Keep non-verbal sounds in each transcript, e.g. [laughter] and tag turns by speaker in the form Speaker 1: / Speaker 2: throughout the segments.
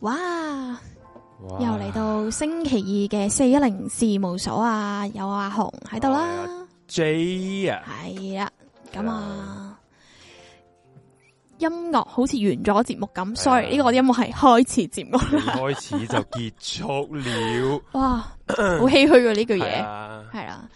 Speaker 1: 哇！
Speaker 2: 哇
Speaker 1: 又嚟到星期二嘅四一零事務所啊，有阿紅喺度啦，
Speaker 2: J 啊，
Speaker 1: 係啦，咁啊，音樂好似完咗節目
Speaker 2: 啊
Speaker 1: 咁，sorry，呢個音樂係開始節目，
Speaker 2: 未開始就結束
Speaker 1: [laughs]
Speaker 2: 了，
Speaker 1: 哇，好唏噓嘅呢句
Speaker 2: 係
Speaker 1: 嘢，
Speaker 2: 啊
Speaker 1: 係啦，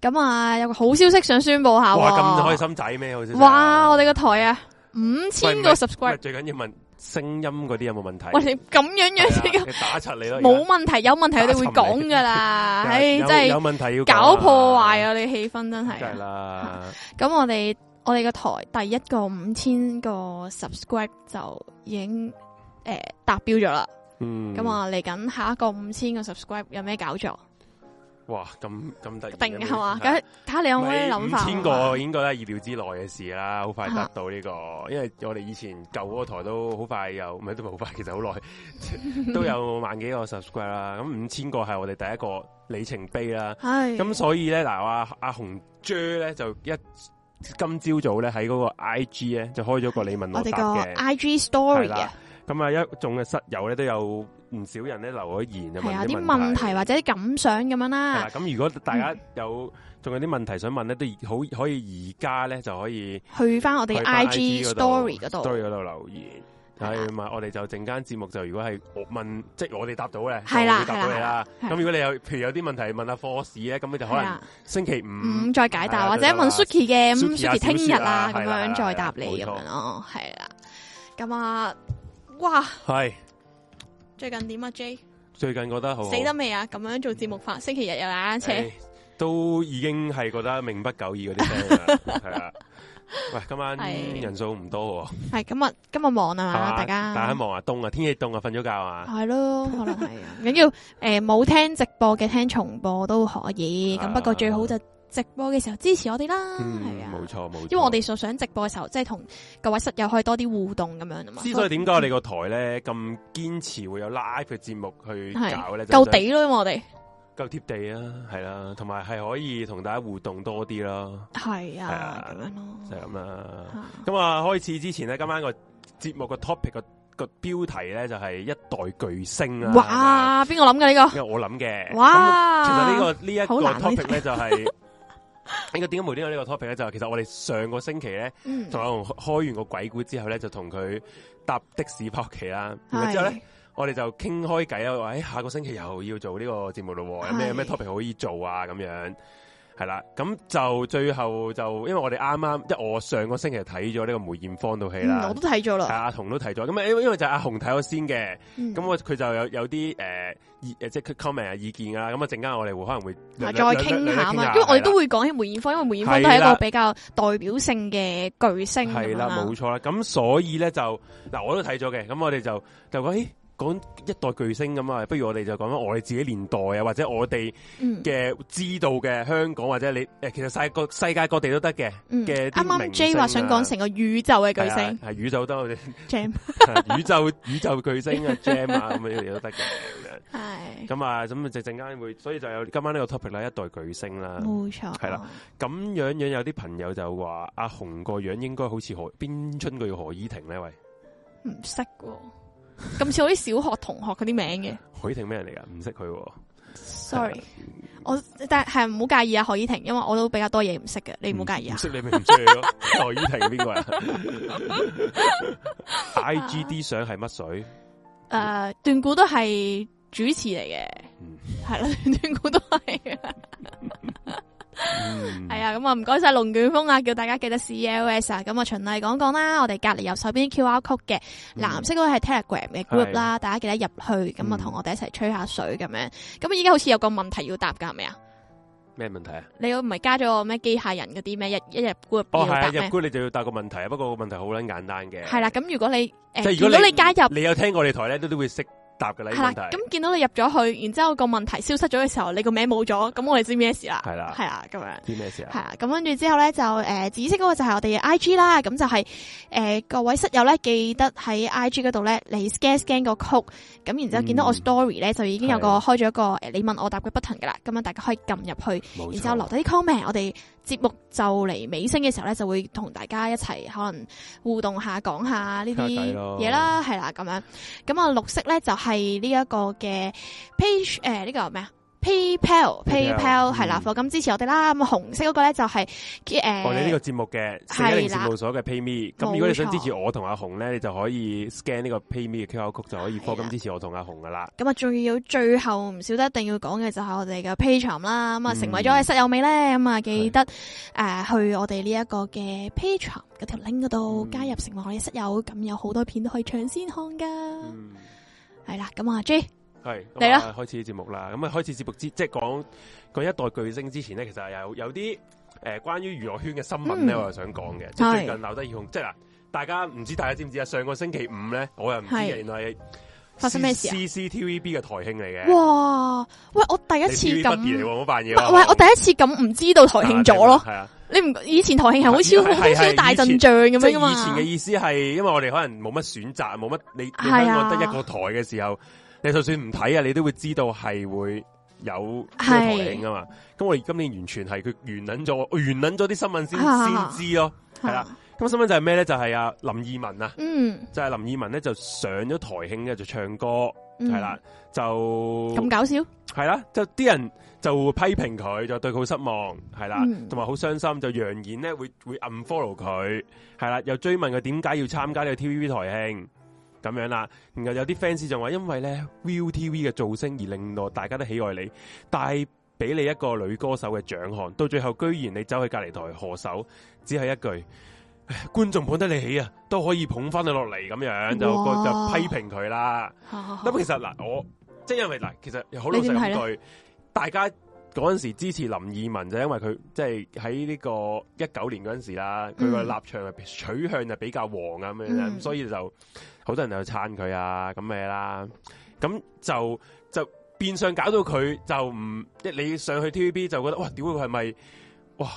Speaker 1: 咁啊，有個好消息想宣佈下喎，
Speaker 2: 哇咁開心仔咩？好似
Speaker 1: 哇，我哋個台啊，五
Speaker 2: 喂
Speaker 1: 千
Speaker 2: 唔係
Speaker 1: 個
Speaker 2: 喂
Speaker 1: subscribe，
Speaker 2: 最緊要問聲音嗰啲有冇問題？
Speaker 1: 喂，你咁樣樣先
Speaker 2: 係啊你打柒你咯，
Speaker 1: 冇問題，有問題我哋會
Speaker 2: 打沉
Speaker 1: 講噶啦，
Speaker 2: 而家
Speaker 1: 唉，
Speaker 2: [laughs] 有
Speaker 1: 真係
Speaker 2: 有問題要講啊
Speaker 1: 搞破壞，啊！你氣氛真
Speaker 2: 梗係
Speaker 1: 係。
Speaker 2: 啦，
Speaker 1: 咁我哋我哋個台第一個五千個 subscribe 就已經诶達標咗啦。
Speaker 2: 嗯，
Speaker 1: 咁，啊，嚟緊下一個五千個 subscribe 有咩搞作？
Speaker 2: 哇，咁咁突然
Speaker 1: 定係嘛？
Speaker 2: 係啊
Speaker 1: 咁睇下你有冇啲諗法啊啊
Speaker 2: 五千個應該都係意料之內嘅事啦，好快達到呢、個，因為我哋以前舊嗰個台都好快有，唔係都唔係好快， [laughs] 其實好耐都有萬幾個 subscribe 啦。咁五千個係我哋第一個里程碑啦。
Speaker 1: 唉，
Speaker 2: 咁所以咧，嗱，阿阿紅 J 咧就一今朝早咧喺嗰個 I G 咧就開咗個你問
Speaker 1: 我
Speaker 2: 我
Speaker 1: 哋
Speaker 2: 答
Speaker 1: 個啊
Speaker 2: 嘅，
Speaker 1: IG
Speaker 2: 係
Speaker 1: story
Speaker 2: 啦
Speaker 1: 啊，。
Speaker 2: 咁啊，一眾嘅室友咧都有唔少人咧留咗言啊，
Speaker 1: 係啊，
Speaker 2: 問
Speaker 1: 啲
Speaker 2: 問
Speaker 1: 問題或者啲感想咁樣
Speaker 2: 係啦
Speaker 1: 啦，
Speaker 2: 咁如果大家有仲有啲問題想問咧，都好可以而家咧就可以
Speaker 1: 去翻我
Speaker 2: 去
Speaker 1: 哋
Speaker 2: 返
Speaker 1: IG
Speaker 2: IG 嗰
Speaker 1: story 嗰
Speaker 2: 度
Speaker 1: 度，
Speaker 2: ，story 嗰度留言。
Speaker 1: 係啦
Speaker 2: 係咪？我哋就陣間節目就如果係我問，即係我哋答到咧，
Speaker 1: 係啦
Speaker 2: 就會答
Speaker 1: 係啦
Speaker 2: 到你啦。
Speaker 1: 係啦
Speaker 2: 咁如果你有譬如有啲問題問阿 Force 咧，咁你就可
Speaker 1: 係嗯
Speaker 2: 能
Speaker 1: 啊。
Speaker 2: 星期
Speaker 1: 五
Speaker 2: 五
Speaker 1: 再解答，
Speaker 2: 係啊
Speaker 1: 或者問
Speaker 2: 再
Speaker 1: Suki 嘅咁
Speaker 2: Suki 啊
Speaker 1: Suki 聽日啊
Speaker 2: 小雪啊
Speaker 1: 咁
Speaker 2: 係啦係
Speaker 1: 樣
Speaker 2: 啦
Speaker 1: 再答你
Speaker 2: 冇
Speaker 1: 咁
Speaker 2: 錯
Speaker 1: 樣咯，係啦。咁啊，哇！
Speaker 2: 係
Speaker 1: 最近點啊 J？
Speaker 2: 最近覺得好好
Speaker 1: 死得未啊？咁樣做節目法，星期日啊又拉扯，
Speaker 2: 唉都已經係覺得命不久矣嗰啲 friend
Speaker 1: [laughs]
Speaker 2: 啦，係啊。喂，今晚
Speaker 1: 係
Speaker 2: 人數唔多喎，
Speaker 1: 係今日今日忙啊
Speaker 2: 係
Speaker 1: 嘛，
Speaker 2: 嘛
Speaker 1: 大家
Speaker 2: 大家望下凍啊，天氣凍啊，瞓咗覺啊，
Speaker 1: 係
Speaker 2: [laughs]
Speaker 1: 咯，可能係啊唔緊要。诶，冇聽直播嘅聽重播都可以，咁
Speaker 2: 啊
Speaker 1: 不過最好就直播嘅時候支持我哋啦，
Speaker 2: 嗯
Speaker 1: 係，啊
Speaker 2: 冇。錯冇錯。
Speaker 1: 因為我哋所想直播嘅時候，即係同各位室友可以多啲互動咁樣啊嘛。
Speaker 2: 之所以點解我哋個台咧咁堅持會有 live 嘅節目去搞
Speaker 1: 係
Speaker 2: 咧，就
Speaker 1: 夠
Speaker 2: 想
Speaker 1: 地咯，因為我哋
Speaker 2: 夠貼地啊，係啦，同埋係可以同大家互動多啲咯，
Speaker 1: 係
Speaker 2: 係
Speaker 1: 啊
Speaker 2: 啊
Speaker 1: 咁樣咯。
Speaker 2: 就係咁啦。
Speaker 1: 啊
Speaker 2: 咁啊，開始之前咧，今晚個節目個 topic 個個標題咧就係一代巨星啦。
Speaker 1: 哇！邊個諗嘅呢
Speaker 2: 因為我諗嘅。
Speaker 1: 個？哇！
Speaker 2: 咁其實呢個呢一
Speaker 1: 好
Speaker 2: 個
Speaker 1: 難呢
Speaker 2: topic 咧就係。 [laughs] 呢個點解無端有呢個 topic 咧？就係其實我哋上個星期咧，
Speaker 1: 嗯
Speaker 2: 同阿紅開完個鬼故之後咧，就同佢搭的士翻屋企啦。然後之後咧
Speaker 1: 係，
Speaker 2: 我哋就傾開偈啦，話誒哎下個星期又要做呢個節目咯喎，有咩
Speaker 1: 係
Speaker 2: 有咩 topic 可以做啊咁樣，係啦，咁就最後就因為我哋啱啱即係我上個星期睇咗呢個梅艷芳套戲
Speaker 1: 嗯
Speaker 2: 啦
Speaker 1: 我，都睇咗
Speaker 2: 係
Speaker 1: 啦。
Speaker 2: 阿紅都睇咗，咁啊因為因為就係阿紅睇咗先嘅，
Speaker 1: 嗯
Speaker 2: 咁我佢就有有啲誒意誒即係 comment 啊意見啊，咁啊陣間我哋會可能會
Speaker 1: 啊
Speaker 2: 略
Speaker 1: 再
Speaker 2: 略
Speaker 1: 傾
Speaker 2: 略
Speaker 1: 下
Speaker 2: 略
Speaker 1: 啊
Speaker 2: 傾
Speaker 1: 嘛，因為我哋
Speaker 2: 係啦
Speaker 1: 都會講起梅艷芳，因為梅艷芳都係一
Speaker 2: 係
Speaker 1: 個
Speaker 2: 啦
Speaker 1: 比較代表性嘅巨星啊咁
Speaker 2: 係
Speaker 1: 樣
Speaker 2: 啦，冇錯啦。咁所以咧就嗱，我都睇咗嘅。咁我哋就就講，誒講一代巨星咁啊，不如我哋就講翻我哋自己年代啊，或者我哋
Speaker 1: 嗯
Speaker 2: 嘅知道嘅香港，或者你誒、其實世各世界各地都得嘅。
Speaker 1: 嗯
Speaker 2: 嘅
Speaker 1: 啱啱
Speaker 2: 明星啊
Speaker 1: J 話想講成個宇宙嘅巨星
Speaker 2: 係啊係宇宙得我哋
Speaker 1: Jam
Speaker 2: 係 [laughs] 宇宙宇宙巨
Speaker 1: [laughs]
Speaker 2: 星啊，Jam 啊，咁樣嘢都得嘅咁
Speaker 1: 係
Speaker 2: 樣。咁啊，咁就陣間會，所以就有今晚呢個 topic 啦，一代巨星啦。
Speaker 1: 冇錯，
Speaker 2: 係啦，咁樣樣有啲朋友就話阿紅個樣應該好似何邊春個叫何依婷呢？喂，
Speaker 1: 唔識喎，咁似我啲小學同學嗰啲名嘅
Speaker 2: 何依婷咩人嚟㗎？唔識佢喎。
Speaker 1: ，sorry，我但係唔好介意啊，何依婷，因為我都比較多嘢唔識嘅，你唔好介意啊
Speaker 2: 唔，識你咪唔識你
Speaker 1: [laughs]
Speaker 2: 咯。何依婷係邊個啊？I G D 相係乜水？
Speaker 1: 誒，斷呃估都係主持嚟嘅
Speaker 2: 嗯，
Speaker 1: 係啦， [laughs] 斷估都係嘅。
Speaker 2: 嗯
Speaker 1: 系，啊，咁啊唔該晒龍捲風啊，叫大家記得 CLS 啊。咁啊，循例講講啦，我哋隔離右手邊 QR code 嘅
Speaker 2: 嗯
Speaker 1: 藍色嗰個係 Telegram 嘅 group
Speaker 2: 係
Speaker 1: 啦，大家記得入去，咁啊
Speaker 2: 嗯
Speaker 1: 同我哋一齊吹下水咁樣。咁啊，依家好似有個問題要答㗎，係咪啊？
Speaker 2: 咩問題啊？
Speaker 1: 你唔係加咗個咩機械人嗰啲咩一一入 group 要
Speaker 2: 哦，係啊，
Speaker 1: 答
Speaker 2: 入
Speaker 1: 咩？
Speaker 2: 觀你就要答個問題啊。不過個問題好撚簡單嘅。
Speaker 1: 係啦，咁如果你
Speaker 2: 即
Speaker 1: 誒
Speaker 2: 係
Speaker 1: 如
Speaker 2: 如
Speaker 1: 果
Speaker 2: 果
Speaker 1: 你
Speaker 2: 你
Speaker 1: 加入
Speaker 2: 你有聽過我哋台咧，都都會識答噶啦，呢
Speaker 1: 係
Speaker 2: 個
Speaker 1: 啦
Speaker 2: 問，題
Speaker 1: 咁見到你入咗去，然之後個問題消失咗嘅時候，你個名冇咗，咁我哋知咩事啦，
Speaker 2: 係啦
Speaker 1: 係啦，咁樣。
Speaker 2: 啲咩事啊？
Speaker 1: 系啊，咁跟住之後咧就诶、呃紫色嗰個就係我哋嘅 I G 啦，咁就係呃各位室友咧記得喺 I G 嗰度咧，你 scan scan 個曲，咁然之後見到我
Speaker 2: 嗯
Speaker 1: story 咧就已經有個開咗一個诶你問我答嘅 button 噶啦，咁樣大家可以撳入去，
Speaker 2: 冇
Speaker 1: 然之後留
Speaker 2: 錯，
Speaker 1: 低啲 comment，我哋節目就嚟尾聲嘅時候咧就會同大家一齊可能互動下，講下呢
Speaker 2: 傾下偈
Speaker 1: 啲
Speaker 2: 咯
Speaker 1: 嘢啦，係啦咁樣，咁啊綠色咧就係呢一個嘅 page 诶、呢、個咩啊？PayPal PayPal 係啦，
Speaker 2: 嗯
Speaker 1: 課金支持我哋啦。咁紅色嗰個咧就係誒
Speaker 2: 哦我哋呢個節目嘅四一零事務所嘅 PayMe，咁
Speaker 1: 冇
Speaker 2: 如果你想支持
Speaker 1: 錯
Speaker 2: 我同阿紅咧，你就可以 scan 呢個 PayMe 嘅 QR code 就可以
Speaker 1: 係啦
Speaker 2: 課金支持我同阿紅噶啦。
Speaker 1: 咁啊，仲要最後唔少得一定要講嘅就係我哋嘅 Patreon 啦。咁啊，
Speaker 2: 嗯
Speaker 1: 成為咗我哋室友未咧？咁啊，記得誒去我哋呢一個嘅 Patreon 嗰條 link 嗰度
Speaker 2: 嗯
Speaker 1: 加入成為我哋室友，咁有好多片都可以搶先看噶。
Speaker 2: 嗯，
Speaker 1: 係啦，咁啊 J
Speaker 2: 係
Speaker 1: 嚟啦，
Speaker 2: 咁啊開始節目啦。咁啊，開始節目之即係講講一代巨星之前咧，其實有有啲呃誒關於娛樂圈嘅新聞咧，
Speaker 1: 嗯
Speaker 2: 我係想講嘅。即係
Speaker 1: 係
Speaker 2: 最近鬧得要紅，即係嗱，大家唔知大家知唔知啊？上個星期五咧，我又唔知
Speaker 1: 係
Speaker 2: 原來係
Speaker 1: 發生咩事啊
Speaker 2: CCTVB 嘅台慶嚟嘅，
Speaker 1: 哇！喂，我第一次
Speaker 2: 你 TVB 嚟
Speaker 1: 咁
Speaker 2: 喎，。嗰扮嘢啊。
Speaker 1: 喂，我第一次咁唔知道台慶咗咯。
Speaker 2: 係啊。
Speaker 1: 你唔以前台慶係好似
Speaker 2: 係係
Speaker 1: 好似
Speaker 2: 係
Speaker 1: 大陣仗咁
Speaker 2: 即係
Speaker 1: 樣噶啊嘛？
Speaker 2: 以前嘅意思係，因為我哋可能冇乜選擇，冇乜你你
Speaker 1: 係啊
Speaker 2: 香港得一個台嘅時候，你就算唔睇啊，你都會知道係會有呢個台慶啊嘛。咁我哋今年完全係佢完撚咗，完撚咗啲新聞先
Speaker 1: 啊
Speaker 2: 先知咯。係啦，咁新聞就係咩咧？就係、啊林二汶啊，
Speaker 1: 嗯，
Speaker 2: 就係、林二汶咧就上咗台慶咧就唱歌，
Speaker 1: 嗯
Speaker 2: 係啦，嗯就
Speaker 1: 咁搞笑，
Speaker 2: 係啦，就啲人就批評佢，就對佢好失望，係啦
Speaker 1: 嗯，
Speaker 2: 同埋好傷心，就揚言咧會會 unfollow 佢，係啦，又追問佢點解要參加呢個 TVB 台慶咁樣啦，然後有啲 fans 就話因為咧 ViuTV 嘅造星而令到大家都喜愛你，帶俾你一個女歌手嘅獎項，到最後居然你走去隔離台賀手，只係一句。唉觀眾捧得你起啊，都可以捧翻佢落嚟咁樣，就個就
Speaker 1: 哇
Speaker 2: 批評佢啦。咁其實嗱，我即係因為嗱，其實好老
Speaker 1: 你
Speaker 2: 實
Speaker 1: 點睇
Speaker 2: 咁
Speaker 1: 呢
Speaker 2: 句，大家嗰陣時支持林二汶就因為佢即係喺呢個一九年嗰陣時啦，佢個
Speaker 1: 嗯
Speaker 2: 立場係取向就比較黃啊咁樣啦，
Speaker 1: 嗯
Speaker 2: 咁所以就好多人就撐佢啊咁嘅啦，咁就就變相搞到佢就唔即係你上去 TVB 就覺得哇，屌佢係咪哇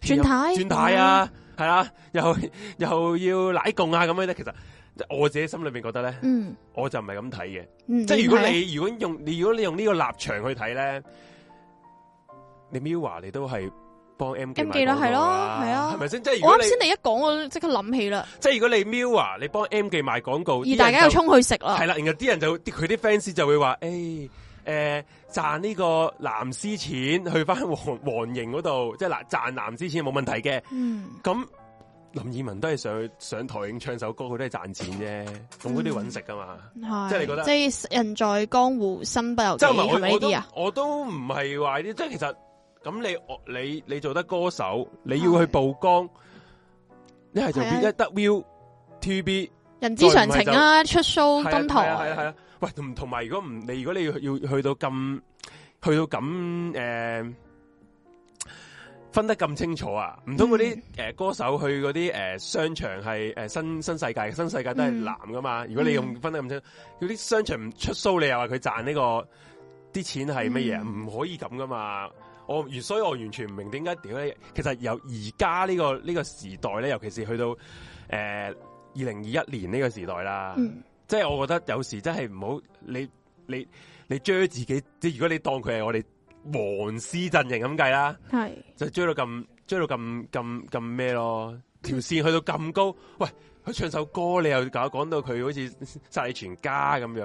Speaker 1: 轉態
Speaker 2: 轉態啊，係啦，又又要奶共啊咁樣咧，其實我自己心裏面覺得咧，
Speaker 1: 嗯，
Speaker 2: 我就唔係咁睇嘅。
Speaker 1: 嗯
Speaker 2: 即系如果
Speaker 1: 點睇啊
Speaker 2: 你如果用你如果你用呢個立場去睇咧，你 m i a 你都係幫 M 記
Speaker 1: M 記啦
Speaker 2: 賣廣告
Speaker 1: 係咯係啊
Speaker 2: 係咪先？即係如
Speaker 1: 我
Speaker 2: 果
Speaker 1: 啱
Speaker 2: 你
Speaker 1: 先你一講，我即刻諗起啦，
Speaker 2: 即係如果你 m i a 你幫 M 記賣廣告，
Speaker 1: 而大家又啊衝去食啦
Speaker 2: 系，啦，然後啲人就啲佢啲 fans 就會話誒誒賺呢個藍絲錢去翻黃黃營嗰度，即係嗱賺藍絲錢冇問題嘅。
Speaker 1: 嗯，
Speaker 2: 咁林二汶都係上去上台慶唱首歌，佢都係賺錢啫，咁佢都要揾食噶嘛。
Speaker 1: 係
Speaker 2: 即係你覺得
Speaker 1: 即系人在江湖身不由己，
Speaker 2: 即係唔
Speaker 1: 係咪
Speaker 2: 係
Speaker 1: 呢
Speaker 2: 我
Speaker 1: 啲啊？
Speaker 2: 我都我都唔係話啲，即係其實咁你我你你做得歌手，你要去曝光，一係就
Speaker 1: 係啊
Speaker 2: 變一得 view TVB
Speaker 1: 人之常情啊，出 show
Speaker 2: 係啊
Speaker 1: 登
Speaker 2: 係啊係啊係
Speaker 1: 台，
Speaker 2: 啊，喂同同埋如果唔你如果你要要去到咁去到咁誒。分得咁清楚啊！唔通嗰啲
Speaker 1: 嗯
Speaker 2: 誒歌手去嗰啲誒商場係誒、呃新新世界，新世界都係
Speaker 1: 嗯
Speaker 2: 男噶嘛？如果你用分得咁清，嗰啲商場唔出 show，你又話佢賺呢個啲錢係乜嘢？啊
Speaker 1: 嗯
Speaker 2: 唔、可以咁噶嘛！我完，所以我完全唔明點解屌咧。其實由而家呢個呢、個時代咧，尤其是去到誒二零二一年呢個時代啦，
Speaker 1: 嗯，
Speaker 2: 即係我覺得有時真係唔好你你你追自己。即係如果你當佢係我哋黃絲陣營咁計啦，
Speaker 1: 係
Speaker 2: 就追到咁追到咁咁咁咩咯？條線去到咁高，喂！佢唱首歌，你又搞講到佢好似 [laughs] 殺你全家咁樣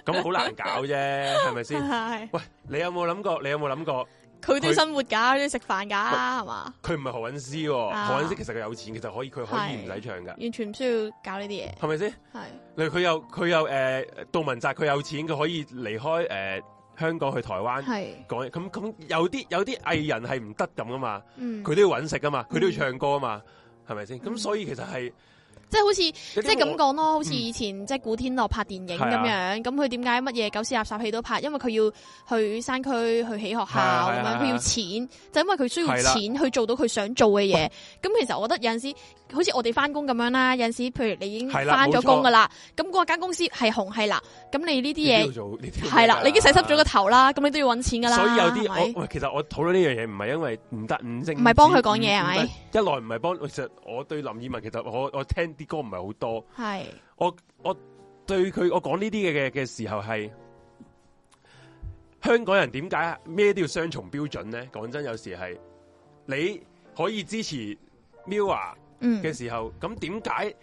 Speaker 1: [laughs]
Speaker 2: 咁好難搞啫，係咪先？
Speaker 1: 係
Speaker 2: 喂，你有冇諗過？你有冇諗過？
Speaker 1: 佢都要生活㗎，都要食飯㗎，係嘛？
Speaker 2: 佢唔係何韻詩喎，
Speaker 1: 啊
Speaker 2: 何韻詩其實佢有錢，其實可以佢可以
Speaker 1: 係
Speaker 2: 唔使唱噶，
Speaker 1: 完全唔需要搞呢啲嘢，
Speaker 2: 係咪先？
Speaker 1: 係
Speaker 2: 例如佢有佢有誒杜汶澤，佢有錢，佢可以離開誒、呃香港去台灣
Speaker 1: 係，
Speaker 2: 講嘢。咁咁有啲有啲藝人係唔得咁噶嘛，
Speaker 1: 嗯，
Speaker 2: 佢都要揾食噶嘛，佢都要唱歌啊嘛，係咪先？咁所以其實係
Speaker 1: 即係好似
Speaker 2: 有啲
Speaker 1: 即係咁
Speaker 2: 我
Speaker 1: 講咯，好似以前即係古天樂拍電影咁
Speaker 2: 嗯係啊
Speaker 1: 樣，咁佢點解乜嘢狗屎垃圾戲都拍？因為佢要去山區去起學校
Speaker 2: 係啊
Speaker 1: 咁
Speaker 2: 係啊
Speaker 1: 樣，佢要錢，就因為佢需要
Speaker 2: 係啦
Speaker 1: 錢去做到佢想做嘅嘢。咁其實我覺得有陣時，好似我哋翻工咁樣啦，有陣時譬如你已經
Speaker 2: 係啦
Speaker 1: 翻
Speaker 2: 冇
Speaker 1: 咗
Speaker 2: 錯
Speaker 1: 工噶啦，咁嗰間公司係紅係啦，咁你呢啲
Speaker 2: 你都
Speaker 1: 嘢
Speaker 2: 要做，你都要
Speaker 1: 係啦，
Speaker 2: 做
Speaker 1: 你已經洗濕咗
Speaker 2: 㗎
Speaker 1: 個頭啦，咁你都要揾錢噶啦。
Speaker 2: 所以有啲
Speaker 1: 係咪
Speaker 2: 我喂，其實我討論呢樣嘢唔係因為唔得五星，
Speaker 1: 唔係幫佢講嘢
Speaker 2: 唔
Speaker 1: 係咪
Speaker 2: 唔得一來唔係幫，其實我對林以文其實我我聽啲歌唔係好多，
Speaker 1: 係
Speaker 2: 對佢我講呢啲嘅嘅嘅時候係香港人點解咩都要雙重標準咧？講真，有時係你可以支持 Mira
Speaker 1: 嗯
Speaker 2: 嘅時候，咁點解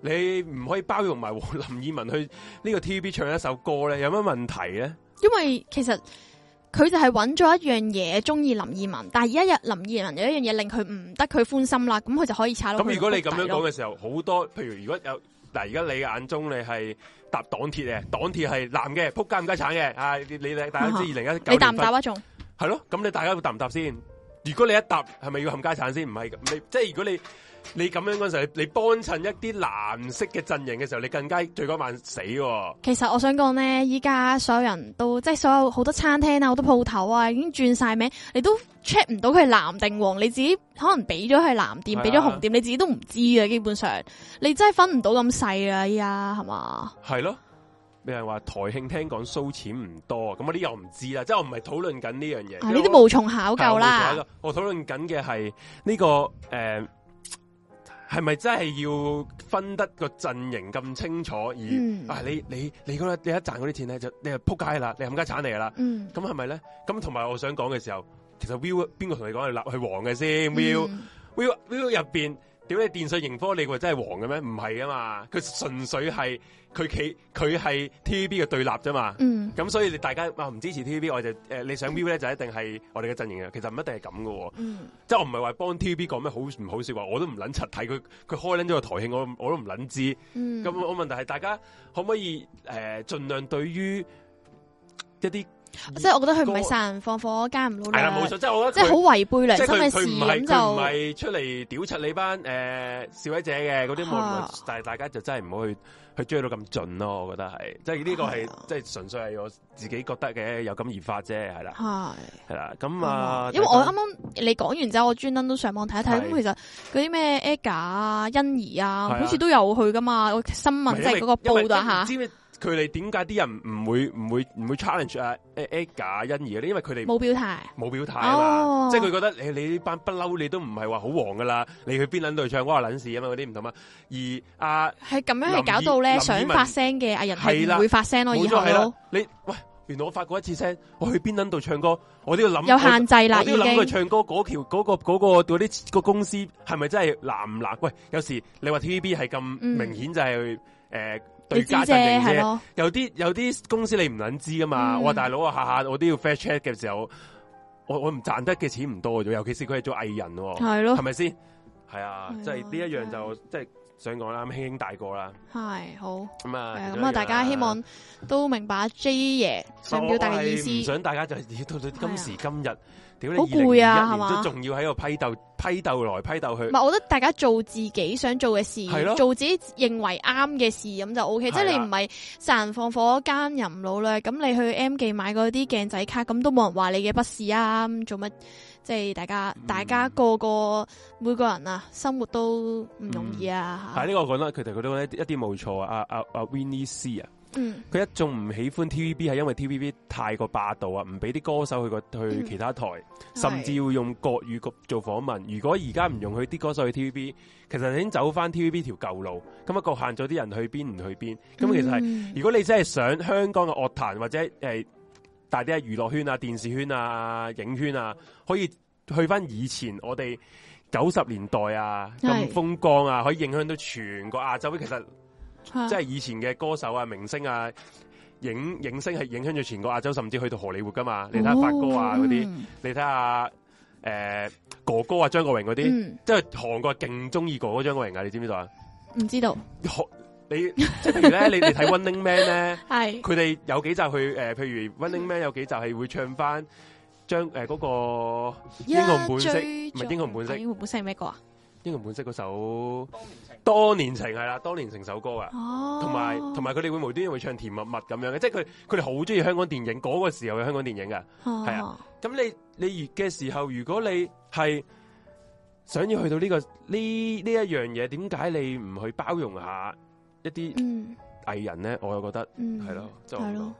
Speaker 2: 你唔可以包容埋黃林以文去呢個 TVB 唱一首歌咧？有乜問題咧？
Speaker 1: 因為其實佢就係揾咗一樣嘢中意林二汶，但係而家有林二汶有一樣嘢令佢唔得佢歡心啦，咁佢就可以踩到佢
Speaker 2: 咁如果你咁樣
Speaker 1: 谷底
Speaker 2: 講
Speaker 1: 咯，
Speaker 2: 嘅時候，好多譬如如果有嗱，而家你嘅眼中你係搭港鐵嘅，港鐵係藍嘅，仆街唔家產嘅，啊你你你大
Speaker 1: [laughs]
Speaker 2: 家知二零一九
Speaker 1: 你答唔答啊？仲
Speaker 2: 係咯，咁你大家會搭唔搭先？如果你一搭，係咪要冚家產先？唔係咁，你即係如果你你咁樣嗰陣時候，你你幫襯一啲藍色嘅陣營嘅時候，你更加罪該萬死喎。
Speaker 1: 其實我想講呢，依家所有人都即係所有好多餐廳啊，好多鋪頭啊，已經轉晒名，你都 check 唔到佢係藍定黃，你自己可能俾咗係藍
Speaker 2: 係
Speaker 1: 店，
Speaker 2: 啊
Speaker 1: 俾咗紅店，你自己都唔知啊，基本上你真係分唔到咁細啊，依家係嘛？
Speaker 2: 係咯，有人話台慶聽講收錢唔多，咁我啲又唔知啦，即係我唔係討論緊呢樣嘢。
Speaker 1: 啊呢啲無從考究
Speaker 2: 係
Speaker 1: 啦，。
Speaker 2: 我冇錯我討論緊嘅係呢個誒，係、咪真係要分得個陣營咁清楚？而、
Speaker 1: 嗯
Speaker 2: 啊，你你你嗰你一賺嗰啲錢咧，就你係撲街啦，你冚家產嚟㗎啦。
Speaker 1: 嗯，
Speaker 2: 咁係咪咧？咁同埋我想講嘅時候，其實 Will 邊個同你講係立係黃嘅先？Will、
Speaker 1: 嗯
Speaker 2: Will Will 入邊。屌你電訊盈科，你話真係黃嘅咩？唔係啊嘛，佢純粹係佢企佢係 TVB 嘅對立啫嘛。
Speaker 1: 嗯
Speaker 2: 咁所以你大家啊唔支持 TVB，我就誒、呃你想 view 咧就一定係我哋嘅陣營嘅，啊其實唔一定係咁嘅喎，
Speaker 1: 嗯，
Speaker 2: 即係我唔係話幫 TVB 講咩好唔好説話，我都唔撚柒睇佢，佢開撚咗個台慶，我我都唔撚知。咁、
Speaker 1: 嗯
Speaker 2: 我問題係大家可唔可以誒、呃、盡量對於一啲
Speaker 1: 即係我覺得佢唔係殺人放火加唔到
Speaker 2: 係啦冇
Speaker 1: 量，
Speaker 2: 錯，即係我覺
Speaker 1: 即
Speaker 2: 得
Speaker 1: 係好
Speaker 2: 佢。
Speaker 1: 違背良
Speaker 2: 即
Speaker 1: 心
Speaker 2: 係佢
Speaker 1: 嘅
Speaker 2: 佢
Speaker 1: 事
Speaker 2: 唔係
Speaker 1: 咁
Speaker 2: 佢唔
Speaker 1: 就
Speaker 2: 係出嚟屌柒你班誒、呃示威者嘅嗰啲冇人
Speaker 1: 啊
Speaker 2: 會，但係大家就真係唔好去去追到咁盡咯，我覺得係，即係呢個係
Speaker 1: 係啊
Speaker 2: 即係純粹係我自己覺得嘅有感而發啫，係啦。
Speaker 1: 係
Speaker 2: 系啦，咁啊，
Speaker 1: 因為我啱啱你講完之後，我專登都上網睇一睇，
Speaker 2: 係
Speaker 1: 咁其實嗰啲咩 AGA 啊、欣宜啊，
Speaker 2: 係啊
Speaker 1: 好似都有去噶嘛，我新聞即係嗰個報道吓，
Speaker 2: 知唔知佢哋點解啲人唔會唔會唔會 challenge 啊 A 假欣怡咧？因為佢哋
Speaker 1: 冇表態，
Speaker 2: 冇表態啊嘛，
Speaker 1: 哦
Speaker 2: 即係佢覺得你你呢班不嬲，你都唔係話好黃噶啦，你去邊撚度唱歌啊撚事啊嘛，嗰啲唔同啊。而啊，
Speaker 1: 係咁樣
Speaker 2: 林
Speaker 1: 係搞到
Speaker 2: 以
Speaker 1: 咧
Speaker 2: 林以
Speaker 1: 想
Speaker 2: 文
Speaker 1: 發聲嘅藝人
Speaker 2: 係啦
Speaker 1: 係唔會發聲咯，
Speaker 2: 冇
Speaker 1: 以後
Speaker 2: 咗係啦
Speaker 1: 都，
Speaker 2: 你喂，原來我發過一次聲，我去邊撚度唱歌，我都要諗
Speaker 1: 有限制啦
Speaker 2: 我
Speaker 1: 已
Speaker 2: 都要諗佢
Speaker 1: 經。
Speaker 2: 唱歌嗰條嗰個嗰個嗰啲個公司係咪真係藍唔藍？喂，有時你話 TVB 係咁
Speaker 1: 嗯
Speaker 2: 明顯就係誒
Speaker 1: 你
Speaker 2: 對
Speaker 1: 知
Speaker 2: 家
Speaker 1: 啫，
Speaker 2: 陣營
Speaker 1: 係
Speaker 2: 啫。
Speaker 1: 咯，
Speaker 2: 有啲有啲公司你唔捻知噶嘛？
Speaker 1: 嗯
Speaker 2: 我話大佬啊，下下我都要 fair check 嘅時候，我我唔賺得嘅錢唔多咗，尤其是佢係做藝人喎，
Speaker 1: 係
Speaker 2: 係
Speaker 1: 咯，
Speaker 2: 咪先？係啊
Speaker 1: 係，啊
Speaker 2: 即係呢一樣就即係想講啦，咁輕輕大個啦，
Speaker 1: 係好。
Speaker 2: 咁哦啊，
Speaker 1: 係
Speaker 2: 其中一樣
Speaker 1: 咁
Speaker 2: 啦
Speaker 1: 啊，大家希望都明白 J 爺想表達嘅意
Speaker 2: 哦我係唔
Speaker 1: 思。啊
Speaker 2: 想大家就係到到今時今日，屌你
Speaker 1: 好攰啊
Speaker 2: 2021
Speaker 1: 係嘛
Speaker 2: 年都仲要喺度批鬥批鬥來批鬥
Speaker 1: 唔
Speaker 2: 去，
Speaker 1: 係，我覺得大家做自己想做嘅
Speaker 2: 係咯
Speaker 1: 事，做自己認為啱嘅事咁就 O K。
Speaker 2: 係
Speaker 1: 即係
Speaker 2: 啦
Speaker 1: 你唔係殺人放火、奸淫擄掠，咁你去 M 記買嗰啲鏡仔卡，咁都冇人話你嘅不是啊。咁做乜？即係大家，
Speaker 2: 嗯
Speaker 1: 大家個個每個人啊，生活都唔容易啊。
Speaker 2: 嗯係呢個我覺得佢哋佢都一啲冇錯啊！阿阿阿 Winnie C 啊。
Speaker 1: 嗯
Speaker 2: 佢一眾唔喜歡 TVB 係因為 TVB 太過霸道啊，唔俾啲歌手去個去
Speaker 1: 嗯
Speaker 2: 其他台，甚至要用國語局做訪問。如果而家唔容許啲歌手去 TVB，其實你已經走翻 TVB 條舊路，咁啊局限咗啲人去邊唔去邊。咁其實係，
Speaker 1: 係
Speaker 2: 如果你真係想香港嘅樂壇或者誒、呃大啲嘅娛樂圈啊、電視圈啊、影圈啊，可以去翻以前我哋。九十年代啊，咁
Speaker 1: 係啊
Speaker 2: 風光啊，可以影響到全個亞洲。其實即係以前嘅歌手啊、明星啊、影影星係影響咗全個亞洲，甚至去到荷里活噶嘛。你睇下
Speaker 1: 哦
Speaker 2: 發哥啊嗰啲，你睇下诶哥哥啊張國榮嗰啲，
Speaker 1: 嗯，
Speaker 2: 即係韓國勁中意哥哥張國榮啊！你知唔知道啊？
Speaker 1: 唔知道
Speaker 2: 韓你 [laughs] 即係譬如咧，你你睇《Running Man》咧，
Speaker 1: 係
Speaker 2: 佢哋有幾集去诶，呃譬如《Running Man》有幾集係會唱翻張诶嗰個英雄本色
Speaker 1: 一追哎
Speaker 2: 唔係英雄本色
Speaker 1: 英雄本色係咩歌啊？
Speaker 2: 英雄本色嗰首《多年情》係啦，《多年情》首歌啊，
Speaker 1: 哦，
Speaker 2: 同埋同埋佢哋會無端端會唱甜蜜蜜咁樣嘅，即係佢佢哋好中意香港電影嗰、個時候嘅香港電影㗎。係
Speaker 1: 係啊，
Speaker 2: 咁你你嘅時候，如果你係想要去到呢、個呢呢一樣嘢，點解你唔去包容下一啲
Speaker 1: 嗯
Speaker 2: 藝人咧？我又覺得
Speaker 1: 嗯，
Speaker 2: 係咯，就
Speaker 1: 係咯，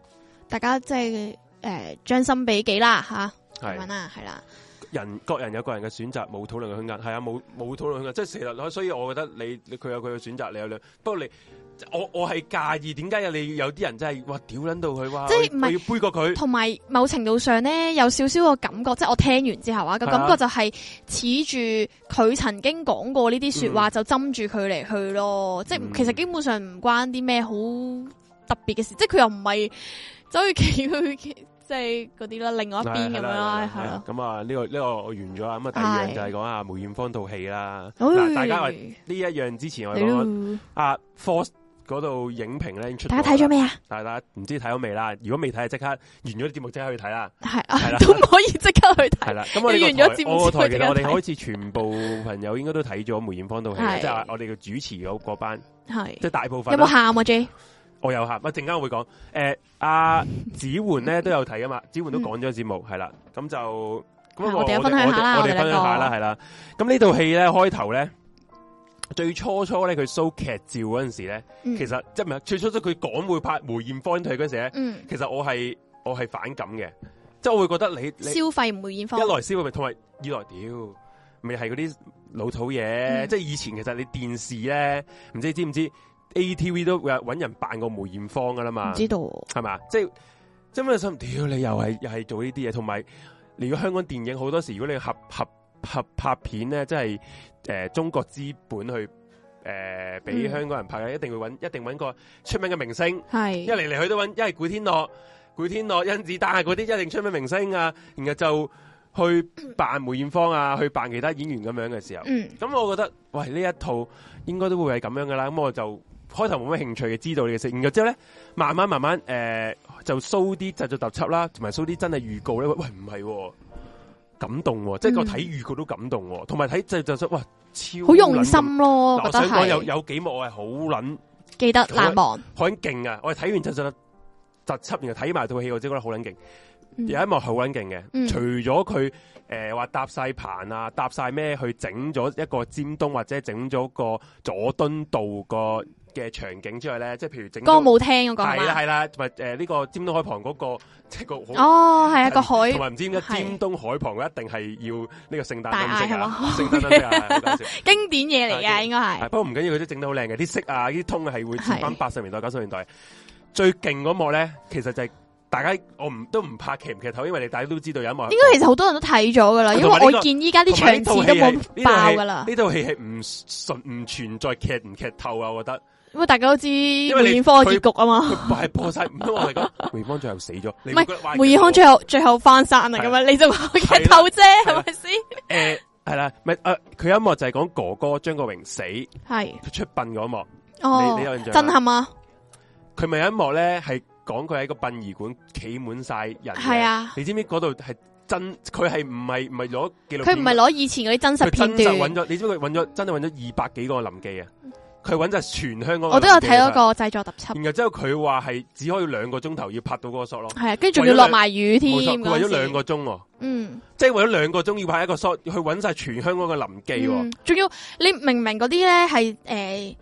Speaker 1: 大家即係诶將心比己啦吓，咁樣
Speaker 2: 係
Speaker 1: 啦，係啦，
Speaker 2: 人各人有各人嘅選擇，冇討論嘅空間。係啊，冇冇討論嘅空間。即係其實，所以我覺得你你佢有佢嘅選擇，你有你。不過你我我係介意點解你有啲人真係哇屌撚到佢哇，
Speaker 1: 即係
Speaker 2: 我
Speaker 1: 唔係
Speaker 2: 我要杯過佢。
Speaker 1: 同埋某程度上咧，有少少個感覺，即係我聽完之後啊，個
Speaker 2: 係啊
Speaker 1: 感覺就係恃住佢曾經講過呢啲说話，就針住佢嚟去咯。即係
Speaker 2: 嗯
Speaker 1: 其實基本上唔關啲咩好特別嘅事，即係佢又唔係走去企 [laughs] 佢，即係嗰啲啦，另外一
Speaker 2: 啊
Speaker 1: 邊咁樣啦，係咯。
Speaker 2: 咁啊，呢個呢個完咗啦。咁啊，第二樣就係講下梅艷芳套戲啦。嗱，大家話呢
Speaker 1: 哎
Speaker 2: 一樣之前我
Speaker 1: 嚟
Speaker 2: 哋講
Speaker 1: 咯，
Speaker 2: 啊 Force 嗰度影評咧已經出，
Speaker 1: 大家睇咗？未啊？
Speaker 2: 大家唔知睇咗未啦？如果未睇，即刻完咗啲節目即刻去睇啦。
Speaker 1: 係
Speaker 2: 係
Speaker 1: 啊 [laughs]
Speaker 2: 啦，
Speaker 1: 都唔可以即刻去睇
Speaker 2: 系。啦，咁我哋
Speaker 1: 你完咗
Speaker 2: 個
Speaker 1: 節
Speaker 2: 台，
Speaker 1: 目
Speaker 2: 我
Speaker 1: 之後
Speaker 2: 個台其
Speaker 1: 即
Speaker 2: 實
Speaker 1: 刻
Speaker 2: 我哋
Speaker 1: 睇
Speaker 2: 開始全部朋友應該都睇咗梅艷芳套戲啦，
Speaker 1: 係
Speaker 2: 即係我哋嘅主持嗰嗰班，
Speaker 1: 係
Speaker 2: 即係大部
Speaker 1: 有
Speaker 2: 分
Speaker 1: 冇
Speaker 2: 啦。
Speaker 1: 喊啊？J
Speaker 2: 我有喊，一陣間我會講。诶，阿子焕咧都有睇啊嘛，子焕都講咗節目係啦，咁就咁
Speaker 1: 嗯啊係我哋有分享下啦
Speaker 2: 我
Speaker 1: 我
Speaker 2: 哋
Speaker 1: 哋兩個
Speaker 2: 分享下啦，係啦。咁呢套戲咧開頭咧。最初初咧，佢 show 劇照嗰陣時咧，
Speaker 1: 嗯
Speaker 2: 其實即係唔係最初初佢講會拍梅艷芳佢嗰陣時咧，
Speaker 1: 嗯，
Speaker 2: 其實我係我係反感嘅，即係我會覺得你你
Speaker 1: 消費梅艷芳
Speaker 2: 一來消費，同埋二來屌，咪係嗰啲老土嘢。
Speaker 1: 嗯
Speaker 2: 即係以前其實你電視咧，唔知你知唔知 ATV 都有揾人扮過梅艷芳噶啦嘛
Speaker 1: 唔，知道
Speaker 2: 係嘛？即係真係心屌你又係又係做呢啲嘢，同埋你如果香港電影好多時，如果你合合合拍片咧，即係诶、呃中國資本去。诶，俾、
Speaker 1: 嗯
Speaker 2: 香港人拍嘅，一定會揾，一定揾個出名嘅明星，
Speaker 1: 係
Speaker 2: 一嚟嚟去都揾，一係古天樂、古天樂、甄子丹啊嗰啲一定出名明星啊，然後就去扮梅艷芳啊，去扮其他演員咁樣嘅時候，
Speaker 1: 嗯
Speaker 2: 咁、我覺得喂呢一套應該都會係咁樣噶啦，咁我就開頭冇乜興趣嘅，知道你嘅事，然後之後咧慢慢慢慢诶、呃就 show 啲製作特輯啦，同埋 show 啲真係預告咧，喂唔係喎，感動喎，即係我睇預告都感動喎，同埋睇製作特輯，哇超
Speaker 1: 好用
Speaker 2: 撚
Speaker 1: 心咯，
Speaker 2: 感
Speaker 1: 我
Speaker 2: 動。
Speaker 1: 覺得
Speaker 2: 我想講有
Speaker 1: 係
Speaker 2: 有幾幕我係好撚。
Speaker 1: 記得難忘。
Speaker 2: 好撚勁啊！我哋睇完就就特輯，然後睇埋套戲，我真係覺得好撚勁。
Speaker 1: 嗯
Speaker 2: 有一幕好撚勁嘅，
Speaker 1: 嗯
Speaker 2: 除咗佢誒話搭晒棚啊，搭晒咩去整咗一個尖東或者整咗個佐敦道個嘅場景之外咧，即係譬如整
Speaker 1: 歌
Speaker 2: 到
Speaker 1: 舞廳嗰個啊係
Speaker 2: 係啊啦
Speaker 1: 嘛？
Speaker 2: 係啦，同埋誒呢個尖東海旁嗰、個即係個好。
Speaker 1: 哦，係啊，個海
Speaker 2: 同埋唔知點解
Speaker 1: 係
Speaker 2: 尖東海旁一定係要呢個聖誕
Speaker 1: 大
Speaker 2: 燈飾
Speaker 1: 嗌係嘛
Speaker 2: 啊，聖
Speaker 1: [laughs]
Speaker 2: 誕燈飾啊，係好搞笑
Speaker 1: 經典嘢嚟嘅，應該
Speaker 2: 係
Speaker 1: 係
Speaker 2: 哎不過唔緊要，佢都整得好靚嘅，啲色啊，啲通係會似翻
Speaker 1: 係
Speaker 2: 八十年代、九十年代。最勁嗰幕咧，其實就係大家我唔都唔怕劇唔劇透，因為你大家都知道有一幕。
Speaker 1: 應該其實好多人都睇咗噶啦，因為
Speaker 2: 同埋呢個
Speaker 1: 我見依家啲
Speaker 2: 同埋
Speaker 1: 場次
Speaker 2: 呢套戲
Speaker 1: 都
Speaker 2: 係
Speaker 1: 冇爆噶啦，
Speaker 2: 呢套戲係唔純唔存在劇唔劇透啊！我覺得
Speaker 1: 因為大家都知
Speaker 2: 為你
Speaker 1: 梅艷芳嘅結局啊嘛。
Speaker 2: 佢係播晒，唔通我哋講梅艷芳最後死咗？唔
Speaker 1: 唔係梅艷芳最後最後翻山啊，
Speaker 2: 係
Speaker 1: 咁樣你就話
Speaker 2: 係啦
Speaker 1: 劇透啫，
Speaker 2: 係啦
Speaker 1: 係咪先？
Speaker 2: 誒係啦，咪誒佢有一幕就係講哥哥張國榮死佢
Speaker 1: 係
Speaker 2: 出殯嗰一幕，
Speaker 1: 哦
Speaker 2: 你有印象，啊
Speaker 1: 震撼啊！
Speaker 2: 佢咪有一幕咧係講佢喺個殯儀館企滿晒人嘅。
Speaker 1: 係啊，
Speaker 2: 你知唔知嗰度係真？佢係唔係唔係攞記錄片㗎？
Speaker 1: 佢唔係攞以前嗰啲真實
Speaker 2: 佢真實揾
Speaker 1: 片段，
Speaker 2: 咗，你知唔知佢揾咗真係揾咗二百幾個臨記啊？佢揾就係全香港嘅臨記啊，
Speaker 1: 哦我都有睇嗰個製作特輯，
Speaker 2: 然後之後佢話係只可以兩個鐘頭要拍到嗰個 shot 咯，
Speaker 1: 係啊，跟住仲要落埋雨添
Speaker 2: 冇錯，佢
Speaker 1: 嗰
Speaker 2: 為咗
Speaker 1: 陣
Speaker 2: 兩
Speaker 1: 時。
Speaker 2: 個鐘喎，
Speaker 1: 嗯。
Speaker 2: 即係為咗兩個鐘要拍一個 shot，去揾晒全香港嘅臨記喎。
Speaker 1: 嗯仲、要你明唔明嗰啲咧係诶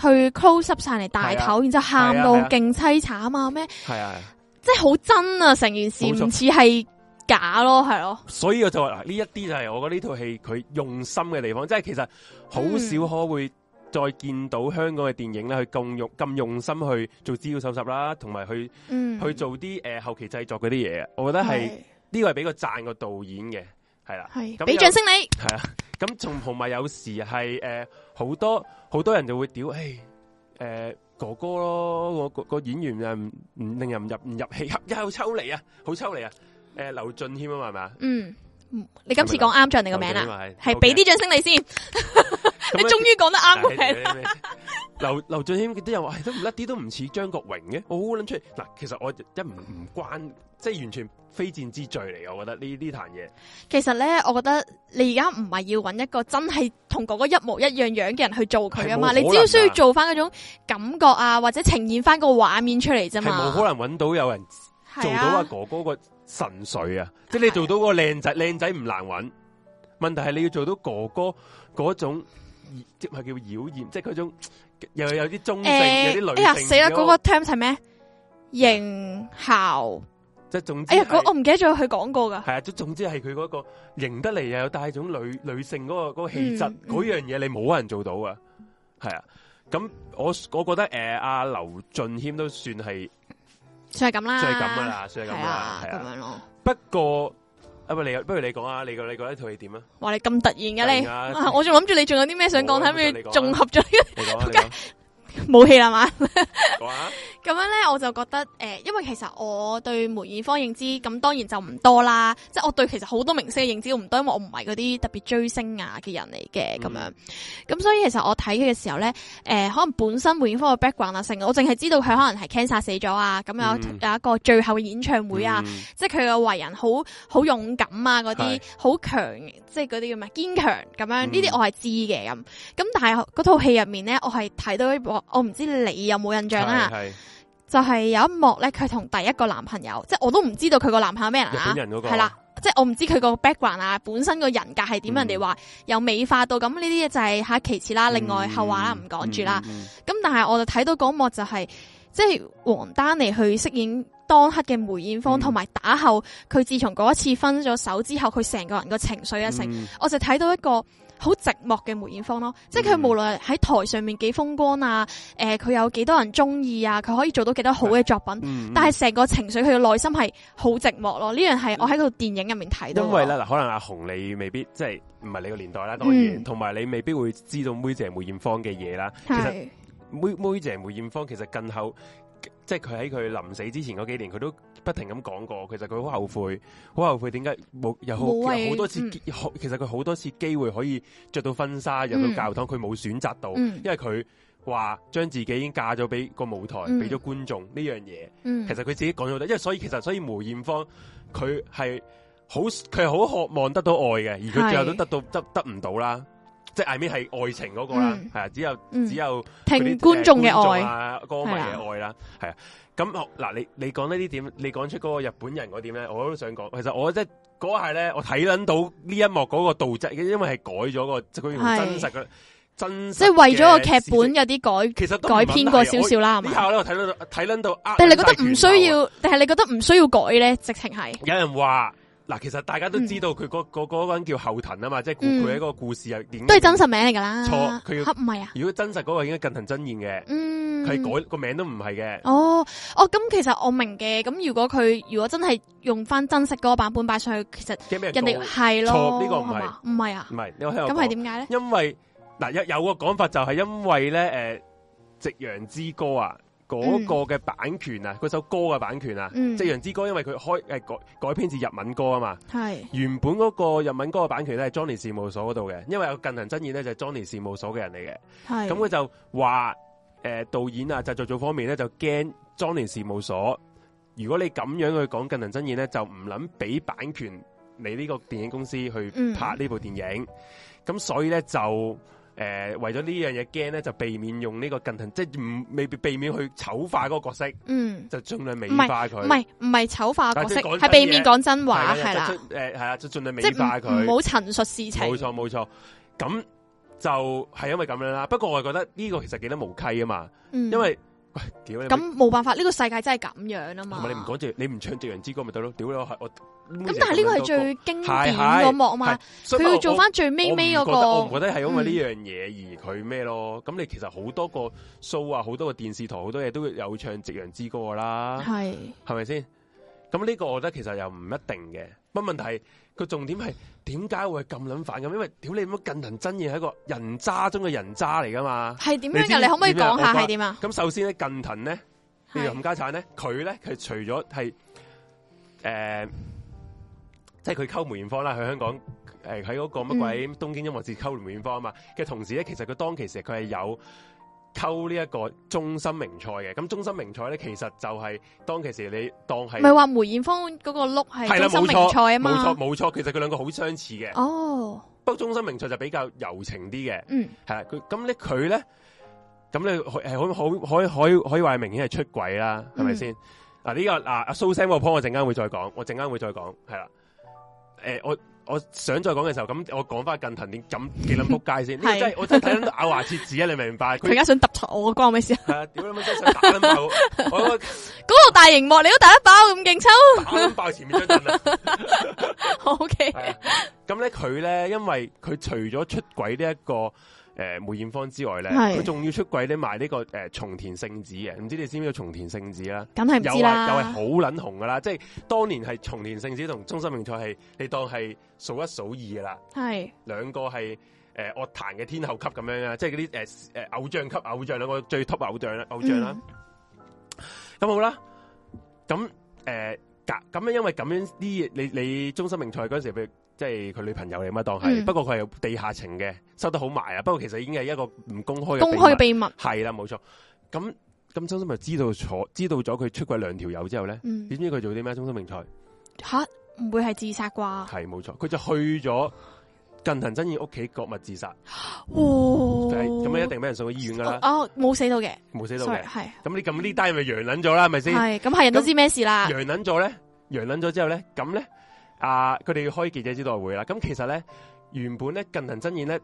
Speaker 1: 去 close up 晒嚟大
Speaker 2: 係
Speaker 1: 頭，然之后喊到
Speaker 2: 係啊係啊
Speaker 1: 勁凄慘啊咩，
Speaker 2: 係啊，係啊
Speaker 1: 即係好真啊！成件事
Speaker 2: 冇錯
Speaker 1: 唔似係假咯，係咯，
Speaker 2: 所以我就話嗱，呢一啲就係我覺得呢套戲佢用心嘅地方，即係其實好
Speaker 1: 嗯
Speaker 2: 少可會再見到香港嘅電影咧，去咁用咁用心去做資料搜集啦，同埋去
Speaker 1: 嗯，
Speaker 2: 去做啲誒、呃、後期製作嗰啲嘢，啊我覺得係呢個係俾個讚個導演嘅，係啦，
Speaker 1: 系
Speaker 2: 咁
Speaker 1: 俾
Speaker 2: 有
Speaker 1: 掌聲你，
Speaker 2: 係啊。 [laughs] 咁仲同埋有時係誒好多好多人就會屌誒誒哥哥咯，個個個演員啊唔唔令人唔入唔入戲，又又抽離啊，好抽離啊！誒、劉俊謙啊嘛係咪啊？
Speaker 1: 嗯，嗯你今次講啱咗人哋個名
Speaker 2: 劉俊啊
Speaker 1: 啦，
Speaker 2: 謙啊，係
Speaker 1: 係俾啲掌聲你先，
Speaker 2: 啊
Speaker 1: 你終於講得啱個名啦，
Speaker 2: 係劉劉俊謙都有話，唉哎都唔一啲都唔似張國榮嘅，我好撚出嗱。其實我一唔唔關，即係完全非戰之罪嚟。我覺得呢呢壇嘢
Speaker 1: 其實咧，我覺得你而家唔係要揾一個真係同哥哥一模一樣樣嘅人去做佢啊嘛，
Speaker 2: 係冇可能
Speaker 1: 你
Speaker 2: 㗎
Speaker 1: 只要需要做翻嗰種感覺啊，或者呈現翻個畫面出嚟啫
Speaker 2: 係冇
Speaker 1: 嘛，
Speaker 2: 可能揾到有人
Speaker 1: 係
Speaker 2: 做到阿哥哥個神髓啊！即係你做到個靚仔，靚仔唔難揾。問題係你要做到哥哥嗰種，即係叫妖艷，即係嗰種又有啲中性，
Speaker 1: 誒
Speaker 2: 有啲
Speaker 1: 哎呀
Speaker 2: 女性。
Speaker 1: 死啦！嗰個 term 係咩？形姣，
Speaker 2: 即係總之
Speaker 1: 哎
Speaker 2: 係。
Speaker 1: 呀，嗰我唔記得咗佢講過噶，
Speaker 2: 系啊，即總之係佢嗰個型得嚟又有帶種女女性嗰、個嗰、個氣質
Speaker 1: 嗯嗯
Speaker 2: 嗰樣嘢，你冇人做到啊。係啊，咁我我覺得誒阿劉俊謙都算係
Speaker 1: 算係咁啦，
Speaker 2: 算係咁噶，啦，算係咁
Speaker 1: 係
Speaker 2: 噶啦，
Speaker 1: 啊，
Speaker 2: 係
Speaker 1: 咁
Speaker 2: 啊。
Speaker 1: 樣咯。
Speaker 2: 不過啊，不你不如你講啊，你覺你覺得呢套戲點啊？
Speaker 1: 哇！你咁突然嘅你，
Speaker 2: 突然啊
Speaker 1: 啊 [laughs] 我仲諗住你仲有啲咩想講，
Speaker 2: 冇啊
Speaker 1: 睇下
Speaker 2: 你講啊
Speaker 1: 綜合咗呢 [laughs]
Speaker 2: 你講啊，你講
Speaker 1: 個武器啦嘛。
Speaker 2: 講啊，
Speaker 1: 咁樣咧，我就覺得誒、呃因為其實我對梅艷芳認知咁當然就唔多啦，即係我對其實好多明星嘅認知都唔多，因為我唔係嗰啲特別追星啊嘅人嚟嘅
Speaker 2: 嗯
Speaker 1: 咁樣。咁所以其實我睇佢嘅時候咧，誒、可能本身梅艷芳嘅 background 啊，成我淨係知道佢可能係 cancer 死咗啊，咁有、
Speaker 2: 嗯
Speaker 1: 有一個最後嘅演唱會啊，
Speaker 2: 嗯
Speaker 1: 即係佢嘅為人好好勇敢啊，嗰啲
Speaker 2: 係
Speaker 1: 好強，即係嗰啲叫咩堅強咁樣，呢啲、
Speaker 2: 嗯
Speaker 1: 我係知嘅咁。咁但係嗰套戲入面咧，我係睇到一幕，我唔知你有冇印象啊啦、
Speaker 2: 係係
Speaker 1: 就係有一幕咧，佢同第一個男朋友，即係我都唔知道佢個男朋友咩人
Speaker 2: 日
Speaker 1: 啊
Speaker 2: 本，人嗰個
Speaker 1: 係啦，即係我唔知佢個 background 啊，本身個人格係點，
Speaker 2: 嗯
Speaker 1: 人哋話又美化到咁呢啲嘢就係吓其次啦，啊另外後話啦，唔講住啦。。
Speaker 2: 嗯嗯嗯
Speaker 1: 咁但係我就睇到嗰一幕就係、即係王丹妮去飾演當刻嘅梅艷芳，
Speaker 2: 嗯
Speaker 1: 同埋、打後佢自從嗰一次分咗手之後，佢成個人個情緒啊，成、
Speaker 2: 嗯
Speaker 1: 我就睇到一個好寂寞嘅梅艷芳咯，即係
Speaker 2: 嗯
Speaker 1: 佢無論喺台上面幾風光啊，誒、佢有幾多人中意啊，佢可以做到幾多好嘅作品，
Speaker 2: 嗯
Speaker 1: 但係成個情緒佢嘅內心係好寂寞咯。呢樣係我喺個電影入面睇到。
Speaker 2: 因為咧，，嗱，可能阿紅你未必即係唔係你個年代啦，當然，
Speaker 1: 嗯
Speaker 2: 同埋、你未必會知道妹姐梅艷芳嘅嘢啦。其實
Speaker 1: 係
Speaker 2: 妹妹姐梅艷芳其實近後，即係佢喺佢臨死之前嗰幾年，佢都不停咁講過，其實佢好後悔，好後悔點解冇有好
Speaker 1: 冇為
Speaker 2: 有好多次
Speaker 1: 嗯
Speaker 2: 機，其實佢好多次機會可以着到婚紗入到教堂，佢冇、選擇到，
Speaker 1: 嗯
Speaker 2: 因為佢話將自己已經嫁咗俾個舞台，
Speaker 1: 嗯
Speaker 2: 俾咗觀眾呢樣嘢。
Speaker 1: 嗯
Speaker 2: 其實佢自己講咗好多，因為所以其實所以梅艷芳佢係好佢係好渴望得到愛嘅，而佢最後都
Speaker 1: 係
Speaker 2: 得到得得唔到啦，即係 I mean 係愛情嗰個啦
Speaker 1: 嗯，
Speaker 2: 係啊，只有
Speaker 1: 嗯
Speaker 2: 只有嗰啲
Speaker 1: 聽觀眾嘅
Speaker 2: 誒觀眾
Speaker 1: 愛，
Speaker 2: 啊，歌迷嘅愛啦，係啊。咁好嗱，你你講呢啲點，你講出嗰個日本人嗰點咧，我都想講。其實我即係嗰下咧，我睇撚到呢一幕嗰個道質，因為係改咗個，即係佢用
Speaker 1: 係
Speaker 2: 真實嘅真實，
Speaker 1: 即係為咗個劇本，有啲
Speaker 2: 其實都
Speaker 1: 改
Speaker 2: 唔撚係
Speaker 1: 改編過少少啦，係
Speaker 2: 我呢
Speaker 1: 啊嘛？
Speaker 2: 下咧，我睇到睇撚到呃撚晒拳頭啊，
Speaker 1: 但係你覺得唔需要，
Speaker 2: 啊
Speaker 1: 但係你覺得唔需要改咧，直情係
Speaker 2: 有人話嗱，其實大家都知道佢嗰嗰嗰個人叫後藤啊嘛，即係估
Speaker 1: 嗯
Speaker 2: 佢喺嗰個故事入點
Speaker 1: 都係真。實名嚟㗎啦。
Speaker 2: 錯佢要
Speaker 1: 嚇唔係啊？
Speaker 2: 如果真實嗰個應該近藤真彥嘅，
Speaker 1: 嗯，
Speaker 2: 佢改個名都唔係嘅。
Speaker 1: 哦，哦，咁其實我明嘅，咁如果佢如果真係用翻真實嗰個版本擺上去，其實
Speaker 2: 驚咩
Speaker 1: 人哋
Speaker 2: 告
Speaker 1: 係咯，
Speaker 2: 錯呢個唔係
Speaker 1: 係嘛，唔係啊
Speaker 2: 唔，係，你聽我
Speaker 1: 咁
Speaker 2: 講
Speaker 1: 係？點解咧？
Speaker 2: 因為嗱有有個講法就係因為咧誒《夕陽之歌》啊，嗰個嘅版權啊，嗰首歌嘅版權啊，
Speaker 1: 嗯
Speaker 2: 夕陽之歌》因為佢開誒改改編自日文歌啊嘛。
Speaker 1: 係，
Speaker 2: 原本嗰個日文歌嘅版權咧係 Johnny 事務所嗰度嘅，因為有近藤真彥咧就係 Johnny 事務所嘅人嚟嘅。
Speaker 1: 係，
Speaker 2: 咁佢就話誒、呃、導演啊製作組方面咧就驚 Johnny 事務所，如果你咁樣去講近藤真彥咧，就唔諗俾版權你呢個電影公司去
Speaker 1: 嗯
Speaker 2: 拍呢部電影，咁、所以咧就誒、呃、為咗呢樣嘢驚咧，就避免用呢個近藤，即係唔未必避免去醜化嗰個角色，
Speaker 1: 嗯，
Speaker 2: 就盡量美化佢。
Speaker 1: 唔係唔係醜化角色，
Speaker 2: 但係即係講
Speaker 1: 係避免講真話，
Speaker 2: 係
Speaker 1: 係
Speaker 2: 啦，
Speaker 1: 啦
Speaker 2: 就，盡誒係啦，就盡量美
Speaker 1: 即
Speaker 2: 化
Speaker 1: 係
Speaker 2: 佢
Speaker 1: 唔。唔好陳述事情，
Speaker 2: 冇錯冇錯，咁就係因為咁樣啦。不過我係覺得呢個其實幾得無稽啊嘛，
Speaker 1: 嗯
Speaker 2: 因為喂屌你咪
Speaker 1: 咁啊冇辦法，呢個世界真係咁樣啊嘛。
Speaker 2: 同埋你唔講夕，你唔唱《夕陽之歌》咪得咯？屌你我係我
Speaker 1: 咁，但係呢個係最經典嗰幕啊嘛，
Speaker 2: 最
Speaker 1: 佢要做翻最尾尾嗰
Speaker 2: 我唔
Speaker 1: 個，嗯
Speaker 2: 覺得係因為呢樣嘢而佢咩咯？咁你其實好多個 show 啊，好多個電視台好多嘢都有唱《夕陽之歌》㗎啦，
Speaker 1: 係
Speaker 2: 係咪先？咁呢個我覺得其實又唔一定嘅。不過問題係個重點係點解會咁撚反咁？因為屌你乜近藤真彥係一個人渣中嘅人渣嚟噶嘛？
Speaker 1: 係點樣
Speaker 2: 你知
Speaker 1: 㗎？你可唔可以講下
Speaker 2: 點樣
Speaker 1: 係點啊？
Speaker 2: 咁首先咧，近藤咧。呢個
Speaker 1: 係
Speaker 2: 冚家產咧，佢咧佢除咗係誒呃即係佢溝梅艷芳啦，喺香港誒喺嗰個
Speaker 1: 嗯
Speaker 2: 乜鬼東京音樂節溝梅艷芳啊嘛嘅同時咧，其實佢當其時佢係有溝呢一個中心名菜嘅。咁中心名菜咧，其實就係當其時你當係
Speaker 1: 唔係話梅艷芳嗰個碌
Speaker 2: 係
Speaker 1: 係
Speaker 2: 啦
Speaker 1: 中心名菜啊
Speaker 2: 冇錯
Speaker 1: 嘛？
Speaker 2: 冇錯，其實佢兩個好相似嘅。
Speaker 1: 哦，
Speaker 2: 不過中心名菜就比較柔情啲嘅，
Speaker 1: 嗯，
Speaker 2: 係啦。佢咁咧佢咧，咁咧係好好可以可以可以話係明顯係出軌啦，係咪
Speaker 1: 嗯
Speaker 2: 先？嗱呢個嗱阿蘇生個 point 我陣間會再講，我陣間會再講，係啦。誒我。我想再講嘅時候，咁我講翻近藤點咁幾撚撲街先，呢個
Speaker 1: 係
Speaker 2: 真係我真係睇到咬牙切齒啊！你明唔明
Speaker 1: [laughs]
Speaker 2: 白？
Speaker 1: 佢而
Speaker 2: 佢
Speaker 1: 家想揼柒我，關我咩事啊？
Speaker 2: 係啊，屌你媽真係想打撚爆我！
Speaker 1: 嗰
Speaker 2: 我
Speaker 1: 度大荧幕你都打一包咁勁抽
Speaker 2: 打撚爆前面張凳啊！
Speaker 1: ，O K，
Speaker 2: 係啊 [laughs] 咁咧佢咧，因為佢除咗出軌呢一個诶梅艷芳之外咧，
Speaker 1: 係
Speaker 2: 佢仲要出軌咧埋呢個诶松田聖子嘅，唔知你知唔知道松田聖子啦？
Speaker 1: 梗係唔
Speaker 2: 又
Speaker 1: 知
Speaker 2: 係又係
Speaker 1: 啦
Speaker 2: 啊好。撚紅噶啦，即係當年係松田聖子同中心名菜係你當係數一數二噶啦，
Speaker 1: 係
Speaker 2: 兩個係诶乐坛嘅天后級咁樣啊，即係嗰啲诶诶偶像級偶像兩個最 top 偶像啦，偶
Speaker 1: 嗯
Speaker 2: 像啦。咁好啦，咁诶，咁、咁因為咁樣啲嘢，你你中心名菜嗰陣時，譬如即係佢女朋友嚟嘛，當係、
Speaker 1: 嗯
Speaker 2: 不過佢係有地下情嘅，收得好埋啊。不過其實已經係一個唔公開嘅
Speaker 1: 公開嘅秘密，
Speaker 2: 係啦，冇錯。咁咁中心咪知道咗知道咗佢出軌兩條友之後咧，
Speaker 1: 嗯啊
Speaker 2: 你，知唔知佢做啲咩？中心名菜
Speaker 1: 吓唔會係自殺啩？哇！
Speaker 2: 係冇錯，佢就去咗近藤真彥屋企割脈自殺，就係咁、樣一
Speaker 1: 咁
Speaker 2: 定俾人送去醫院噶啦，
Speaker 1: 哦，冇死到嘅
Speaker 2: 冇、死到
Speaker 1: ，sorry，
Speaker 2: 嘅。
Speaker 1: 係
Speaker 2: 咁你咁呢單咪揚撚咗啦，係咪先？
Speaker 1: 係咁係人都知咩事啦。
Speaker 2: 揚捻咗咧，揚捻咗之後咧，咁咧，啊，佢哋要開記者招待會啦。咁其實咧，原本咧近藤真彦咧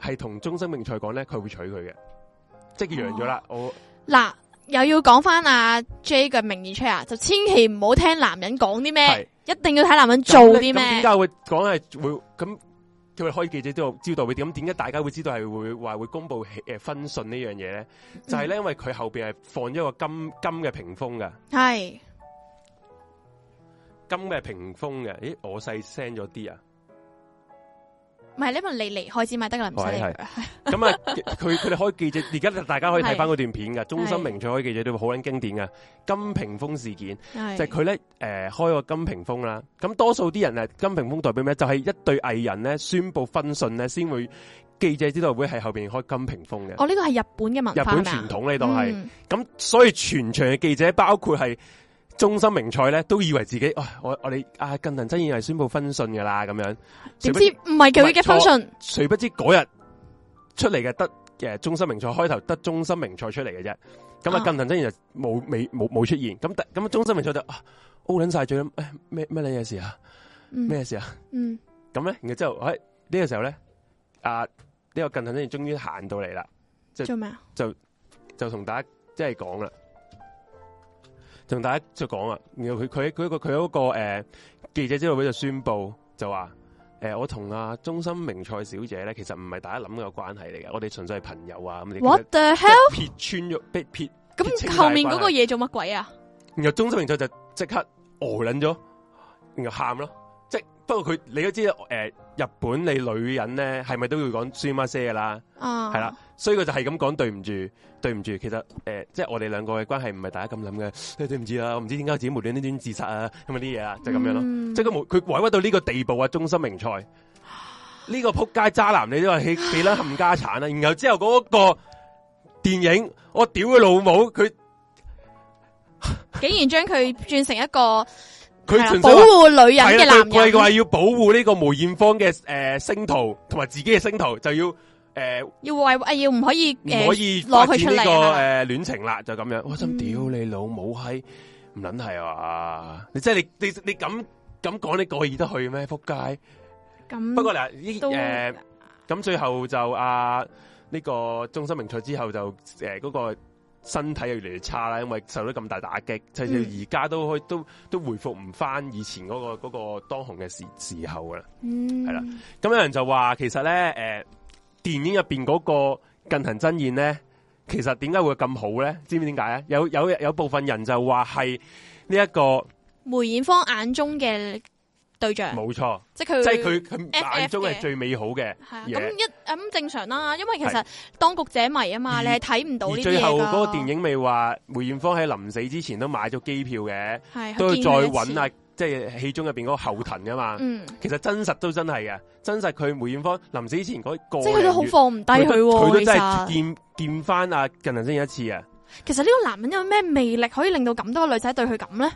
Speaker 2: 係同中生命菜講咧，佢會娶佢嘅，即係揚咗啦。
Speaker 1: 哦
Speaker 2: 我
Speaker 1: 嗱，又要講翻阿 J 嘅名言出嚟啊，就千祈唔好聽男人講啲咩，
Speaker 2: 係
Speaker 1: 一定要睇男人
Speaker 2: 咁
Speaker 1: 做啲
Speaker 2: 咧咁點
Speaker 1: 咩。
Speaker 2: 解會講係會咁？佢哋開記者招待招待會，咁點解大家會知道係會話會公佈誒婚訊呢樣嘢咧？就
Speaker 1: 嗯
Speaker 2: 係咧，因為佢後邊係放咗個金金嘅屏風嘅，
Speaker 1: 係
Speaker 2: 金嘅屏風嘅。咦，我細聲咗啲啊！
Speaker 1: 唔係你問你離開先咪得噶啦，唔使理
Speaker 2: 哦係
Speaker 1: 佢。係
Speaker 2: 咁啊，佢佢哋開記者，而家大家可以睇翻嗰段片噶，中心名菜開記者都好撚經典噶。金屏風事件
Speaker 1: [laughs] 係
Speaker 2: 就係佢咧，诶、開個金屏風啦。咁多數啲人啊，金屏風代表咩？就係一對藝人咧宣布婚訊咧，先會記者招待會係後边開金屏風嘅。
Speaker 1: 哦，呢個係日本嘅文化
Speaker 2: 日本
Speaker 1: 係咪啊
Speaker 2: 傳統呢度係，
Speaker 1: 嗯
Speaker 2: 咁、所以全場嘅記者包括係中心名菜咧，都以為自己，哇我我哋啊近藤真彥係宣布婚訊噶啦，咁樣。
Speaker 1: 點知唔係佢嘅 function？
Speaker 2: 谁不知嗰日呃出嚟嘅得诶中心名菜開頭得中心名菜出嚟嘅啫，咁啊
Speaker 1: 啊
Speaker 2: 近藤真彥就冇未冇冇出現，咁突咁中心名菜就啊 O 捻晒嘴啦，誒咩咩嘢事啊
Speaker 1: 嗯
Speaker 2: 咩事啊，
Speaker 1: 嗯
Speaker 2: 咁咧然後之後喺呢個時候咧啊呢個近藤真彥終於行到嚟啦，即係
Speaker 1: 做咩啊？
Speaker 2: 就同大家即係講啦。同大家就講啊，然後佢佢佢一個佢嗰個誒記者招待會就宣布就話誒、我同阿中心明菜小姐咧，其實唔係大家諗嘅關係嚟嘅，我哋純粹係朋友啊咁。你
Speaker 1: What the
Speaker 2: 即係
Speaker 1: hell？
Speaker 2: 撇穿咗，撇撇，清
Speaker 1: 咁
Speaker 2: 大
Speaker 1: 後面嗰個
Speaker 2: 關係
Speaker 1: 嘢做乜鬼啊？
Speaker 2: 然後中心明菜就即刻呆撚咗，然後喊咯。即係不過佢你都知誒、日本你女人咧係咪都要講 s u m a s e 嘅啦？
Speaker 1: 啊，
Speaker 2: 系啦，，所以佢就係咁講對唔住，對唔住。其實诶、呃即係我哋兩個嘅關係唔係大家咁諗嘅，對對唔住啦，我唔知點解自己無端端自殺啊，咁啲嘢啊，就咁樣咯。
Speaker 1: 嗯
Speaker 2: 即係佢無佢委屈到呢個地步啊，中心名菜呢、個扑街渣男，你
Speaker 1: [gasps]
Speaker 2: 都話起幾撚冚家產啊！然後之後嗰個電影，我屌佢老母，佢
Speaker 1: 竟然將佢轉成一個
Speaker 2: 佢
Speaker 1: 係啦啊
Speaker 2: 純
Speaker 1: 保
Speaker 2: 粹話。
Speaker 1: 護女人嘅
Speaker 2: 啦，佢
Speaker 1: 男
Speaker 2: 佢話
Speaker 1: 人，
Speaker 2: 要保護呢個梅艷芳嘅诶星途，同埋自己嘅星途，就要呃诶
Speaker 1: 要為誒要唔可以
Speaker 2: 唔
Speaker 1: 誒
Speaker 2: 可以
Speaker 1: 呃攞
Speaker 2: 發
Speaker 1: 佢出
Speaker 2: 展
Speaker 1: 嚟
Speaker 2: 呢
Speaker 1: 啊
Speaker 2: 個
Speaker 1: 係啦
Speaker 2: 诶恋情啦，就咁樣。我心
Speaker 1: 嗯
Speaker 2: 屌你老母閪，唔撚係啊！你真係你你你咁咁講，你過意得去咩？仆街！
Speaker 1: 咁。
Speaker 2: 不過嗱，呢
Speaker 1: 嗯都
Speaker 2: 诶咁最後就啊呢個中心名菜之後就诶嗰個身體又越嚟越差啦，因為受到咁大打擊，就至
Speaker 1: 嗯
Speaker 2: 而家都可以都都回復唔翻以前嗰個嗰個當紅嘅時時候㗎啦。
Speaker 1: 嗯
Speaker 2: 係啦，咁有人就話其實咧，诶、電影入边嗰個近藤真彦咧，其實點解會咁好咧？知唔知點解啊？有有有部分人就話係呢一個
Speaker 1: 梅艷芳眼中嘅對象，
Speaker 2: 冇錯，
Speaker 1: 即係佢，
Speaker 2: 即係佢佢
Speaker 1: FF
Speaker 2: 眼中係
Speaker 1: 嘅
Speaker 2: 最美好嘅，
Speaker 1: 係啊，
Speaker 2: 嘢
Speaker 1: 咁一咁正常啦，因為其實當局者迷啊嘛，
Speaker 2: 而
Speaker 1: 你係睇唔到呢
Speaker 2: 而
Speaker 1: 啲
Speaker 2: 最後
Speaker 1: 後
Speaker 2: 嗰個電影咪話梅艷芳喺臨死之前都買咗機票嘅，
Speaker 1: 係
Speaker 2: 都要再
Speaker 1: 揾
Speaker 2: 揾啊，即係戲中入邊嗰個後藤噶嘛。
Speaker 1: 嗯，
Speaker 2: 其實真實都真係嘅，真實佢梅艷芳臨死之前嗰個
Speaker 1: 即係佢都好放唔低佢
Speaker 2: 都啊佢
Speaker 1: 喎。
Speaker 2: 都
Speaker 1: 其
Speaker 2: 真係
Speaker 1: 實
Speaker 2: 見見翻阿近藤真一次啊！
Speaker 1: 其實呢個男人有咩魅力可以令到咁多個女仔對佢咁咧？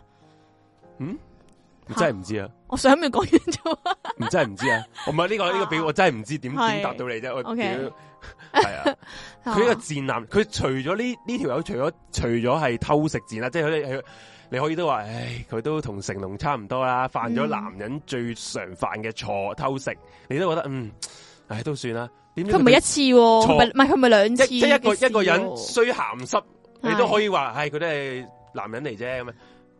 Speaker 1: 嚇
Speaker 2: 真係唔知啊，
Speaker 1: 我想要講完啫。
Speaker 2: 唔真係唔知
Speaker 1: [laughs]
Speaker 2: 啊！我唔係呢個呢個俾我真係唔知點
Speaker 1: 係
Speaker 2: 點答到你啫，我屌
Speaker 1: OK [laughs]
Speaker 2: 係啊！佢呢個賤男，佢除咗呢呢條友，除咗除咗係偷食賤啦，即係佢佢你可以都話，唉，佢都同成龍差唔多啦，犯咗
Speaker 1: 嗯
Speaker 2: 男人最常犯嘅錯，偷食，你都覺得嗯，唉，都算啦。點知
Speaker 1: 佢唔係一次喎，唔
Speaker 2: 錯
Speaker 1: 係唔係佢唔係兩次
Speaker 2: 一即係一
Speaker 1: 嘅事喎
Speaker 2: 個一個人衰鹹濕，你都可以話，唉，佢都係男人嚟啫咁樣。啊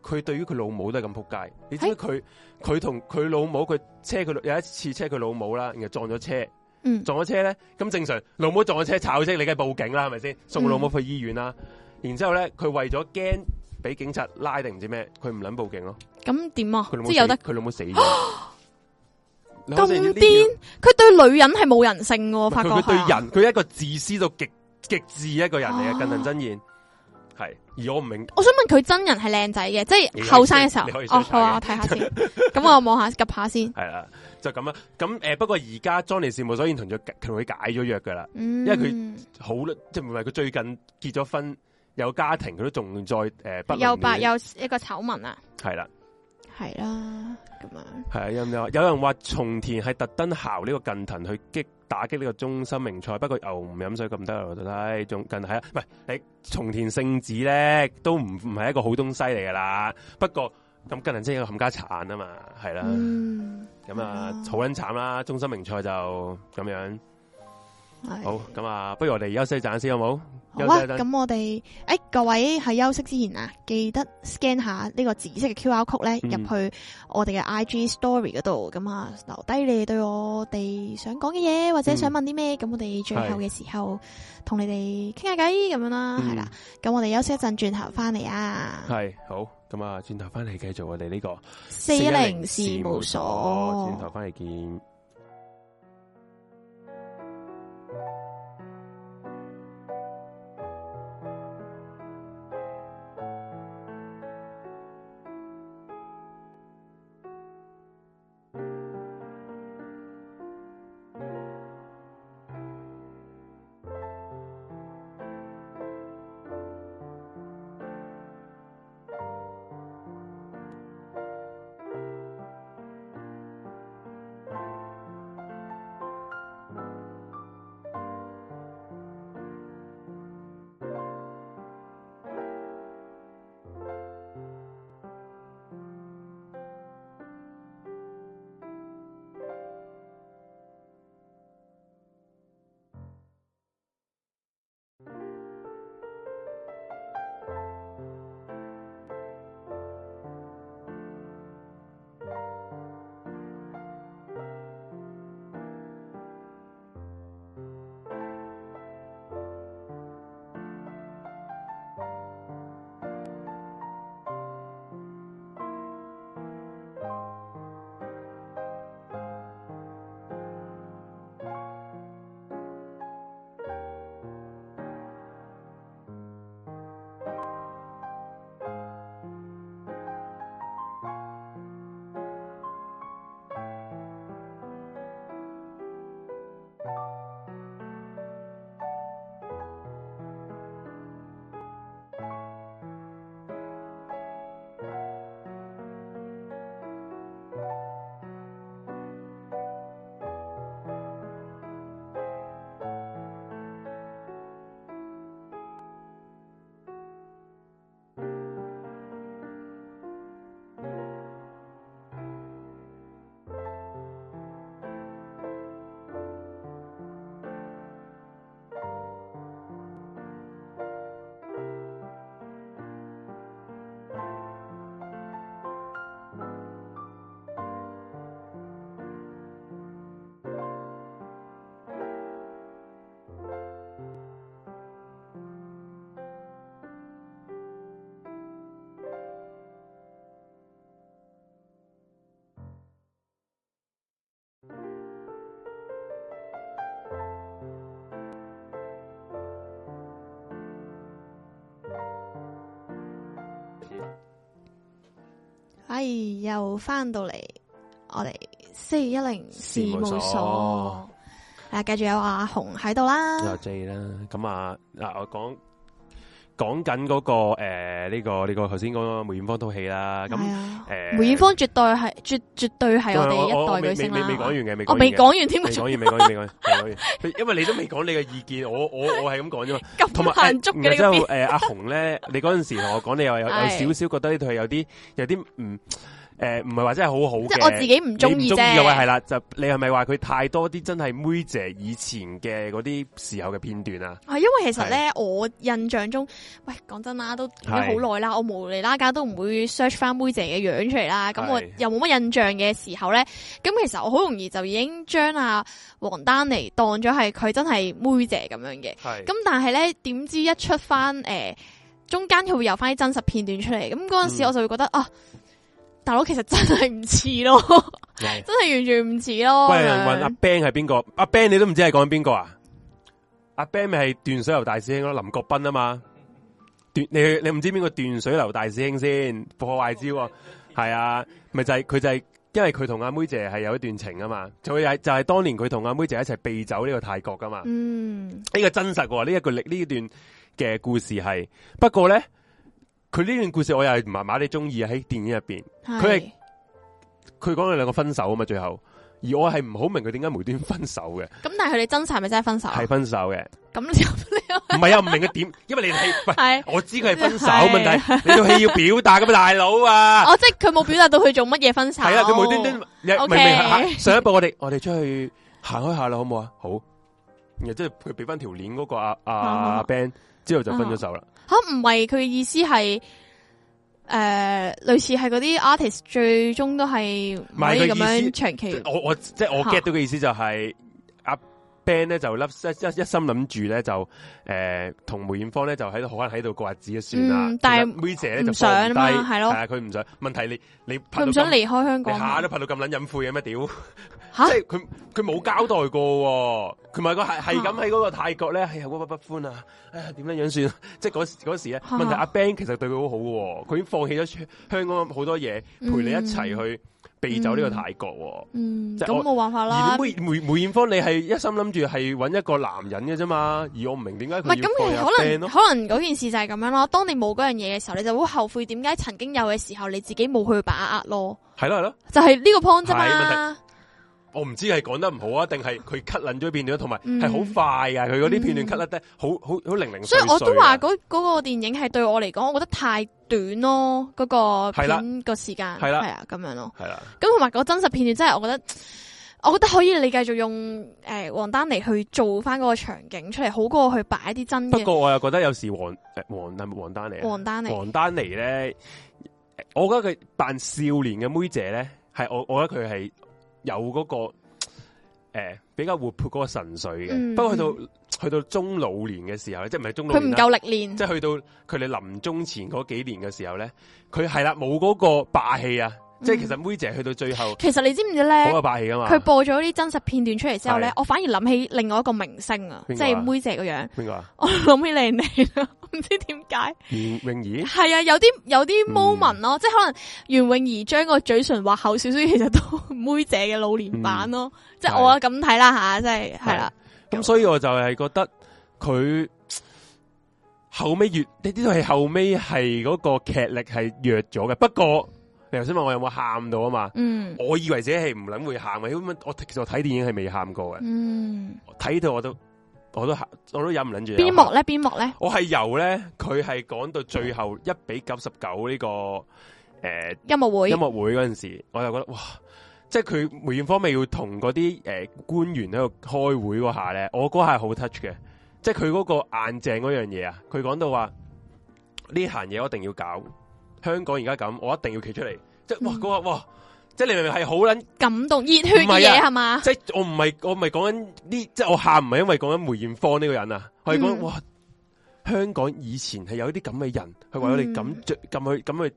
Speaker 2: 佢對於佢老母都係咁撲街，你知唔知佢佢同佢老母佢車佢有一次車佢老母啦，然後撞咗車，
Speaker 1: 嗯
Speaker 2: 撞咗車咧，咁正常老母撞咗車炒車，你梗係報警啦，係咪先？送老母去醫院啦，然之後咧，佢為咗驚俾警察拉定唔知咩，佢唔撚報警咯，
Speaker 1: 咁點啊
Speaker 2: 佢老？母
Speaker 1: 即係有
Speaker 2: 死
Speaker 1: 得
Speaker 2: 佢老母死咗，
Speaker 1: [gasps]
Speaker 2: 你可
Speaker 1: 咁
Speaker 2: 想而知呢
Speaker 1: 癲，佢對女人係冇人性嘅喎，
Speaker 2: 條
Speaker 1: 發覺
Speaker 2: 佢佢對
Speaker 1: 係啊
Speaker 2: 人佢一個自私到極極致一個人嚟
Speaker 1: 啊
Speaker 2: 嘅，近藤真彥係，而我唔明
Speaker 1: 我想問佢真人係靚仔嘅，即
Speaker 2: 你可以
Speaker 1: 係後生嘅時候
Speaker 2: 你可以。
Speaker 1: 哦，
Speaker 2: 想
Speaker 1: 好啊，我睇下先。咁我望下及
Speaker 2: [laughs]
Speaker 1: 下先。
Speaker 2: 係啦，就咁啦，咁誒不過而家 Johnny 事務所已經同咗同佢解咗約㗎啦，
Speaker 1: 因
Speaker 2: 為佢好啦，即係唔係佢最近結咗婚有家庭，佢都仲再誒、呃不
Speaker 1: 嗯又
Speaker 2: 倫
Speaker 1: 白
Speaker 2: 戀
Speaker 1: 又一個醜聞啊，
Speaker 2: 係啦。
Speaker 1: 係啦，咁樣
Speaker 2: 系啊，有人話有人話松田係特登姣呢個近藤去擊打擊呢個中心名菜，不過牛唔飲水咁得啦，我覺得唉仲近係啊，唔係你松田聖子咧都唔唔係一個好東西嚟噶啦。不過咁近藤真係一個冚家鏟啊嘛，係啦，
Speaker 1: 嗯，
Speaker 2: 咁啊
Speaker 1: 係啊
Speaker 2: 好撚慘啦，中心名菜就咁樣。
Speaker 1: 係
Speaker 2: 好，咁啊，不如我哋休息一陣先好冇？
Speaker 1: 好啊，
Speaker 2: 休息一陣
Speaker 1: 咁我哋诶各位喺休息之前啊，記得 scan 下呢個紫色嘅 QR code 咧，
Speaker 2: 嗯
Speaker 1: 入去我哋嘅 IG Story 嗰度，咁啊留低你哋對我哋想講嘅嘢，或者
Speaker 2: 嗯
Speaker 1: 想問啲咩，咁我哋最後嘅時候同你哋傾下偈咁樣啦，
Speaker 2: 嗯
Speaker 1: 係啦，咁我哋休息一陣，轉頭翻嚟啊，
Speaker 2: 係好，咁啊，轉頭翻嚟繼續我哋呢個
Speaker 1: 四一零事務所
Speaker 2: 哦轉。頭翻嚟見。
Speaker 1: 哎，又翻到嚟我哋四一零事
Speaker 2: 事務
Speaker 1: 務所
Speaker 2: 所，
Speaker 1: 啊，繼續有阿紅喺度啦，
Speaker 2: 又 J 啦，咁啊嗱，我講講緊嗰個诶呢個呢個頭先講個梅艷芳套戲啦，咁
Speaker 1: 係啊，
Speaker 2: 誒
Speaker 1: 梅艷芳絕對係絕絕對係我
Speaker 2: 我
Speaker 1: 哋一代
Speaker 2: 我未
Speaker 1: 巨星
Speaker 2: 未
Speaker 1: 啦，
Speaker 2: 未講完嘅，未
Speaker 1: 我未
Speaker 2: 講
Speaker 1: 講
Speaker 2: 完嘅。
Speaker 1: 完添，
Speaker 2: 未講完，未講完，未講完，未講完，因為你都未講你嘅意見，我我我係咁講啫嘛。同埋
Speaker 1: 咁
Speaker 2: 誒
Speaker 1: 難捉嘅
Speaker 2: 然
Speaker 1: 呢
Speaker 2: 之
Speaker 1: 個
Speaker 2: 後
Speaker 1: 邊，
Speaker 2: 誒阿紅咧，你嗰陣時同我講，你
Speaker 1: [laughs]
Speaker 2: 又有有
Speaker 1: 係
Speaker 2: 少少覺得呢套戲有啲有啲唔誒唔係話真係好好嘅，
Speaker 1: 即係我自己唔中
Speaker 2: 你
Speaker 1: 意
Speaker 2: 唔嘅話係
Speaker 1: 啫，
Speaker 2: 啦，就你係咪話佢太多啲真係妹姐以前嘅嗰啲時候嘅片段啊？
Speaker 1: 係因為其實咧，我印象中，喂，講真啦，都已經好耐啦，我無厘啦家都唔會 search 翻妹姐嘅樣出嚟啦，咁
Speaker 2: 係
Speaker 1: 我又冇乜印象嘅時候咧，咁其實我好容易就已經將阿黃丹妮當咗係佢真係妹姐咁樣嘅。
Speaker 2: 係
Speaker 1: 咁但系咧，點知一出翻诶、中間佢會有翻啲真實片段出嚟，咁嗰阵时
Speaker 2: 嗯
Speaker 1: 我就會覺得、啊，大佬其實真係唔似咯， [laughs]
Speaker 2: 係
Speaker 1: 真係完全唔似咯。
Speaker 2: 喂，
Speaker 1: 咁
Speaker 2: 人
Speaker 1: 樣
Speaker 2: 問阿 Ben 係邊個？阿 Ben 你都唔知係講邊個啊？阿 Ben 咪係斷水流大師兄咯，林國斌啊嘛。斷你你唔知邊個斷水流大師兄先？破壞招喎，係啊，咪就係佢就係因為佢同阿妹姐係有一段情啊嘛，就係就係當年佢同阿妹姐一齊避走呢個泰國噶嘛。
Speaker 1: 嗯，
Speaker 2: 呢個真實喎，呢一個歷呢段嘅故事係。不過咧，佢呢段故事我又係麻麻地中意啊喺電影入邊。
Speaker 1: 係
Speaker 2: 佢係佢講佢兩個分手啊嘛，最後。而我係唔好明佢點解無端分手嘅，
Speaker 1: 咁，但係佢哋真實係咪真係分手啊？
Speaker 2: 係分手嘅，
Speaker 1: 咁你
Speaker 2: 唔係啊，唔明佢
Speaker 1: [laughs]
Speaker 2: 點，因為你係喂， [laughs]
Speaker 1: 係
Speaker 2: 我知佢係分手
Speaker 1: 係
Speaker 2: 問題，你套戲要表達噶嘛，大佬啊，
Speaker 1: 哦，即係佢冇表達到佢做乜嘢分手。
Speaker 2: 係啊，佢無端端，你明
Speaker 1: OK
Speaker 2: 明下上一步我哋我哋出去行開下啦，好唔好啊？好，然後即係佢俾翻條鏈嗰個阿阿
Speaker 1: 啊
Speaker 2: 阿 Ben 之後就分咗手啦，
Speaker 1: 吓，唔係佢嘅意思係诶、類似係嗰啲 artist 最終都係唔可
Speaker 2: 係
Speaker 1: 以
Speaker 2: 佢
Speaker 1: 咁
Speaker 2: 意思
Speaker 1: 樣長期
Speaker 2: 我我即係我
Speaker 1: 嚇
Speaker 2: get 到嘅意思就係阿 Ben 咧就粒一一一心諗住咧就诶同梅艷芳咧就喺度可能喺度過日子就算啦
Speaker 1: 嗯，但係
Speaker 2: 其實妹姐咧就
Speaker 1: 唔想啊嘛
Speaker 2: 放唔低
Speaker 1: 係咯
Speaker 2: 係啊佢唔想。問題你你拍
Speaker 1: 佢
Speaker 2: 到
Speaker 1: 唔想
Speaker 2: 咁
Speaker 1: 離開香
Speaker 2: 你
Speaker 1: 港
Speaker 2: 下
Speaker 1: 嘛。
Speaker 2: 都拍到咁撚隱晦嘅
Speaker 1: [laughs]
Speaker 2: 咩屌！
Speaker 1: 吓
Speaker 2: 即係佢佢冇交代過喎，佢咪個係係咁喺嗰個泰國咧，係呀鬱鬱不歡啊！哎呀點樣樣算啊？ [laughs] 即係嗰時嗰時咧，
Speaker 1: 嚇
Speaker 2: 問題阿 Ben 其實對佢好好喎，佢已經放棄咗香港好多嘢，陪你一齊去避走呢個泰國喎。
Speaker 1: 嗯，
Speaker 2: 即係
Speaker 1: 咁
Speaker 2: 我
Speaker 1: 冇辦法啦
Speaker 2: 而。梅梅梅艳芳，你係一心諗住係揾一個男人嘅啫嘛，而我唔明點解
Speaker 1: 唔
Speaker 2: 佢
Speaker 1: 係咁，其
Speaker 2: 要放
Speaker 1: 實
Speaker 2: 入
Speaker 1: 可
Speaker 2: band
Speaker 1: 能
Speaker 2: 咯，
Speaker 1: 可能嗰件事就係咁樣咯。當你冇嗰樣嘢嘅時候，你就會後悔點解曾經有嘅時候你自己冇去把握咯。
Speaker 2: 係咯係咯，
Speaker 1: 就係呢個 point 啫
Speaker 2: 係
Speaker 1: 嘛。
Speaker 2: 我唔知係講得唔好啊，定係佢 cut 撚咗片段，同埋
Speaker 1: 嗯
Speaker 2: 係好快啊，佢嗰啲片段
Speaker 1: 嗯
Speaker 2: cut 甩得好好好零零
Speaker 1: 所以
Speaker 2: 碎碎啊。
Speaker 1: 我都話嗰嗰個電影係對我嚟講，我覺得太短咯，嗰個
Speaker 2: 係啦
Speaker 1: 片個時間
Speaker 2: 係啦
Speaker 1: 係啊咁樣咯。
Speaker 2: 係啦，
Speaker 1: 咁同埋個真實片段真係，我覺得。我覺得可以你繼續用誒黃、丹妮去做翻嗰個場景出嚟，好過去擺一啲真
Speaker 2: 不
Speaker 1: 嘅
Speaker 2: 過我又覺得有時黃誒黃係咪黃丹妮啊？
Speaker 1: 嗯黃丹妮。
Speaker 2: 黃丹妮咧，我覺得佢扮少年嘅妹姐咧，係我我覺得佢係有嗰、個诶、誒比較活潑嗰個神髓嘅。
Speaker 1: 嗯
Speaker 2: 不過去到去到中老年嘅時候咧，即係唔係中老
Speaker 1: 佢唔
Speaker 2: 年啦
Speaker 1: 夠歷練
Speaker 2: 即，係去到佢哋臨終前嗰幾年嘅時候咧，佢係啦冇嗰個霸氣啊！即係其
Speaker 1: 嗯
Speaker 2: 實妹姐去到最後
Speaker 1: 其實你知唔知咧
Speaker 2: 好？啊有霸氣噶嘛？
Speaker 1: 佢播咗啲真實片段出嚟之後咧
Speaker 2: 係，
Speaker 1: 我反而諗起另外一個明星啊，即
Speaker 2: 邊個啊
Speaker 1: 係妹姐個 [laughs] 樣，
Speaker 2: 邊個啊？
Speaker 1: 我諗起靚靚啦，唔知點解。
Speaker 2: 袁詠儀
Speaker 1: 係啊，有啲有啲
Speaker 2: 嗯
Speaker 1: moment 咯，即係可能袁詠儀將個嘴唇畫厚少少，其實都妹姐嘅老年
Speaker 2: 嗯
Speaker 1: 版咯。即係
Speaker 2: 係
Speaker 1: 我啊咁睇啦吓，即係係啦，
Speaker 2: 咁，所以我就係覺得佢後尾越呢啲係後尾係嗰個劇力係弱咗嘅。不過你頭先問我有冇喊到啊嘛？
Speaker 1: 嗯
Speaker 2: 我以為自己係唔諗會喊嘅，因為我其實我睇電影係未喊過嘅，
Speaker 1: 嗯，睇
Speaker 2: 睇到我都我都喊我都忍唔捻住。
Speaker 1: 邊幕咧？邊幕咧？
Speaker 2: 我係由咧，佢係講到最後一比九十九呢個诶、
Speaker 1: 音樂
Speaker 2: 呃、
Speaker 1: 會
Speaker 2: 音樂會嗰陣時，我就覺得哇，即係佢梅艷芳咪要同嗰啲诶官員喺度開會嗰下咧，我嗰下係好 touch 嘅，即係佢嗰個硬正嗰樣嘢啊，佢講到話呢行嘢我一定要搞，香港而家咁，我一定要企出嚟，即係哇
Speaker 1: 嗯
Speaker 2: 嗰下哇，即係你明明係好撚
Speaker 1: 感動熱血嘅
Speaker 2: 唔係
Speaker 1: 嘢
Speaker 2: 啊
Speaker 1: 係嘛？
Speaker 2: 即系我唔系我唔系讲紧呢，即系我喊唔系因为讲紧梅艳芳呢个人啊，我系讲、
Speaker 1: 嗯
Speaker 2: 哇，
Speaker 1: 嗯
Speaker 2: 香港以前系有啲咁嘅人，佢为我哋咁着咁去咁去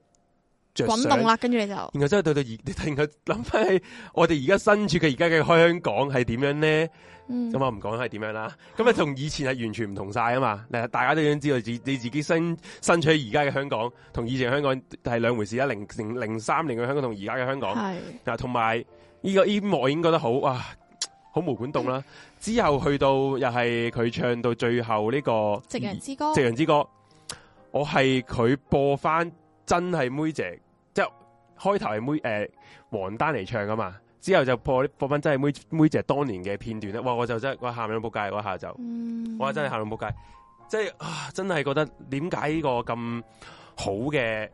Speaker 2: 着
Speaker 1: 滾
Speaker 2: 想
Speaker 1: 動啦，跟住你就
Speaker 2: 然後真係到到而， [laughs] 你突然間諗翻起我哋而家身處嘅而家嘅香港係點樣咧？
Speaker 1: 嗯
Speaker 2: 咁我唔講係點樣啦。咁啊，同以前係完全唔同晒啊嘛。嗱，大家都已經知道自你自己身身處而家嘅香港，同以前嘅香港係兩回事啦。啊零零零三年嘅香港同而家嘅香港，
Speaker 1: 係
Speaker 2: 嗱，同埋呢個音樂已經覺得好哇，好毛管動啦。之後去到又係佢唱到最後呢、個《
Speaker 1: 夕陽之歌
Speaker 2: 夕陽之歌》，我係佢播翻真係妹姐，即係開頭係妹诶、黃丹嚟唱噶嘛，之後就播播翻真係妹妹姐當年嘅片段咧。哇！我就真係我喊到仆街，我下就
Speaker 1: 嗯
Speaker 2: 我真係喊到仆街，即係啊，真係覺得點解呢個咁好嘅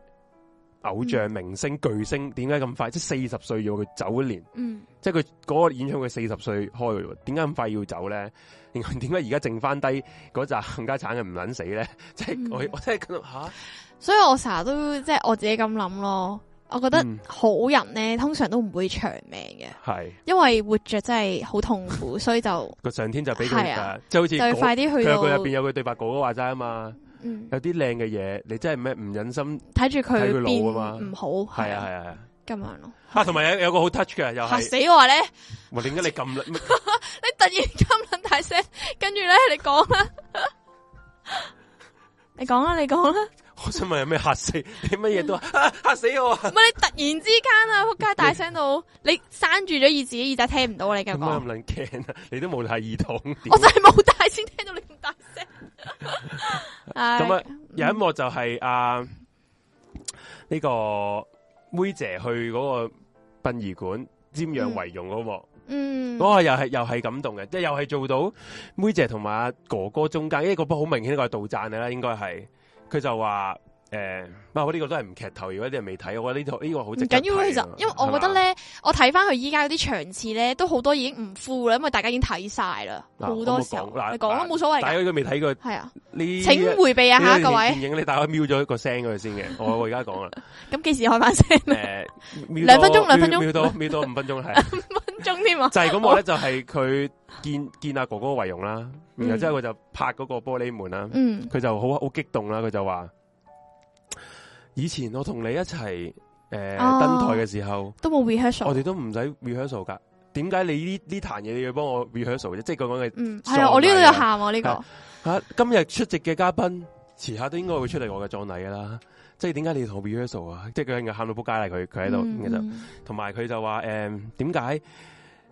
Speaker 2: 偶像明星巨星，點解咁快即係四十歲要佢走一年？
Speaker 1: 嗯
Speaker 2: 即係佢嗰個演唱會四十歲開嘅喎，點解咁快要走咧？然後 [laughs] 點解而家剩翻低嗰扎冚家產嘅唔撚死咧？ [laughs] 即係我
Speaker 1: 嗯
Speaker 2: 我真係覺得吓，
Speaker 1: 所以我成日都即係我自己咁諗咯。我覺得
Speaker 2: 嗯
Speaker 1: 好人咧，通常都唔會長命嘅，
Speaker 2: 係
Speaker 1: 因為活着真係好痛苦，所以
Speaker 2: [laughs]
Speaker 1: 就
Speaker 2: 個上天就俾佢
Speaker 1: 係啊
Speaker 2: 㗎，即係好似
Speaker 1: 就要
Speaker 2: 嗰
Speaker 1: 快啲
Speaker 2: 佢
Speaker 1: 去
Speaker 2: 有
Speaker 1: 到
Speaker 2: 佢入邊有句對白哥哥話齋啊嘛，
Speaker 1: 嗯
Speaker 2: 有啲靚嘅嘢你真係咩唔忍心
Speaker 1: 睇住
Speaker 2: 睇佢
Speaker 1: 佢
Speaker 2: 老
Speaker 1: 變
Speaker 2: 啊嘛
Speaker 1: 唔好，
Speaker 2: 係啊係啊係啊
Speaker 1: 咁樣咯，
Speaker 2: 啊！同埋有有個好 touch 嘅又
Speaker 1: 嚇
Speaker 2: 係，
Speaker 1: 死我咧！
Speaker 2: 哇！點解你咁撚
Speaker 1: 你突然咁撚大聲，跟住咧你講啦， [laughs] 你講啊啦，你講
Speaker 2: [laughs]
Speaker 1: 啦，
Speaker 2: [laughs] 我想問有咩嚇死你
Speaker 1: [laughs]
Speaker 2: 乜嘢都啊嚇死我啊！
Speaker 1: 唔係你突然之間啊，仆街大聲到你閂住咗耳自己耳仔聽唔到啊！你繼
Speaker 2: 咁
Speaker 1: 續
Speaker 2: 啱
Speaker 1: 講，
Speaker 2: 撚驚啊！你都冇戴耳筒，啊
Speaker 1: 我就係冇大聲聽到你咁大聲。
Speaker 2: [laughs] 咁
Speaker 1: 咁
Speaker 2: 啊，有一幕就係啊呢個妹姐去嗰個殯儀館瞻仰遺容嗰幕，
Speaker 1: 嗯，
Speaker 2: 嗰個又係又係感動嘅，即係又係做到妹姐同埋阿哥哥中間，因為嗰波好明顯呢個係杜撰嘅啦，應該係佢就話誒，不過呢個都係唔劇透，如果啲人未睇，我覺得呢套呢個好
Speaker 1: 唔
Speaker 2: 值得
Speaker 1: 緊要啊，
Speaker 2: 睇
Speaker 1: 其實
Speaker 2: 啊
Speaker 1: 因為我覺得，咧，我睇翻佢依家嗰啲場次咧，都好多已經唔 full 啦，因為大家已經睇晒啦，
Speaker 2: 嗱
Speaker 1: 好多時候
Speaker 2: 我冇講嗱
Speaker 1: 你講啦，
Speaker 2: 嗱
Speaker 1: 冇所謂
Speaker 2: 係嘛大家
Speaker 1: 㗎，
Speaker 2: 如果未睇過
Speaker 1: 係啊，
Speaker 2: 呢，
Speaker 1: 請迴避啊
Speaker 2: 呢
Speaker 1: 下
Speaker 2: 一
Speaker 1: 一個位，
Speaker 2: 電影，你大概瞄咗個聲嗰度先嘅，我我而家
Speaker 1: [laughs]
Speaker 2: 講啦。呃
Speaker 1: 咁幾時開翻聲？
Speaker 2: 诶，秒
Speaker 1: 兩分
Speaker 2: 多
Speaker 1: 鐘兩分鐘
Speaker 2: 秒秒多秒多五分鐘係，
Speaker 1: 分鐘添 [laughs]
Speaker 2: [laughs]
Speaker 1: 啊！
Speaker 2: 就係咁我咧就係佢見見阿哥哥遺容啦，然後
Speaker 1: 嗯
Speaker 2: 之後佢就拍嗰個玻璃門啦，
Speaker 1: 嗯
Speaker 2: 佢就好好激動啦，佢就話：以前我同你一齊诶
Speaker 1: 哦
Speaker 2: 登台嘅時候，，
Speaker 1: 都冇 rehearsal
Speaker 2: 我。哋都唔使 rehearsal 噶，點解你呢呢壇嘢你要幫我 rehearsal 啫？即係佢講嘅
Speaker 1: 嗯，
Speaker 2: 喪
Speaker 1: 係啊，我呢度
Speaker 2: 禮
Speaker 1: 有
Speaker 2: 啊
Speaker 1: 喊啊呢個，
Speaker 2: 吓，今日出席嘅嘉賓，遲下都應該會出嚟我嘅葬禮噶啦。即係點解你要同我 rehearsal 啊？即係佢係喊到仆街啦！佢佢喺度，
Speaker 1: 嗯
Speaker 2: 然後就同埋佢就話诶，誒點解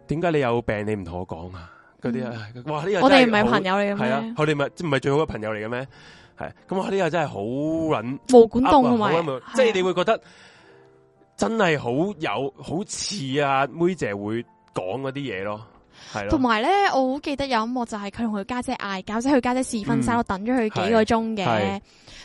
Speaker 2: 點解你有病你唔同我講啊？嗰啲啊，哇呢個
Speaker 1: 嗯我哋唔
Speaker 2: 係
Speaker 1: 係朋友嚟嘅
Speaker 2: 係啊
Speaker 1: 咩，？
Speaker 2: 我哋咪唔係最好嘅朋友嚟嘅咩？係咁哇呢個真係好撚
Speaker 1: 毛管動同
Speaker 2: 噏啊
Speaker 1: 埋
Speaker 2: 好撚，即係你會覺得真係好有好似啊妹姐會講嗰啲嘢咯，係
Speaker 1: 同
Speaker 2: 咯，
Speaker 1: 埋咧，我好記得有一幕就係佢同佢家姐嗌交，即係佢家姐試婚紗，
Speaker 2: 嗯
Speaker 1: 我等咗佢幾個鐘嘅
Speaker 2: 係。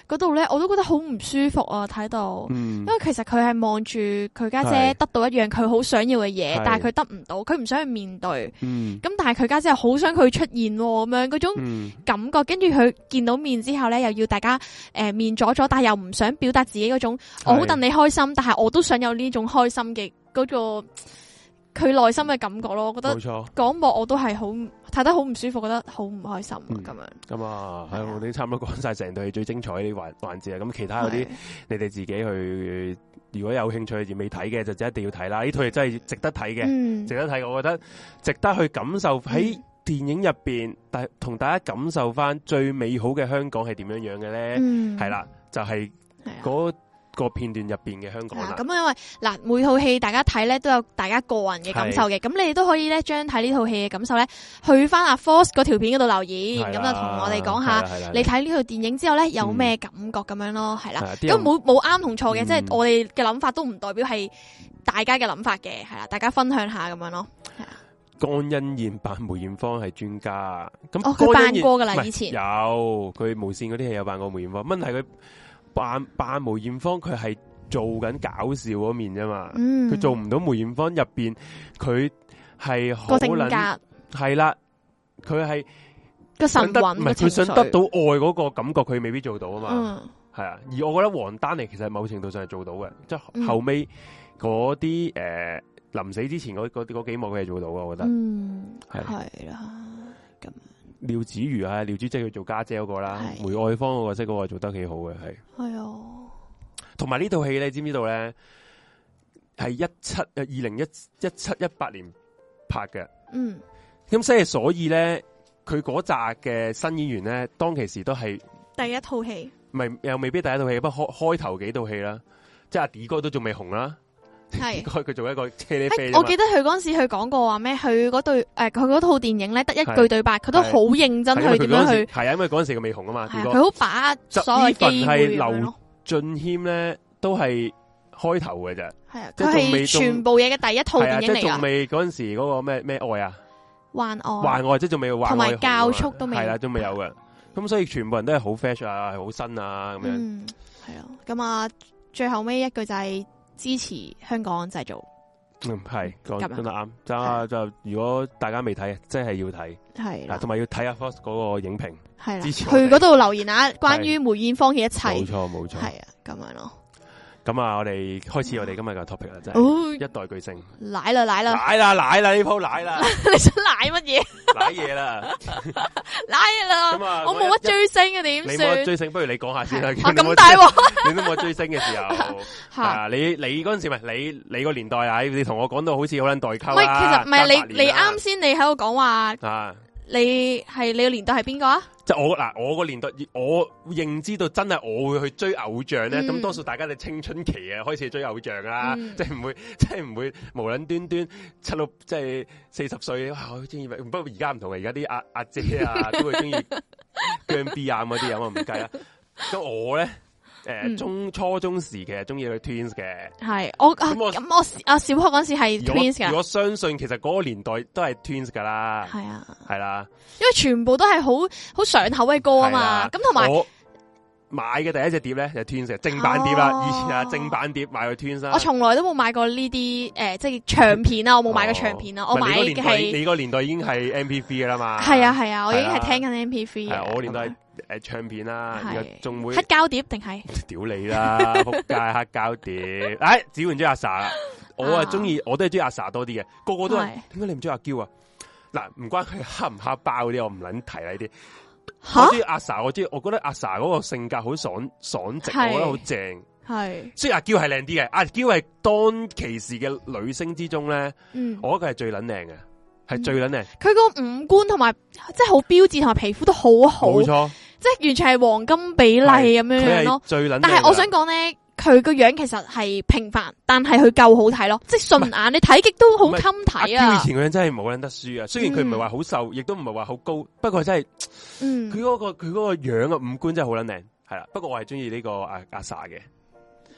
Speaker 1: 嗰度咧，我都覺得好唔舒服啊！睇到，
Speaker 2: 嗯
Speaker 1: 因為其實佢係望住佢家姐
Speaker 2: 係
Speaker 1: 得到一樣佢好想要嘅嘢
Speaker 2: 係，
Speaker 1: 但係佢得唔到，佢唔想去面對。
Speaker 2: 嗯
Speaker 1: 咁但係佢家姐又好想佢出現喎，咁樣嗰種
Speaker 2: 嗯
Speaker 1: 感覺。跟住佢見到面之後咧，又要大家誒面阻阻，但係又唔想表達自己嗰種我好
Speaker 2: 係
Speaker 1: 戥你開心，但係我都想有呢種開心嘅嗰、個佢內心嘅感覺咯。我覺得
Speaker 2: 冇錯。
Speaker 1: 嗰一幕我都係好睇得好唔舒服，覺得好唔開心啊
Speaker 2: 嗯
Speaker 1: 咁、樣。
Speaker 2: 咁啊，
Speaker 1: 係啊
Speaker 2: 係我哋差唔多講晒成隊最精彩呢環環節啊！咁其他嗰啲
Speaker 1: 係
Speaker 2: 你哋自己去，如果有興趣而未睇嘅，就一定要睇啦！呢套嘢真係值得睇嘅，
Speaker 1: 嗯
Speaker 2: 值得睇，我覺得值得去感受喺
Speaker 1: 嗯
Speaker 2: 電影入邊，大同大家感受翻最美好嘅香港係點樣樣嘅咧？
Speaker 1: 嗯
Speaker 2: 係，啦，就係
Speaker 1: 係啊
Speaker 2: 嗰個片段入邊嘅香港
Speaker 1: 係啊
Speaker 2: 啦。
Speaker 1: 咁因為嗱，每套戲大家睇咧都有大家個人嘅感受嘅，咁你哋都可以咧將睇呢套戲嘅感受咧，去翻阿 Force 嗰條片嗰度留言，啊咁
Speaker 2: 係啦
Speaker 1: 就同我哋講下，
Speaker 2: 係啦係啦
Speaker 1: 你睇呢套電影之後咧有咩感覺咁樣咯，係啦
Speaker 2: 係。啦
Speaker 1: 咁
Speaker 2: 啲人
Speaker 1: 冇冇啱同錯嘅，
Speaker 2: 嗯
Speaker 1: 即係我哋嘅諗法都唔代表係大家嘅諗法嘅，係啦，大家分享下咁樣咯。
Speaker 2: 江欣燕扮梅艷芳係專家，咁
Speaker 1: 哦佢
Speaker 2: 江
Speaker 1: 扮
Speaker 2: 欣燕
Speaker 1: 過㗎啦
Speaker 2: 唔係
Speaker 1: 以前
Speaker 2: 有佢無線嗰啲戲有扮過梅艷芳，問題佢扮扮梅艷芳，佢係做緊搞笑嗰面啫嘛，佢、
Speaker 1: 嗯，
Speaker 2: 做唔到梅艷芳入邊佢係好
Speaker 1: 個性
Speaker 2: 撚
Speaker 1: 格、
Speaker 2: 係啦，佢係
Speaker 1: 個
Speaker 2: 想
Speaker 1: 神
Speaker 2: 得
Speaker 1: 韻
Speaker 2: 唔
Speaker 1: 個
Speaker 2: 係
Speaker 1: 情
Speaker 2: 佢想
Speaker 1: 緒，
Speaker 2: 得到愛嗰個感覺，佢未必做到啊嘛。
Speaker 1: 嗯
Speaker 2: 系啊，而我覺得黃丹妮其實某程度上係做到嘅，即係
Speaker 1: 嗯
Speaker 2: 後尾嗰啲诶臨死之前嗰嗰嗰幾幕佢係做到嘅，我覺得。
Speaker 1: 嗯
Speaker 2: 係
Speaker 1: 係啦，
Speaker 2: 廖子瑜啊，廖子即係佢做家姐嗰個啦，
Speaker 1: 係哎
Speaker 2: 梅愛芳嗰個角色嗰個做得幾好嘅，係。
Speaker 1: 係啊，
Speaker 2: 同埋呢套戲咧，你知唔知道咧？係一七二零一一七一八年拍嘅，
Speaker 1: 嗯，
Speaker 2: 咁所以所以咧，佢嗰扎嘅新演員咧，當其時都係
Speaker 1: 第一套戲
Speaker 2: 咪又未必第一套戲，不過開開頭幾套戲啦，即係阿 D 哥都仲未紅啦，
Speaker 1: 係
Speaker 2: [laughs] D 哥佢做一個車厘啡
Speaker 1: 欸
Speaker 2: 啫嘛，
Speaker 1: 我記得佢嗰陣時，佢講過話咩？佢嗰對誒，佢嗰套電影咧得一句
Speaker 2: 係
Speaker 1: 對白，佢都
Speaker 2: 係
Speaker 1: 好認真
Speaker 2: 係因為
Speaker 1: 去點樣
Speaker 2: 佢嗰陣時
Speaker 1: 去，
Speaker 2: 係啊，因為嗰陣時佢未紅啊嘛
Speaker 1: 係啊
Speaker 2: D
Speaker 1: 佢
Speaker 2: 哥
Speaker 1: 好把握所有機會咁樣咯。
Speaker 2: 俊謙咧都係開頭嘅啫，
Speaker 1: 係啊，
Speaker 2: 即
Speaker 1: 佢
Speaker 2: 係仲未
Speaker 1: 係全部嘢嘅第一套
Speaker 2: 係啊，
Speaker 1: 電
Speaker 2: 即
Speaker 1: 影
Speaker 2: 係
Speaker 1: 嚟
Speaker 2: 仲
Speaker 1: 噶，
Speaker 2: 未嗰陣時嗰個咩咩愛啊，
Speaker 1: 幻愛
Speaker 2: 幻愛即係仲未幻愛
Speaker 1: 哦同埋
Speaker 2: 紅啊
Speaker 1: 教速都未
Speaker 2: 係啦，都未有嘅，咁所以全部人都係好 fresh 啊，係好新啊咁樣。
Speaker 1: 嗯，係咯。咁啊，最後尾一句就係支持香港製造，
Speaker 2: 嗯，系講
Speaker 1: 咁啊
Speaker 2: 真得啱，
Speaker 1: [laughs]
Speaker 2: 就就如果大家未睇，真係要睇，
Speaker 1: 係
Speaker 2: 嗱，
Speaker 1: 啦，
Speaker 2: 同埋要睇下 Fox 嗰個影評，
Speaker 1: 係啦。
Speaker 2: 支持
Speaker 1: 去
Speaker 2: 我哋
Speaker 1: 嗰度留言啊，關於梅艷芳嘅一
Speaker 2: 冇
Speaker 1: 切，
Speaker 2: 錯冇錯。
Speaker 1: 係啊，咁樣咯。
Speaker 2: 咁啊，我哋開始我哋今日嘅 topic 啦，真係
Speaker 1: 哦，
Speaker 2: 一代巨星，
Speaker 1: 奶啦奶啦，
Speaker 2: 奶啦奶啦呢鋪奶
Speaker 1: [laughs]
Speaker 2: 啦
Speaker 1: 你想奶乜嘢？
Speaker 2: 奶嘢啦，
Speaker 1: 奶啦
Speaker 2: 咁，啊，
Speaker 1: 我冇得
Speaker 2: 一。
Speaker 1: 追星嘅點
Speaker 2: 你
Speaker 1: 算
Speaker 2: 冇得？追星，不如你講下先啦。
Speaker 1: 係
Speaker 2: 見
Speaker 1: 啊
Speaker 2: 你冇
Speaker 1: 咁大鑊
Speaker 2: [laughs] 你都冇追星嘅時候，
Speaker 1: 吓！
Speaker 2: 啊，你你嗰陣時咪你你個年代啊，你同我講到好似好撚代溝
Speaker 1: 唔係，其實
Speaker 2: 啦
Speaker 1: 唔係
Speaker 2: 隔
Speaker 1: 你
Speaker 2: 八
Speaker 1: 你
Speaker 2: 年啦
Speaker 1: 啱先你喺度講話，
Speaker 2: 啊，
Speaker 1: 你係你個年代係邊個啊？
Speaker 2: 即係我嗱，我個年代，我認知到真係我會去追偶像咧。
Speaker 1: 嗯
Speaker 2: 咁、多數大家嘅青春期啊，開始追偶像啦，
Speaker 1: 嗯
Speaker 2: 即係唔會， [laughs] 即係唔會無撚端端七六，即係四十歲，哇！我中意，不過而家唔同啊，而家啲阿阿
Speaker 1: [laughs]
Speaker 2: 姐啊，都會中意姜 B 啊咁嗰啲啊，我唔計啦。咁我咧，誒、
Speaker 1: 嗯
Speaker 2: 中初中時其實中意佢 Twins 嘅。
Speaker 1: 係我啊
Speaker 2: 咁我
Speaker 1: 咁我小啊小學嗰陣時係
Speaker 2: 而我
Speaker 1: Twins
Speaker 2: 而
Speaker 1: 噶，
Speaker 2: 我相信其實嗰個年代都係 Twins 噶啦，
Speaker 1: 係啊，
Speaker 2: 係啦。
Speaker 1: 因為全部都係好好上口嘅歌啊嘛。咁同埋
Speaker 2: 我買嘅第一隻碟咧就係 Twins 嘅正版碟啦，
Speaker 1: 哦
Speaker 2: 以前啊正版碟買去 Twins 啦。
Speaker 1: 我從來都冇買過呢啲誒，即係唱片啊，我冇買過唱片啊，我
Speaker 2: 哦唔
Speaker 1: 買
Speaker 2: 係你
Speaker 1: 嘅
Speaker 2: 嗰個年代
Speaker 1: 係
Speaker 2: 你個年代已經係 M P V 噶啦嘛。
Speaker 1: 係啊係啊，我已經
Speaker 2: 係
Speaker 1: 係
Speaker 2: 啦
Speaker 1: 聽緊 M P V
Speaker 2: 係啊，
Speaker 1: 嘅。
Speaker 2: 我年代誒唱片啦，
Speaker 1: 係
Speaker 2: 而家仲會
Speaker 1: 黑膠碟定係
Speaker 2: 屌你
Speaker 1: [laughs]
Speaker 2: 啦，仆街黑膠碟。哎，只換咗阿 sa 啦，我啊
Speaker 1: 啊
Speaker 2: 中意，我都係中意阿 sa 多啲嘅，個個都話
Speaker 1: 係
Speaker 2: 點解你唔中意阿嬌啊？嗱，唔關佢黑唔黑包嗰啲，我唔撚提啦呢啲。
Speaker 1: 吓
Speaker 2: 我中意阿 sa，我中意，我覺得阿 sa 嗰個性格好爽爽直，我
Speaker 1: 係
Speaker 2: 覺得好正。
Speaker 1: 係
Speaker 2: 雖然阿嬌係靚啲嘅，阿嬌係當其時嘅女星之中咧，
Speaker 1: 嗯，
Speaker 2: 我覺得佢係最撚靚嘅，係最撚靚，
Speaker 1: 佢個五官同埋即係好標誌，同埋皮膚都好好，啊
Speaker 2: 冇錯，
Speaker 1: 即係完全係黃金比例咁樣樣
Speaker 2: 佢
Speaker 1: 咯
Speaker 2: 係。最撚靚㗎。
Speaker 1: 但係我想講咧，佢個樣其實係平凡，但係佢夠好睇咯，即係順眼，你睇極都好
Speaker 2: 唔係
Speaker 1: 襟
Speaker 2: 阿
Speaker 1: 睇
Speaker 2: 嬌
Speaker 1: 啊
Speaker 2: 以。前個樣真係冇撚得輸啊！雖然佢唔係話好瘦，亦都唔係話好高，不過真係
Speaker 1: 嗯
Speaker 2: 佢，嗰個佢嗰個樣啊五官真係好撚靚，係啦。不過我係中意呢個阿阿 sa 嘅，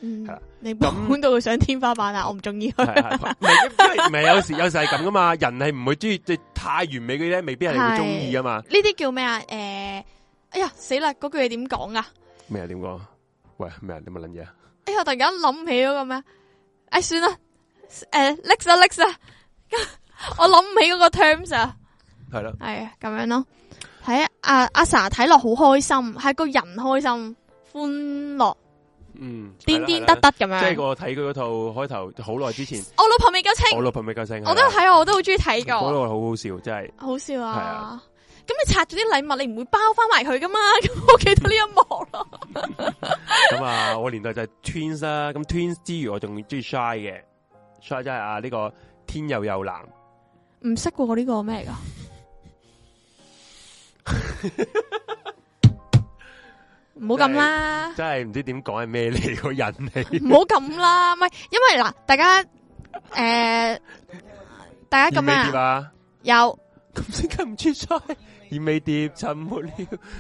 Speaker 1: 嗯
Speaker 2: 係啦
Speaker 1: 你本到佢上天花板啊！我唔中意佢。
Speaker 2: 係
Speaker 1: [laughs]
Speaker 2: 係係唔係因為唔 [laughs] 係有時有時係咁噶嘛，人係唔會中意即係太完美嘅咧，未必係你會中意噶嘛。
Speaker 1: 呢啲叫咩啊？誒，哎呀死啦！嗰句嘢點講啊？
Speaker 2: 咩啊？點講？喂，咩啊？你乜撚嘢啊？
Speaker 1: 哎呀，突然間諗起嗰個咩？哎，算啦，誒，lex 啊 lex 啊， [laughs] 我諗唔起嗰個 terms 啊。
Speaker 2: 係啦。
Speaker 1: 系啊，咁样咯。睇阿阿 sa 睇落好开心，系个人开心、欢乐、
Speaker 2: 嗯，
Speaker 1: 癫
Speaker 2: 係
Speaker 1: 癫
Speaker 2: 啦
Speaker 1: 得得咁
Speaker 2: 係啦即
Speaker 1: 样
Speaker 2: 係。我睇佢嗰套開頭好耐之前，
Speaker 1: 我老婆未夠清
Speaker 2: 我，老婆咪夠聲，
Speaker 1: 我都有啊
Speaker 2: 係啦
Speaker 1: 睇，我都好中意睇
Speaker 2: 嗰
Speaker 1: 噶，
Speaker 2: 個好好笑，真係
Speaker 1: 好笑
Speaker 2: 係
Speaker 1: 啊
Speaker 2: 啊！
Speaker 1: 咁你拆咗啲禮物，你唔會包翻埋佢噶嘛？ [laughs] 咁我記得呢一幕咯。
Speaker 2: 咁啊！我年代就係 Twins 啦，咁 Twins 之餘我仲中意 Shy 嘅，Shy 真係啊呢個天佑佑男，
Speaker 1: 唔識過呢個咩嚟噶？唔好咁
Speaker 2: [laughs]
Speaker 1: 啦，
Speaker 2: 真係唔知點講係咩嚟個人嚟，
Speaker 1: 唔好咁啦，唔係因為嗱，大家诶，大家
Speaker 2: 燕
Speaker 1: 咁
Speaker 2: 尾
Speaker 1: 樣
Speaker 2: 碟
Speaker 1: 啊
Speaker 2: 啊，
Speaker 1: 有
Speaker 2: 咁點解唔中意 Shy？燕尾碟沉沒了，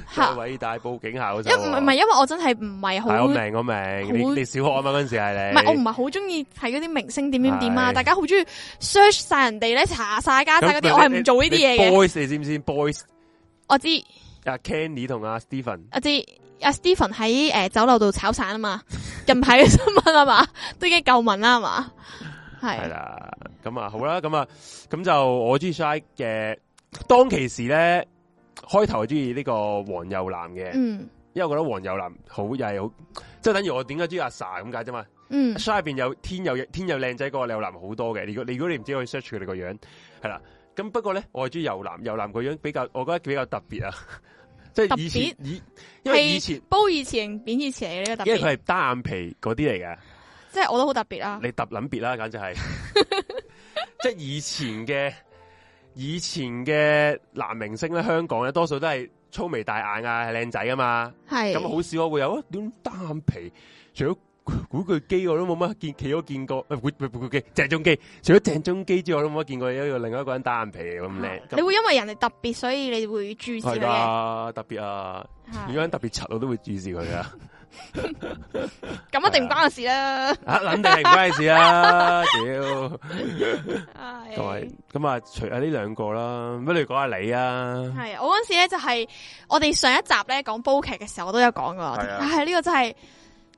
Speaker 1: 吓
Speaker 2: 再。偉大報警校嗰首
Speaker 1: 因
Speaker 2: 啊，
Speaker 1: 唔係因為我真係唔係好，
Speaker 2: 係我
Speaker 1: 唔
Speaker 2: 明我明，
Speaker 1: 好
Speaker 2: 你你小學啊嘛嗰陣時係你，
Speaker 1: 係我唔係好中意睇嗰啲明星點點點啊！
Speaker 2: 係
Speaker 1: 大家好中意 search 晒人哋咧，查晒家晒嗰
Speaker 2: 咁
Speaker 1: 啲，我係唔做呢啲嘢
Speaker 2: 你
Speaker 1: 嘅。
Speaker 2: Boys 你知唔知？Boys
Speaker 1: 我知
Speaker 2: 阿 Kenny 同阿 Stephen。
Speaker 1: 我知，阿 Stephen 喺诶酒樓度炒散啊嘛， [laughs] 近排嘅新聞啊嘛， [laughs] 都已經夠聞啦係嘛，
Speaker 2: 系
Speaker 1: 係
Speaker 2: 啦，咁啊好啦，咁啊咁就我中意 Shy 嘅，當其時咧，開頭中意呢個黃又南嘅，
Speaker 1: 嗯
Speaker 2: 因為我覺得黃又南好又係好，即係等於我點解中意阿 Sa 咁解啫嘛。
Speaker 1: 嗯
Speaker 2: Shy 入边有天佑天佑靚仔過又南好多嘅，如果你如果你唔知可以 search 佢哋個樣，係啦。咁不過咧，我係中意又南，又南個樣比較，我覺得比較特別啊，即
Speaker 1: 特
Speaker 2: 係以前
Speaker 1: 別
Speaker 2: 以因為以前
Speaker 1: 係，煲以前扁以前嘅呢個特
Speaker 2: 因為
Speaker 1: 別，
Speaker 2: 佢係單眼皮嗰啲嚟嘅，
Speaker 1: 即係我都好特別啊啦。
Speaker 2: 你揼撚別啦，簡
Speaker 1: [laughs]
Speaker 2: 直係，即係以前嘅以前嘅男明星咧，香港咧多數都係粗眉大眼啊，係靚仔啊嘛，
Speaker 1: 係
Speaker 2: 咁好少我會有啊，點單眼皮，除咗古巨基我都冇乜見，企咗見過，呃古古巨基鄭中基，除咗鄭中基之外，我都冇乜見過一個另外一個人單眼皮咁靚，
Speaker 1: 啊你會因為人哋特別，所以你會注視佢
Speaker 2: 係
Speaker 1: 嘅。
Speaker 2: 噶特別啊，
Speaker 1: 係
Speaker 2: 如果人特別柒，我都會注視
Speaker 1: [laughs]
Speaker 2: 佢啊。
Speaker 1: 咁一定唔關我事啦。
Speaker 2: 啊，肯定係唔關事啦，屌！同埋
Speaker 1: 係
Speaker 2: 咁啊，除啊呢兩個啦，不如講下你啊，
Speaker 1: 係，我嗰陣時咧就係、我哋上一集咧講煲劇嘅時候，我都有講過。
Speaker 2: 係啊
Speaker 1: 但係呢個真係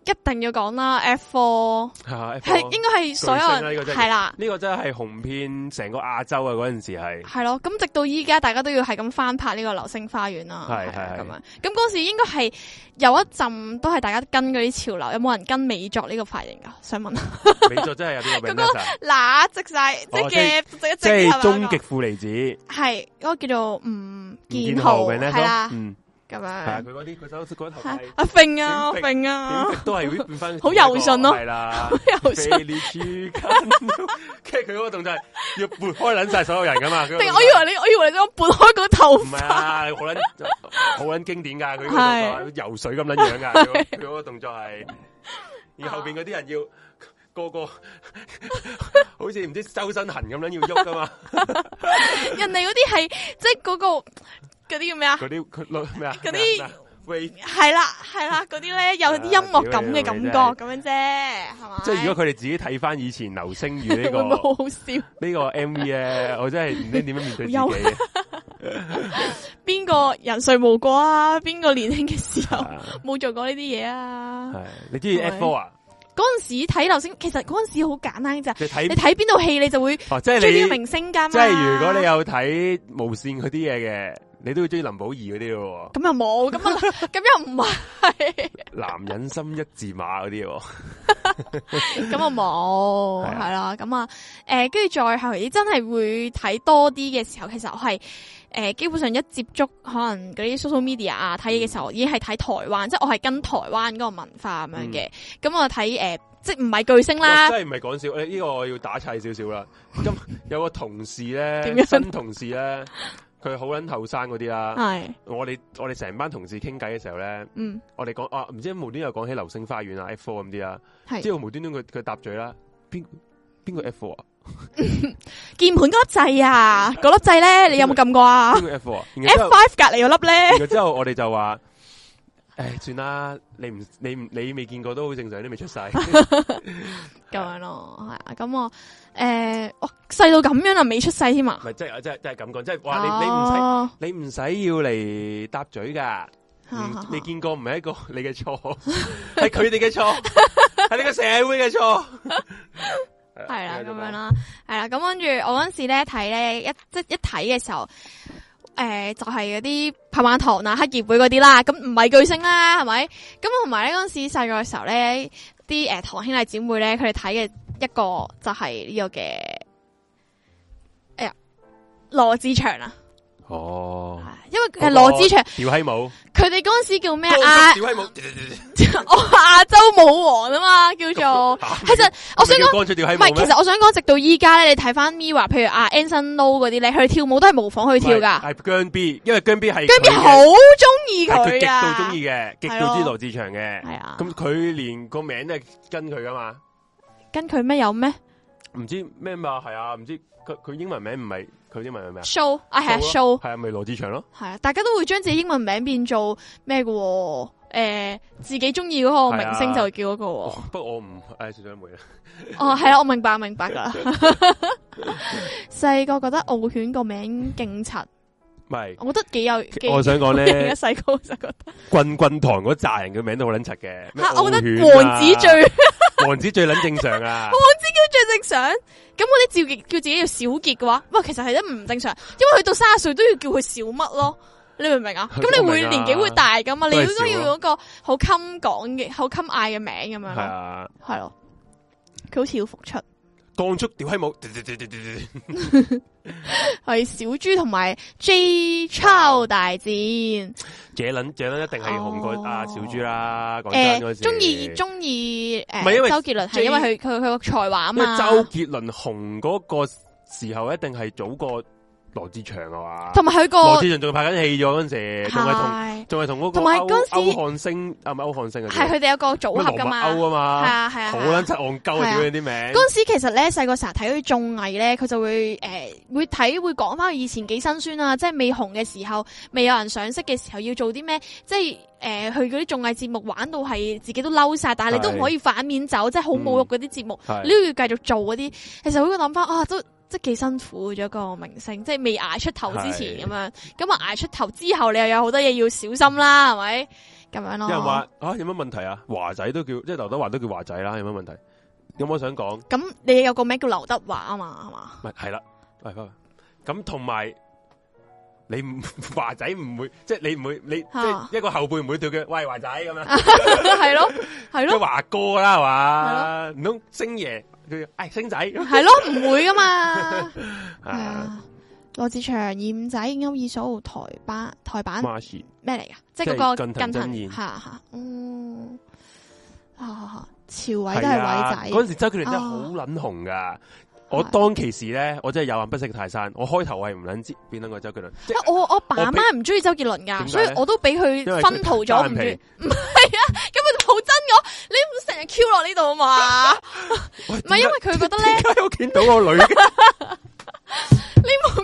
Speaker 1: 一定要講啦，F four
Speaker 2: 係
Speaker 1: 係應該係所有
Speaker 2: 哦巨星啦呢個
Speaker 1: 人
Speaker 2: 真係
Speaker 1: 係啦。
Speaker 2: 呢個真係紅遍成個亞洲啊！嗰陣時
Speaker 1: [laughs]
Speaker 2: 係
Speaker 1: 系咯，咁直到依家，大家都要係咁翻拍呢個《流星花園》啦，
Speaker 2: 係
Speaker 1: 係啊
Speaker 2: 係
Speaker 1: 咁樣。咁嗰時應該係有一陣都係大家跟嗰啲潮流，有冇人跟美作呢個髮型噶？想
Speaker 2: [laughs]
Speaker 1: 問下，
Speaker 2: 美作真係有呢個
Speaker 1: 咁
Speaker 2: b
Speaker 1: 嗰
Speaker 2: e
Speaker 1: 嗱，直晒即
Speaker 2: 哦
Speaker 1: 係嘅，
Speaker 2: 即
Speaker 1: 係
Speaker 2: 係終極負離子，
Speaker 1: 係啊嗰個叫做吳
Speaker 2: 吳建
Speaker 1: 建
Speaker 2: 豪
Speaker 1: 豪
Speaker 2: b e
Speaker 1: 係啦，
Speaker 2: 嗯，
Speaker 1: 咁
Speaker 2: 係啊
Speaker 1: 樣
Speaker 2: 佢嗰啲佢手佢嗰頭
Speaker 1: 嚇
Speaker 2: 係
Speaker 1: 阿揈啊，我
Speaker 2: 點
Speaker 1: 揈啊
Speaker 2: 點，極都係會變翻
Speaker 1: [laughs] 好柔順咯
Speaker 2: 係啦，
Speaker 1: [laughs] 好柔順
Speaker 2: 非你之間 [laughs] 跟住佢嗰個動作係要撥開撚晒所有人噶嘛，佢嗰個
Speaker 1: 定我以為你，我以為你想撥開個頭
Speaker 2: 唔係啊，好捻好捻經典噶，佢嗰個
Speaker 1: 係
Speaker 2: 動作游水咁撚樣噶，佢嗰佢嗰個動作係，而後邊嗰啲人要個個好似唔知周身痕咁樣要喐噶嘛，
Speaker 1: [laughs] 人哋嗰啲係即係嗰個嗰啲叫
Speaker 2: [laughs]
Speaker 1: 咩啊？
Speaker 2: 嗰啲佢攞咩啊？
Speaker 1: 嗰啲
Speaker 2: 咩啊喂，
Speaker 1: 係啦係啦，嗰啲咧
Speaker 2: 啊
Speaker 1: 有啲音樂感嘅感覺咁樣啫，係嘛？
Speaker 2: 即係如果佢哋自己睇翻以前流星
Speaker 1: [laughs]
Speaker 2: 雨呢
Speaker 1: 會唔會
Speaker 2: 個
Speaker 1: 好好笑？
Speaker 2: 呢個 M V 咧，我真係唔知點樣面對自己啊
Speaker 1: 好
Speaker 2: 嘅。
Speaker 1: 邊個人誰無過啊？邊個年輕嘅時候
Speaker 2: 啊
Speaker 1: 冇做過呢啲嘢啊？
Speaker 2: 係你知唔知 F 4啊？
Speaker 1: 嗰陣時睇流星，其實嗰陣時好簡單咋。
Speaker 2: 你
Speaker 1: 你
Speaker 2: 睇
Speaker 1: 睇邊套戲，你就會
Speaker 2: 哦，即係
Speaker 1: 追呢個
Speaker 2: 你
Speaker 1: 明星㗎嘛。
Speaker 2: 即係如果你有睇無線嗰啲嘢嘅，你都會中意林保怡嗰啲咯喎。
Speaker 1: 咁又冇，咁啊 [laughs] 咁又唔係，
Speaker 2: 男人心一字馬嗰啲喎，
Speaker 1: 啊咁啊
Speaker 2: [laughs]
Speaker 1: 冇，
Speaker 2: 係啊
Speaker 1: 係啦，咁啊，誒，跟住再後嚟真係會睇多啲嘅時候，其實我係。誒、基本上一接觸可能嗰啲 social media 啊，睇嘢嘅時
Speaker 2: 嗯
Speaker 1: 候已經係睇台灣，即係我係跟台灣嗰個文化咁樣
Speaker 2: 嗯
Speaker 1: 嘅。咁、我睇誒、即係唔係巨星啦
Speaker 2: 哇，真係唔係講笑，呢、呢個我要打砌少少啦。咁有個同事
Speaker 1: [laughs] 點
Speaker 2: 咧，
Speaker 1: 樣
Speaker 2: 新同事咧，佢好撚後生嗰啲啦。
Speaker 1: 係，
Speaker 2: 我哋我哋成班同事傾偈嘅時候咧，
Speaker 1: 嗯。
Speaker 2: 我哋講啊，唔知無端又講起流星花園啊、F four 咁啲啦，
Speaker 1: 係
Speaker 2: 之後無端端佢佢答嘴啦，邊邊個 F four 啊？
Speaker 1: 键盘嗰粒掣
Speaker 2: [laughs]
Speaker 1: 啊，嗰粒掣咧，你有冇揿过啊
Speaker 2: 邊個 F four 啊？ [laughs] 然後之
Speaker 1: ？F
Speaker 2: 後
Speaker 1: five 隔篱嗰粒咧
Speaker 2: 然，後之後我哋就話。唉，算啦，你唔你唔你未見過都好正常，都
Speaker 1: [laughs]
Speaker 2: 未出世。
Speaker 1: 咁样咯，系啊，咁我诶，哇，细到咁样啊，未出世添啊哦
Speaker 2: 唔，係，即係即係即係咁講，即係哇！你你唔使你唔使要嚟搭
Speaker 1: [laughs]
Speaker 2: 嘴噶，唔
Speaker 1: 你
Speaker 2: 嗯你見過唔係一個 [laughs] 你嘅錯，係佢哋
Speaker 1: [laughs]
Speaker 2: 嘅錯，係呢個社會嘅錯。啊
Speaker 1: 系啦，咁樣
Speaker 2: 樣。
Speaker 1: 啦，係啦，咁跟住我嗰阵时咧睇咧一即一睇嘅時候，诶、就係嗰啲拍晚堂啊、黑協會嗰啲啦，咁唔係巨星啦，係咪？咁同埋咧嗰阵时细个嘅時候咧，啲诶堂兄弟姊妹咧，佢哋睇嘅一個就係呢個嘅，哎呀，羅志祥啊，
Speaker 2: 哦，
Speaker 1: 因為诶
Speaker 2: 嗰個
Speaker 1: 罗志祥，
Speaker 2: 屌閪舞，
Speaker 1: 佢哋嗰阵时叫咩
Speaker 2: 高
Speaker 1: 啊 [laughs]
Speaker 2: 速？屌閪舞，
Speaker 1: 我亞洲舞王啊嘛，叫
Speaker 2: [laughs]
Speaker 1: 做。
Speaker 2: 啊
Speaker 1: 其實我想講。
Speaker 2: 講，出屌閪
Speaker 1: 唔係，
Speaker 2: 舞
Speaker 1: 其實我想講，直到依家咧，你睇翻 Mira，譬如阿 Anson Lo 嗰啲咧，佢跳舞都係模仿佢跳噶。
Speaker 2: 係姜 B，因為姜 B 係
Speaker 1: 姜
Speaker 2: 佢
Speaker 1: B
Speaker 2: 嘅
Speaker 1: 好中意
Speaker 2: 係佢
Speaker 1: 佢啊，
Speaker 2: 極度中意嘅，極
Speaker 1: 係
Speaker 2: 度
Speaker 1: 咯
Speaker 2: 知羅志祥嘅。
Speaker 1: 係啊
Speaker 2: 咁佢連個名都係跟佢噶嘛？
Speaker 1: 跟佢咩有咩
Speaker 2: 唔知咩嘛？係啊，唔知佢佢英文名唔係佢英文名咩啊
Speaker 1: show 啊，係啊 show
Speaker 2: 係啊，咪羅志祥咯。
Speaker 1: 係啊，大家都會將自己英文名變做咩嘅喎？誒，自己中意
Speaker 2: 啊
Speaker 1: 嗰個明星就叫嗰個
Speaker 2: [laughs]
Speaker 1: 喎。
Speaker 2: 不過我唔誒，小姐妹啦。
Speaker 1: 哦，係啊，我明白明白
Speaker 2: [laughs]
Speaker 1: 噶。 [laughs] 細個覺得敖犬個名勁柒，
Speaker 2: 唔係，
Speaker 1: 我覺得幾有 [laughs] 幾。
Speaker 2: 我想講
Speaker 1: 而
Speaker 2: 咧
Speaker 1: 家，細個就覺得
Speaker 2: 棍棍堂嗰扎人嘅名都好撚柒嘅，咩
Speaker 1: 嚇，我覺得
Speaker 2: 敖犬啊
Speaker 1: 王子最
Speaker 2: [laughs] 王子最撚正常
Speaker 1: [laughs]
Speaker 2: 啊，
Speaker 1: 最正常。咁嗰啲照叫自己叫小傑嘅話，喂，其實係都唔正常，因為佢到卅歲都要叫佢小乜咯。你明唔
Speaker 2: [laughs]
Speaker 1: 明啊？
Speaker 2: 我
Speaker 1: 咁你會
Speaker 2: 明啊
Speaker 1: 年紀會大噶嘛？你
Speaker 2: 都係
Speaker 1: 應該
Speaker 2: 小啊
Speaker 1: 要用一個好襟講嘅、好襟嗌嘅名咁樣
Speaker 2: 係
Speaker 1: 咯，
Speaker 2: 啊，
Speaker 1: 係咯。佢好似要復出，
Speaker 2: 嗰放足屌閪 [laughs] 舞，滴滴滴滴滴滴
Speaker 1: 系小猪同埋 J Chow 大戰。
Speaker 2: 这捻这捻一定係紅過阿小豬啦。講
Speaker 1: 诶
Speaker 2: 真嗰，時
Speaker 1: 中哦意中意诶
Speaker 2: 唔係因為，
Speaker 1: 周杰倫係
Speaker 2: J-
Speaker 1: 因為佢佢佢个才華啊
Speaker 2: 因為
Speaker 1: 嘛，
Speaker 2: 周杰倫紅嗰個時候，一定係早過羅志祥啊嘛。
Speaker 1: 同埋佢
Speaker 2: 羅
Speaker 1: 個
Speaker 2: 志祥仲拍緊戲咗嗰陣時，仲係同
Speaker 1: 係
Speaker 2: 仲係同嗰個
Speaker 1: 同埋
Speaker 2: 歐
Speaker 1: 嗰陣
Speaker 2: 歐
Speaker 1: 時
Speaker 2: 漢星啊，唔係歐漢星啊，
Speaker 1: 係佢哋有個組合
Speaker 2: 咩
Speaker 1: 噶嘛，
Speaker 2: 羅密
Speaker 1: 係
Speaker 2: 歐啊嘛，
Speaker 1: 啊係啊，
Speaker 2: 好
Speaker 1: 係啊
Speaker 2: 撚柒戇鳩
Speaker 1: 係
Speaker 2: 啊！
Speaker 1: 啊
Speaker 2: 屌你啲名
Speaker 1: 嗰。陣時其實咧細個成日睇嗰啲綜藝咧，佢就會誒、呃、會睇會講翻佢以前幾辛酸啊，即係未紅嘅時候，未有人賞識嘅時候要做啲咩，即係誒、呃去嗰啲綜藝節目玩到係自己都嬲晒，但係你都
Speaker 2: 係嗯
Speaker 1: 唔可以反面走，即係好侮辱嗰啲節目，
Speaker 2: 係
Speaker 1: 你都要繼續做嗰啲。其實我會諗翻啊，都即係幾辛苦咗一個明星，即係未捱出頭之前
Speaker 2: 係
Speaker 1: 咁樣，咁啊捱出頭之後，你又有好多嘢要小心啦，係咪咁樣
Speaker 2: 有人
Speaker 1: 咯？
Speaker 2: 話啊，有乜問題啊？華仔都叫，即係劉德華都叫華仔啦，有乜問題？有冇想講？
Speaker 1: 咁你有個名叫劉德華啊嘛，係
Speaker 2: [laughs]
Speaker 1: 嘛？
Speaker 2: 咪係啦，喂，喂咁同埋你唔 [laughs] 華仔唔會，即係你唔會，你即
Speaker 1: 啊
Speaker 2: 係一個後輩唔會對佢，喂華仔咁樣。
Speaker 1: 係咯，係咯
Speaker 2: 即係。華哥啦，係嘛？唔通星爺佢唉
Speaker 1: [laughs]
Speaker 2: 星仔
Speaker 1: 系咯，唔会噶嘛。系
Speaker 2: [laughs] 啊
Speaker 1: 啊，罗志祥、二五仔、歐爾嫂、台版、台版
Speaker 2: ？Marsh
Speaker 1: 咩嚟噶？即系
Speaker 2: 即係
Speaker 1: 嗰個
Speaker 2: 近藤
Speaker 1: 近
Speaker 2: 真
Speaker 1: 藤
Speaker 2: 彥
Speaker 1: 吓吓，嗯，啊啊朝偉都
Speaker 2: 係啊
Speaker 1: 係
Speaker 2: 嗰
Speaker 1: 偉
Speaker 2: 阵
Speaker 1: 仔，
Speaker 2: 时周杰倫真係
Speaker 1: 啊
Speaker 2: 好撚紅噶。我
Speaker 1: 係
Speaker 2: 當其時咧，我真係有眼不識泰山。我開頭係唔撚知邊撚個周杰倫，即
Speaker 1: 啊
Speaker 2: 係
Speaker 1: 我我爸
Speaker 2: 我俾
Speaker 1: 媽唔中意周杰倫
Speaker 2: 點
Speaker 1: 噶，
Speaker 2: 解
Speaker 1: 所以
Speaker 2: 呢
Speaker 1: 我都俾佢
Speaker 2: 因為佢
Speaker 1: 分途咗唔
Speaker 2: 單
Speaker 1: 中意
Speaker 2: 皮。
Speaker 1: 咁咪好憎我，你唔好成日 Q 落呢度啊
Speaker 2: [laughs]
Speaker 1: 嘛？
Speaker 2: 喂
Speaker 1: 唔係因為佢覺得咧，
Speaker 2: 點解我見到個女嘅？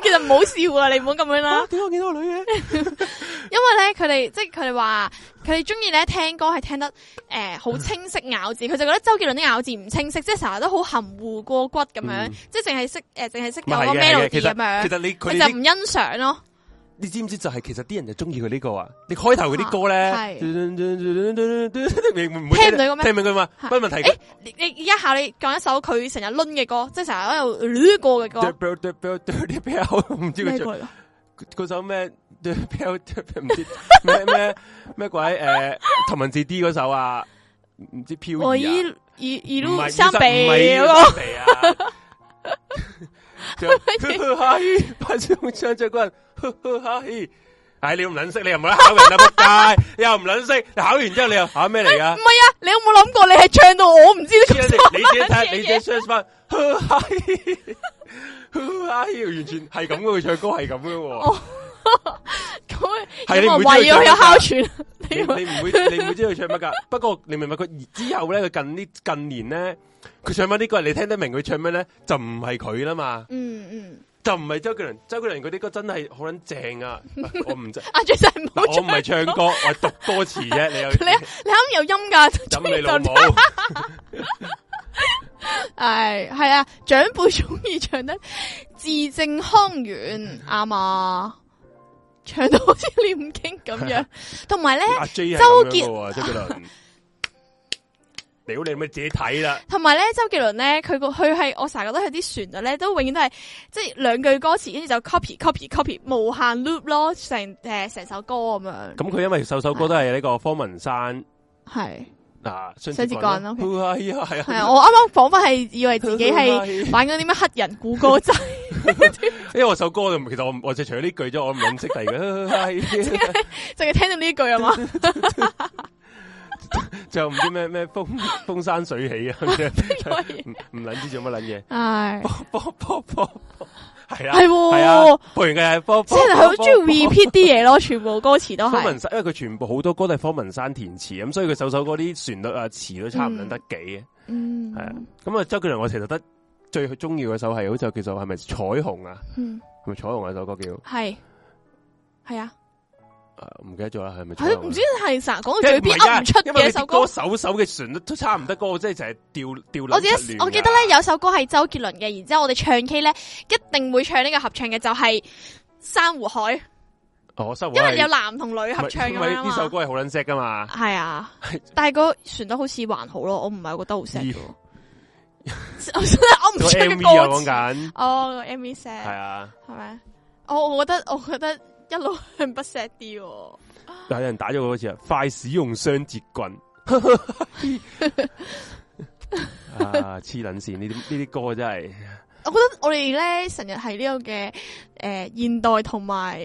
Speaker 1: 其實唔好笑 [laughs] 啊，你唔好咁樣啦
Speaker 2: 啊。點解我見到個
Speaker 1: [laughs]
Speaker 2: 女嘅？
Speaker 1: 因為咧，佢哋即係佢哋話，佢哋中意咧聽歌係聽得诶好、清晰咬字，佢就覺得周杰倫啲咬字唔清晰，即係成日都好含糊過骨咁樣，
Speaker 2: 嗯
Speaker 1: 即係淨係識诶，净系识有
Speaker 2: 唔係
Speaker 1: 個
Speaker 2: 嘅係嘅，
Speaker 1: melody
Speaker 2: 其實
Speaker 1: 咁樣，
Speaker 2: 其實你佢
Speaker 1: 佢
Speaker 2: 哋
Speaker 1: 就
Speaker 2: 啲
Speaker 1: 唔欣賞咯。
Speaker 2: 你知唔知就係其實啲人就中意佢呢個啊？你開頭嗰啲歌咧
Speaker 1: 係，
Speaker 2: 你唔會
Speaker 1: 聽唔到嘅咩
Speaker 2: 聽唔到佢嘛？
Speaker 1: 係
Speaker 2: 乜問題㗎？
Speaker 1: 誒你你而家考你講一首佢成日抡嘅歌，即係成日喺度捋過嘅歌，
Speaker 2: [laughs] 唔知佢
Speaker 1: 咩
Speaker 2: 做
Speaker 1: 歌嚟㗎
Speaker 2: 嗰首咩唔知咩咩咩鬼诶，唐文字 D 嗰首啊，唔知飄
Speaker 1: 我
Speaker 2: 移啊
Speaker 1: 以以以
Speaker 2: 唔
Speaker 1: 路
Speaker 2: 係
Speaker 1: 相比
Speaker 2: 唔係
Speaker 1: 嗰
Speaker 2: 要
Speaker 1: 個
Speaker 2: 相比啊！呵呵哈嘿，拍住唱着嗰人，呵呵哈嘿。唉，你又唔捻识，你又唔捻考人啦，仆街！你又唔捻识，你考完之後你又考咩嚟噶？
Speaker 1: 你有冇諗過你係唱到我唔知呢
Speaker 2: 知
Speaker 1: 個
Speaker 2: 啦
Speaker 1: 歌
Speaker 2: 你你自己
Speaker 1: 乜
Speaker 2: 睇，
Speaker 1: 嘢
Speaker 2: 你自己 search 翻，呵呵嘿，呵呵嘿，完全係咁嘅，佢唱歌係咁嘅喎。
Speaker 1: 咁
Speaker 2: 係
Speaker 1: 有
Speaker 2: 你唔
Speaker 1: 冇
Speaker 2: 會
Speaker 1: 人話
Speaker 2: 知
Speaker 1: 要
Speaker 2: 道佢
Speaker 1: 有
Speaker 2: 唱
Speaker 1: 哮喘？啊你
Speaker 2: 你你
Speaker 1: 以為
Speaker 2: 唔會你唔會知道佢唱乜噶？不過你明唔明佢之後咧，佢近呢近年咧，佢唱翻啲歌，你聽得明佢唱咩咧？就唔係佢啦嘛，
Speaker 1: 嗯嗯，
Speaker 2: 就唔係周杰倫。周杰倫嗰啲歌真係好撚正
Speaker 1: [laughs]
Speaker 2: 啊！我唔知，
Speaker 1: 阿 J 真係唔好
Speaker 2: 嗱我唔係
Speaker 1: 唱
Speaker 2: 唱歌，我 [laughs] 係讀歌詞啫。你有
Speaker 1: [laughs] 你你啱有音噶，
Speaker 2: 飲你
Speaker 1: [laughs]
Speaker 2: 老母，
Speaker 1: 系系啊，长辈中意唱得字正腔圆啊嘛，唱到好似念经咁
Speaker 2: [laughs]
Speaker 1: 样，同埋咧，
Speaker 2: 阿 J 係
Speaker 1: 周
Speaker 2: 咁
Speaker 1: 杰
Speaker 2: 樣嘅喎，周杰倫。屌你咪自己睇啦！
Speaker 1: 同埋咧，周杰伦咧，佢個佢系我成日觉得佢啲旋律咧，都永远都系即系两句歌词，跟住就 copy copy copy 无限 loop 咯，成诶成首歌咁样，
Speaker 2: 咁佢因為首首歌都係呢個方文山
Speaker 1: 系
Speaker 2: 啊，雙
Speaker 1: 雙截棍咯
Speaker 2: 係啊係啊
Speaker 1: 系啊，我啱啱仿佛系以为自己
Speaker 2: 啊
Speaker 1: 系玩緊啲咩黑人估歌 [laughs] 仔，
Speaker 2: 因为我首歌我就其实我唔我就除咗呢句啫，我唔捻识第二 [laughs]
Speaker 1: [laughs]
Speaker 2: 个，
Speaker 1: 淨係聽到呢句
Speaker 2: [laughs]
Speaker 1: 啊嘛，
Speaker 2: 就唔知咩咩風風山水起啊，咁樣唔唔捻知做乜捻
Speaker 1: 唉。
Speaker 2: 嘢，波波波波，系啊
Speaker 1: 係喎
Speaker 2: 系啊，播完嘅系波，
Speaker 1: 即係佢好中意 repeat 啲嘢咯，全部歌詞都
Speaker 2: 方
Speaker 1: 係。
Speaker 2: 文山，因为佢全部好多歌都系方文山填词咁，所以佢首首歌啲旋律啊詞都差唔捻得幾嘅，
Speaker 1: 嗯，
Speaker 2: 係啊咁啊周杰倫我其實得最中意嗰首係好似叫做係咪彩虹啊，
Speaker 1: 嗯，
Speaker 2: 係咪彩虹啊首歌叫，
Speaker 1: 係係啊，
Speaker 2: 啊唔記得咗啦，係咪彩
Speaker 1: 佢
Speaker 2: 虹
Speaker 1: 都
Speaker 2: 啊？
Speaker 1: 唔知係成日講到
Speaker 2: 因為
Speaker 1: 嘴
Speaker 2: 唔係
Speaker 1: 邊
Speaker 2: 㗎
Speaker 1: 噏唔出
Speaker 2: 因為
Speaker 1: 嘅
Speaker 2: 佢
Speaker 1: 一首
Speaker 2: 啲
Speaker 1: 歌
Speaker 2: 歌。手手嘅旋律都差唔多歌，即係就係調調
Speaker 1: 我記
Speaker 2: 啊
Speaker 1: 得我記得咧有首歌係周杰倫嘅，然之后我哋唱 K 咧一定會唱呢個合唱嘅，就係珊瑚海》，
Speaker 2: 我收
Speaker 1: 因為有男同女合唱咁
Speaker 2: 啊因
Speaker 1: 樣
Speaker 2: 為
Speaker 1: 啊
Speaker 2: 呢首
Speaker 1: 嘛。
Speaker 2: 歌係好撚識噶嘛，
Speaker 1: 係啊，但係個旋律好似還好咯，我唔係覺得好識
Speaker 2: 咦
Speaker 1: 喎。 [laughs] 我真係我唔
Speaker 2: 個
Speaker 1: 識
Speaker 2: M
Speaker 1: 嘅
Speaker 2: V
Speaker 1: 歌
Speaker 2: 啊講
Speaker 1: 詞。 [laughs]
Speaker 2: 緊
Speaker 1: 哦，個 M V 石
Speaker 2: 係啊，
Speaker 1: 係咪？我我覺得我覺得一路向不石啲喎。
Speaker 2: [laughs] 啊有人打咗我嗰次啊，快使用雙截棍，啊，黐捻线呢啲呢啲歌真系
Speaker 1: 我覺得我哋咧成日係呢個嘅诶、呃、現代同埋 [laughs]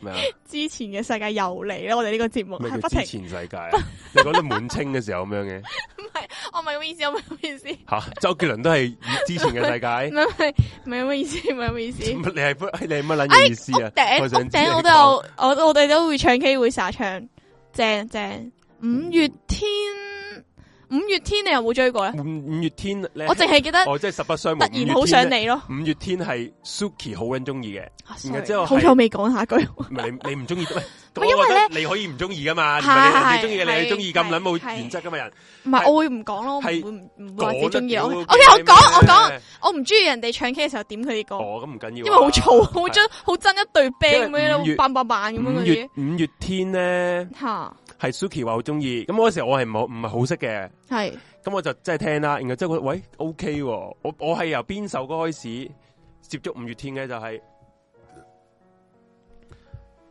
Speaker 2: 咩啊？
Speaker 1: 之前嘅世界遊離咧，我哋呢個節目
Speaker 2: 咩
Speaker 1: 係
Speaker 2: 叫
Speaker 1: 不
Speaker 2: 之
Speaker 1: 停，
Speaker 2: 前世界啊？你講到滿清嘅時候咁樣
Speaker 1: [laughs]
Speaker 2: 嘅
Speaker 1: 哦我唔係咁意思，我唔係咁意思，
Speaker 2: 吓，周杰倫都係之前嘅
Speaker 1: [laughs]
Speaker 2: 世
Speaker 1: 唔
Speaker 2: 界。
Speaker 1: 係唔係唔係咁意思，唔係咁意
Speaker 2: [laughs]
Speaker 1: 思。
Speaker 2: 你係不你係乜撚嘢意思
Speaker 1: 屋
Speaker 2: 啊？
Speaker 1: 頂
Speaker 2: 想
Speaker 1: 屋
Speaker 2: 知你
Speaker 1: 頂我都有
Speaker 2: 講，
Speaker 1: 我我哋都會唱 K 會撒唱，正正。五月天，五月天你有冇追過咧？
Speaker 2: 五五月天
Speaker 1: 啊
Speaker 2: 咧，
Speaker 1: 我淨係記得
Speaker 2: 我真係實不相瞞。
Speaker 1: 突然好想你咯。
Speaker 2: 五月天呢。五月天係 Suki 好撚中意嘅，
Speaker 1: 啊
Speaker 2: 然
Speaker 1: sorry，
Speaker 2: 後之後係
Speaker 1: 好彩未講下句。
Speaker 2: 唔係你你唔中意，喂，
Speaker 1: 唔係因為
Speaker 2: 咁我覺得你可以唔中意噶嘛，唔
Speaker 1: 係
Speaker 2: 係你你中意嘅，
Speaker 1: 係
Speaker 2: 你中意咁撚
Speaker 1: 係
Speaker 2: 冇原則噶嘛人。
Speaker 1: 唔係
Speaker 2: 係
Speaker 1: 我會唔講咯，唔會
Speaker 2: 係
Speaker 1: 唔唔會話自己
Speaker 2: 講得
Speaker 1: 中意我。
Speaker 2: 屌
Speaker 1: O K，我講我講，
Speaker 2: 咩
Speaker 1: 我唔中意人哋唱 K 嘅時候點佢啲歌，
Speaker 2: 哦，咁唔緊要啊，
Speaker 1: 因為好嘈，好憎好憎一對 band
Speaker 2: 因
Speaker 1: 咁
Speaker 2: 為五
Speaker 1: 樣
Speaker 2: 月
Speaker 1: 扮扮扮咁樣
Speaker 2: 五
Speaker 1: 嗰
Speaker 2: 月
Speaker 1: 啲
Speaker 2: 五月天咧，
Speaker 1: 吓
Speaker 2: 係 Suki 話好中意，咁嗰時我係冇唔係好識嘅，
Speaker 1: 係
Speaker 2: 咁我就真係聽啦，然後之後覺得喂 OK 喎，我我係由邊首歌開始接觸五月天嘅就係、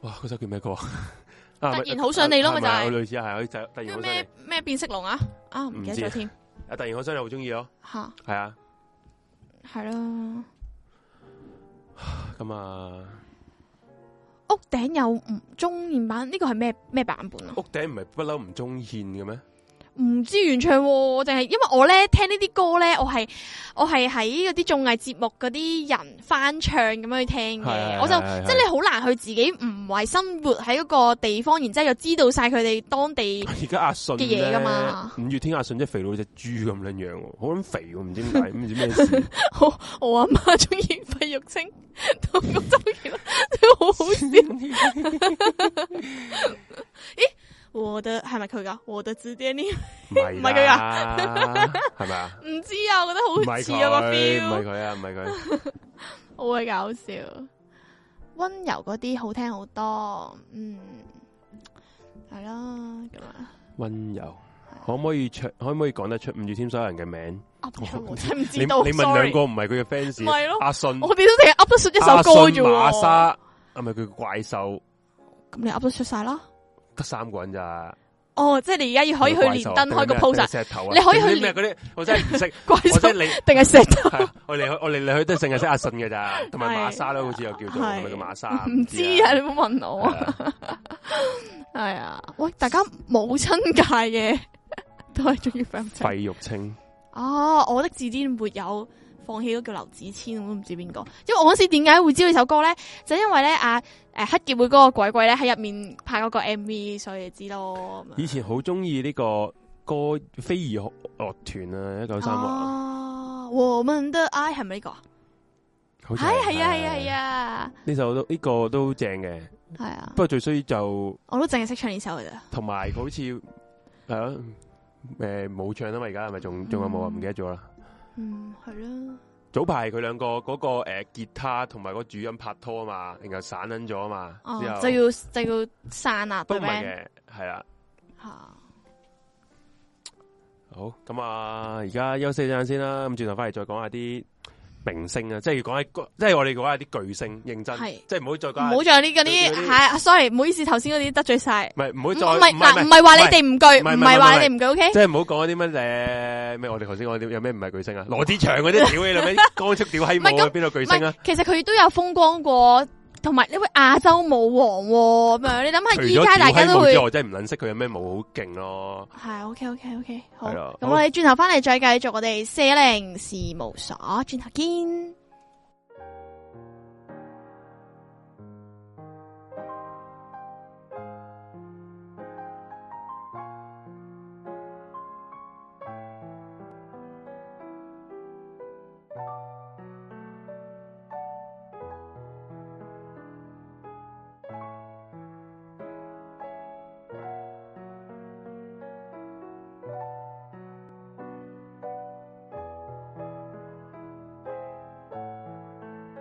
Speaker 2: 哇嗰首叫咩歌 [laughs] 啊？啊
Speaker 1: 突然好想你咯咪就係
Speaker 2: 係類似係，好似就係突然好想
Speaker 1: 咩
Speaker 2: 你，
Speaker 1: 咩變色龍啊啊唔記得
Speaker 2: 唔知啊
Speaker 1: 咗添
Speaker 2: 啊突然好想你好中意咯，
Speaker 1: 吓
Speaker 2: 係啊，
Speaker 1: 係啦。
Speaker 2: 咁啊
Speaker 1: 屋頂有唔中年版呢個係咩咩版本啊？
Speaker 2: 屋頂唔係不嬲唔中獻嘅咩？
Speaker 1: 唔知原唱喎，我淨係因為我咧聽呢啲歌咧，我係我係喺嗰啲綜藝節目嗰啲人翻唱咁樣去聽嘅，我就。即係你好難去自己唔係生活喺嗰個地方，然之後又知道晒佢哋當地
Speaker 2: 而家阿信
Speaker 1: 嘅嘢㗎嘛
Speaker 2: 咧，五月天阿信即係肥到只豬咁樣樣喎，好撚肥喎，唔
Speaker 1: [laughs]
Speaker 2: 知點解，唔知咩事。
Speaker 1: 我阿媽中意費玉清同個周杰倫，都好啊好笑。我的係咪佢㗎？我的字典呢？
Speaker 2: 唔係
Speaker 1: 唔係佢
Speaker 2: 啊，係咪啊？
Speaker 1: 唔知啊，我
Speaker 2: 唔
Speaker 1: 覺得好
Speaker 2: 係
Speaker 1: 似
Speaker 2: 佢，
Speaker 1: 啊個
Speaker 2: 唔係
Speaker 1: feel，
Speaker 2: 佢啊，唔係佢。
Speaker 1: 好鬼搞笑。温柔嗰啲好聽好多，嗯，係啦咁啊，
Speaker 2: 温柔，可唔可以唱？可唔可以講得出五月天所有人嘅名？
Speaker 1: 噏唔出我真係唔
Speaker 2: 哦你
Speaker 1: 知
Speaker 2: 你
Speaker 1: 道。
Speaker 2: 問兩
Speaker 1: sorry
Speaker 2: 個唔係佢嘅 fans，
Speaker 1: 唔係咯
Speaker 2: 阿信，
Speaker 1: 我哋都淨係噏得出一
Speaker 2: 阿
Speaker 1: 首
Speaker 2: 信
Speaker 1: 歌啫
Speaker 2: 馬
Speaker 1: 喎。
Speaker 2: 莎係咪佢怪獸？
Speaker 1: 咁你噏得出晒啦。
Speaker 2: 得三個人咋？
Speaker 1: 哦，即係你而家要可以去連登開個 post 啊
Speaker 2: 石頭啊！
Speaker 1: 你可以去
Speaker 2: 定啲咩
Speaker 1: 連
Speaker 2: 嗰啲？我
Speaker 1: [laughs]
Speaker 2: 真係唔識，
Speaker 1: 怪
Speaker 2: 我
Speaker 1: 獸
Speaker 2: 真係你。
Speaker 1: 定係石頭？
Speaker 2: 係啊我哋我哋嚟去都淨係識阿信嘅咋，同埋馬莎啦，好似又叫做
Speaker 1: 係
Speaker 2: 係咪叫馬莎？
Speaker 1: 唔知
Speaker 2: [laughs]
Speaker 1: 啊，你唔好問我
Speaker 2: 係
Speaker 1: 啊。
Speaker 2: 啊，
Speaker 1: 係啊，喂，大家母親界嘅 [laughs] 都係中意 f r
Speaker 2: 費玉清
Speaker 1: 哦，我的字典沒有放棄嗰叫劉子千，我都唔知邊個。因為我嗰時點解會知道呢首歌咧，就因為咧啊誒黑傑會嗰個鬼鬼咧喺入面拍嗰個 MV，所以就知咯。咁樣
Speaker 2: 以前好中意呢個歌飛兒樂團啊，一九三六，
Speaker 1: 哦，我們的愛係咪呢個啊？
Speaker 2: 好似
Speaker 1: 係係啊係啊係，啊
Speaker 2: 呢首都呢個都正嘅，
Speaker 1: 係啊
Speaker 2: 不！過最衰就
Speaker 1: 我都淨係識唱呢首嘅咋。
Speaker 2: 同埋好似係咯，誒冇唱啊嘛，而家係咪仲仲有冇啊？
Speaker 1: 嗯
Speaker 2: 唔記得咗啦。
Speaker 1: 嗯，係啦。
Speaker 2: 早排佢兩個嗰個誒吉他同埋個主音拍拖啊嘛，然後散撚咗啊嘛，
Speaker 1: 哦
Speaker 2: 之後，
Speaker 1: 就要就要散啦，
Speaker 2: 都
Speaker 1: 對
Speaker 2: 唔
Speaker 1: band
Speaker 2: 係嘅，啊係啦。
Speaker 1: 吓。
Speaker 2: 好，咁啊，而家休息一陣先啦，咁轉頭翻嚟再講下啲明星啊，即係要講下，即係我哋講下啲巨星，認真，
Speaker 1: 係
Speaker 2: 即係唔好再
Speaker 1: 唔
Speaker 2: 講
Speaker 1: 好
Speaker 2: 下，
Speaker 1: 再呢嗰
Speaker 2: 嗰
Speaker 1: 啲
Speaker 2: 啲
Speaker 1: 係啊，sorry，唔好意思，頭先嗰啲得罪晒。
Speaker 2: 唔係唔
Speaker 1: 唔
Speaker 2: 好再，
Speaker 1: 係嗱，唔係話你，哋唔
Speaker 2: 唔
Speaker 1: 句，
Speaker 2: 係
Speaker 1: 唔
Speaker 2: 唔係
Speaker 1: 係話你哋
Speaker 2: 唔
Speaker 1: 唔句，OK？
Speaker 2: 即係唔好講嗰啲乜誒咩，我哋頭先講啲有咩唔係巨星啊，羅志祥嗰啲屌
Speaker 1: [laughs]
Speaker 2: 你老味，光速屌閪
Speaker 1: 唔係
Speaker 2: 舞啊，
Speaker 1: 咁
Speaker 2: 邊個巨
Speaker 1: 唔
Speaker 2: 星啊
Speaker 1: 係？，其實佢都有風光過，同埋呢位亞洲舞王喎咁樣。你諗
Speaker 2: 除
Speaker 1: 下，
Speaker 2: 咗
Speaker 1: 依
Speaker 2: 屌
Speaker 1: 家大家
Speaker 2: 閪
Speaker 1: 都
Speaker 2: 舞
Speaker 1: 會
Speaker 2: 之外，我真係唔撚識佢有咩舞好勁咯。
Speaker 1: 係 OK OK OK，好。
Speaker 2: 係啦
Speaker 1: 咁
Speaker 2: 好
Speaker 1: 我哋轉頭翻嚟再繼續我哋四零事務所，轉頭見。
Speaker 3: Hãy subscribe cho kênh Ghiền Mì Gõ Để không bỏ lỡ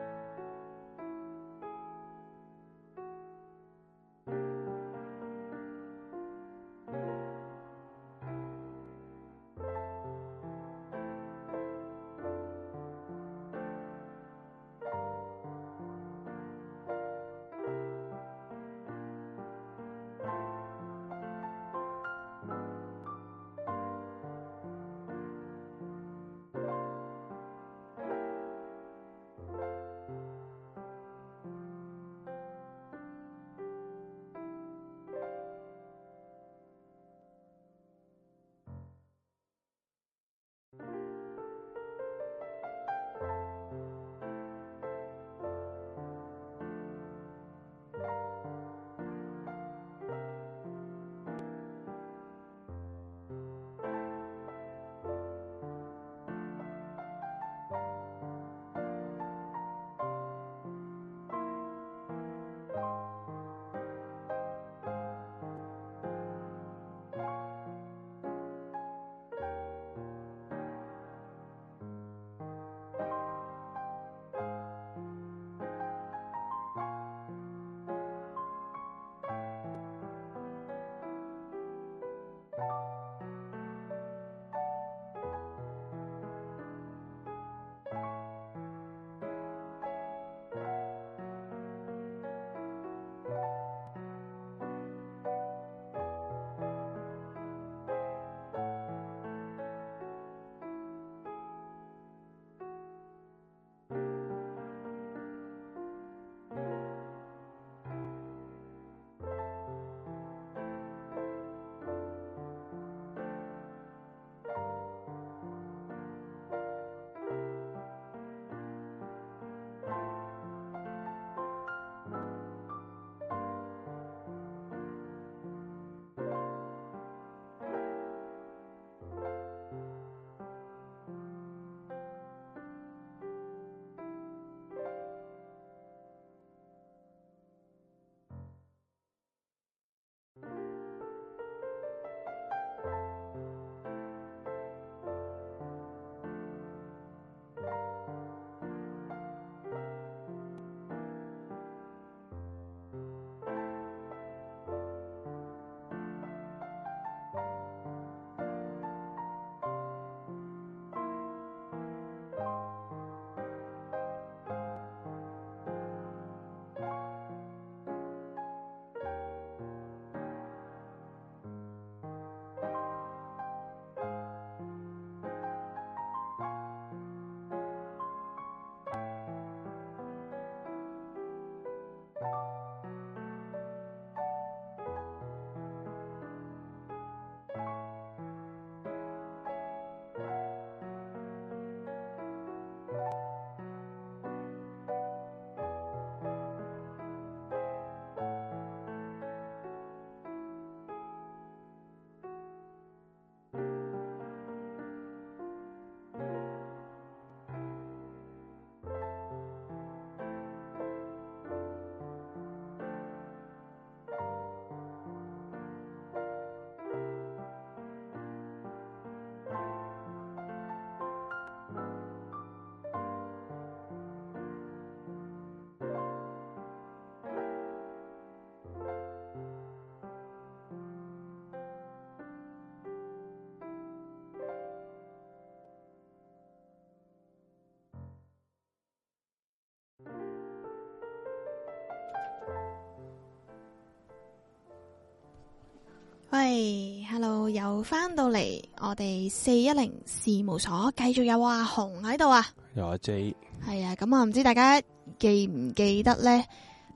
Speaker 1: 喂，Hello，又翻到嚟我哋四一零事務所，繼續有阿紅喺度啊！
Speaker 2: 又阿 J，
Speaker 1: 系啊，咁啊，唔知大家記唔記得咧？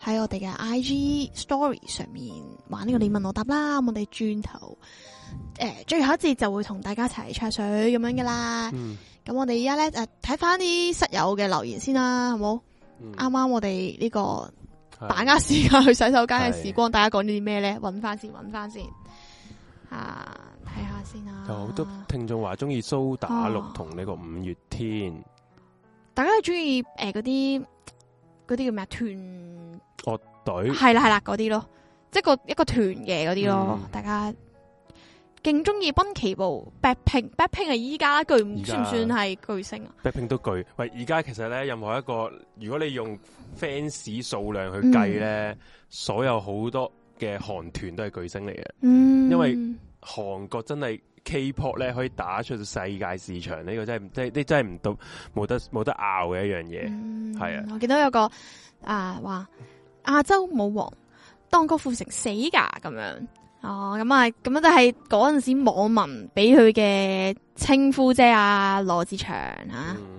Speaker 1: 喺我哋嘅 I G Story 上面玩呢個你問我答啦，咁我哋轉頭诶、誒最後一節就會同大家一齊吹水咁樣噶啦。
Speaker 2: 嗯，
Speaker 1: 咁我哋而家咧诶睇翻啲室友嘅留言先啦，好冇？
Speaker 2: 嗯
Speaker 1: 啱啱我哋呢個
Speaker 2: 啱
Speaker 1: 把握時間去洗手間嘅
Speaker 2: 係
Speaker 1: 時光，大家講咗啲咩咧？揾翻先，揾翻先啊，睇下先啊。
Speaker 2: 有好多聽眾話中意蘇打綠
Speaker 1: 哦
Speaker 2: 同呢個五月天
Speaker 1: 大家中意诶嗰啲嗰啲叫咩啊？團
Speaker 2: 樂隊，
Speaker 1: 系啦系啦嗰啲咯，即系个一个团嘅嗰啲咯，
Speaker 2: 嗯
Speaker 1: 大家勁中意滨崎步、Blackpink，Blackpink 係依家巨唔
Speaker 2: 依
Speaker 1: 算
Speaker 2: 家
Speaker 1: 唔算係巨星啊？
Speaker 2: Blackpink 都巨，喂！而家其實咧，任何一個如果你用 fans 數量去計咧，
Speaker 1: 嗯
Speaker 2: 所有好多嘅韓團都係巨星嚟嘅。
Speaker 1: 嗯，
Speaker 2: 因為韓國真係 K-pop 咧，可以打出世界市場，呢、個真係真係呢真係唔到冇得冇得拗嘅一樣嘢。
Speaker 1: 嗯
Speaker 2: 係啊
Speaker 1: 我見到有個啊話亞洲舞王當郭富城死㗎咁樣。哦，咁啊，咁啊，都係嗰陣時網民俾佢嘅稱呼啫啊，羅志祥啊，
Speaker 2: 嗯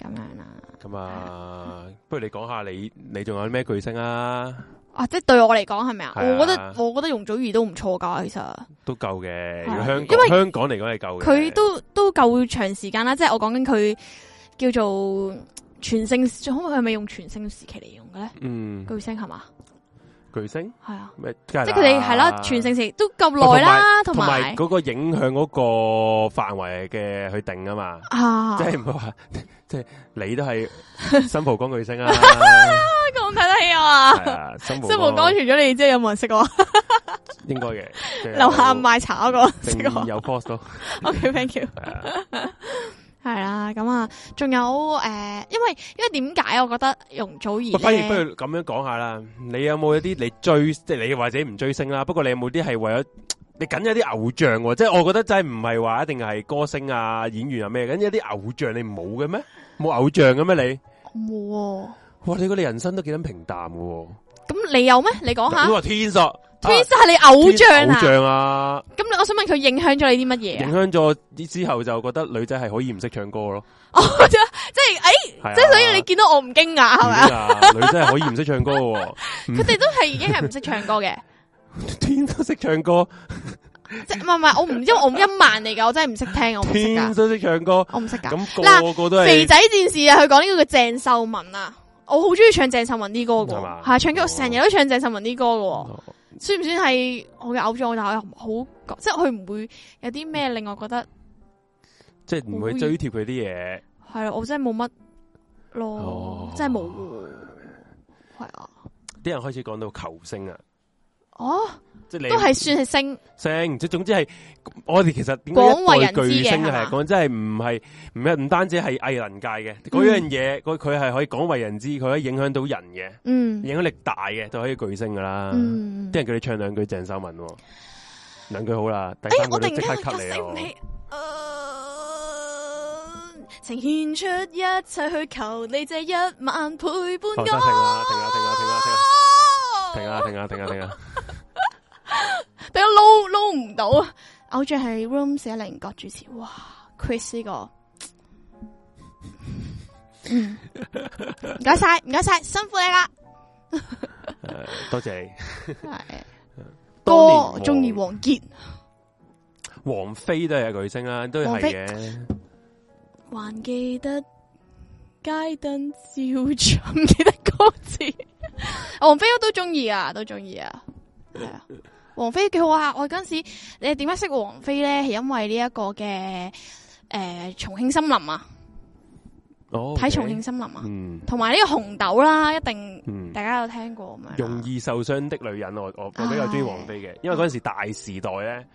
Speaker 1: 咁樣啦、
Speaker 2: 咁啊，不如你講下你你仲有咩巨星啊？
Speaker 1: 啊，即系对我嚟講係咪啊？
Speaker 2: 係啊
Speaker 1: 我覺得我覺得容祖兒都唔錯㗎，其實。
Speaker 2: 都夠嘅，
Speaker 1: 係
Speaker 2: 如果香
Speaker 1: 啊因為
Speaker 2: 港香港嚟講係夠嘅。
Speaker 1: 佢都都夠長時間啦，即係我講緊佢叫做全盛，可唔可以係咪用全盛時期嚟用嘅咧？
Speaker 2: 嗯
Speaker 1: 巨星係嘛？
Speaker 2: 巨星
Speaker 1: 係啊，
Speaker 2: 咩？
Speaker 1: 即
Speaker 2: 即
Speaker 1: 係佢哋係啦，全盛時期都夠耐啦，同
Speaker 2: 同埋
Speaker 1: 埋
Speaker 2: 嗰個影響嗰個範圍嘅去定啊嘛，
Speaker 1: 啊，
Speaker 2: 即係唔好話，即係你都係新蒲江巨星啊，
Speaker 1: 咁睇得起我啊！
Speaker 2: 係啊，新蒲
Speaker 1: 新蒲江除咗你之後，有冇人識我？
Speaker 2: 應該嘅，即係有
Speaker 1: 樓下賣茶嗰個識
Speaker 2: 正
Speaker 1: 我
Speaker 2: 義有 force 都
Speaker 1: ？OK，thank you。
Speaker 2: 係啊
Speaker 1: 係啦，咁啊，仲有诶，因為因為點解我覺得容祖兒
Speaker 2: 不反而不
Speaker 1: 咧？
Speaker 2: 如咁樣講下啦，你有冇一啲你追，即係你或者唔追星啦？不過你有冇啲係為咗？你緊有啲偶像喎，即係我覺得真係唔係話一定係歌星啊、演員啊咩，緊有啲偶像你冇嘅咩？冇偶像嘅咩你？
Speaker 1: 冇喎，
Speaker 2: 哇！你個你人生都幾咁平淡嘅喎、
Speaker 1: 咁你有咩？你講下
Speaker 2: 你話天煞，
Speaker 1: ，Twins
Speaker 2: 啊
Speaker 1: 係你偶像
Speaker 2: 偶
Speaker 1: 啊？
Speaker 2: 像啊，
Speaker 1: 咁你我想問佢影響咗你啲乜嘢啊
Speaker 2: 影？響咗之後就覺得女仔係可以唔識唱歌咯，
Speaker 1: 即系诶，
Speaker 2: 係
Speaker 1: 即系所以你见到我唔惊讶系咪啊？
Speaker 2: 啊？女仔係可以唔識唱歌
Speaker 1: [laughs]
Speaker 2: 喎，唔
Speaker 1: 佢哋都系已经系唔识唱歌嘅， [laughs]
Speaker 2: 天都識唱歌，
Speaker 1: 即系唔系唔系，我唔知我音慢嚟噶，我真系唔识听，我唔识
Speaker 2: 天
Speaker 1: 噶，
Speaker 2: 都識唱歌，
Speaker 1: 我唔识噶。
Speaker 2: 咁
Speaker 1: 嗱
Speaker 2: 個個都
Speaker 1: 肥
Speaker 2: 係
Speaker 1: 仔战士啊，佢讲呢个叫郑秀文啊，我好中意唱郑秀文啲歌
Speaker 2: 係
Speaker 1: 噶
Speaker 2: 嘛，
Speaker 1: 系唱歌成日都唱郑秀文啲歌噶，
Speaker 2: 哦
Speaker 1: 算唔算系我嘅偶像？但系我又好即系佢唔会有啲咩令我觉得
Speaker 2: 即係唔會追貼佢啲嘢。
Speaker 1: 系咯，我真系冇乜咯
Speaker 2: 哦，
Speaker 1: 真系冇喎，系啊，
Speaker 2: 啲人開始講到球星啊，
Speaker 1: 哦，
Speaker 2: 即係你
Speaker 1: 都系算系星，
Speaker 2: 星，即係總之係我哋其實點解一代巨星
Speaker 1: 廣為人知嘅係嘛
Speaker 2: 係講真係唔係唔係唔單止係藝能界嘅嗰樣嘢，佢佢係可以廣為人知，佢可以影響到人嘅，
Speaker 1: 嗯
Speaker 2: 影響力大嘅就可以巨星噶啦。啲
Speaker 1: 嗯。
Speaker 2: 人叫你唱兩句鄭秀文喎，兩句好啦，第
Speaker 1: 哎呀
Speaker 2: 三，句
Speaker 1: 我突
Speaker 2: 都
Speaker 1: 然
Speaker 2: 即
Speaker 1: 間
Speaker 2: 刻
Speaker 1: 我
Speaker 2: cut 你
Speaker 1: 醒唔
Speaker 2: 喎
Speaker 1: 起，呃呈現出一切去求你這一晚陪伴我。
Speaker 2: 哦停啦停啦停啦停啦停啦停啊停啊停啊停啊！
Speaker 1: 等我撈撈唔到啊！偶像係 Room 四一零個主持，哇，Chris 呢個，嗯唔該晒，唔該晒，辛苦你啦。
Speaker 2: [laughs] 誒多謝你。當年
Speaker 1: 歌中意王傑，
Speaker 2: 王菲都係巨星啦，都
Speaker 1: 王
Speaker 2: 係
Speaker 1: 菲
Speaker 2: 嘅。
Speaker 1: 還記得街燈照著，唔記得歌詞。 [laughs] 王菲我都中意啊，都中意啊，系啊。王菲幾好啊！我嗰阵时，你點解識王菲咧？係因為呢一個嘅诶、呃重慶森林啊，
Speaker 2: 哦，
Speaker 1: 睇
Speaker 2: OK
Speaker 1: 重慶森林啊，
Speaker 2: 嗯
Speaker 1: 同埋呢個紅豆啦，一定
Speaker 2: 嗯，
Speaker 1: 大家有聽過咁樣
Speaker 2: 容
Speaker 1: 啦。
Speaker 2: 易受傷的女人，我我我比較中意王菲嘅，因為嗰阵时大時代咧，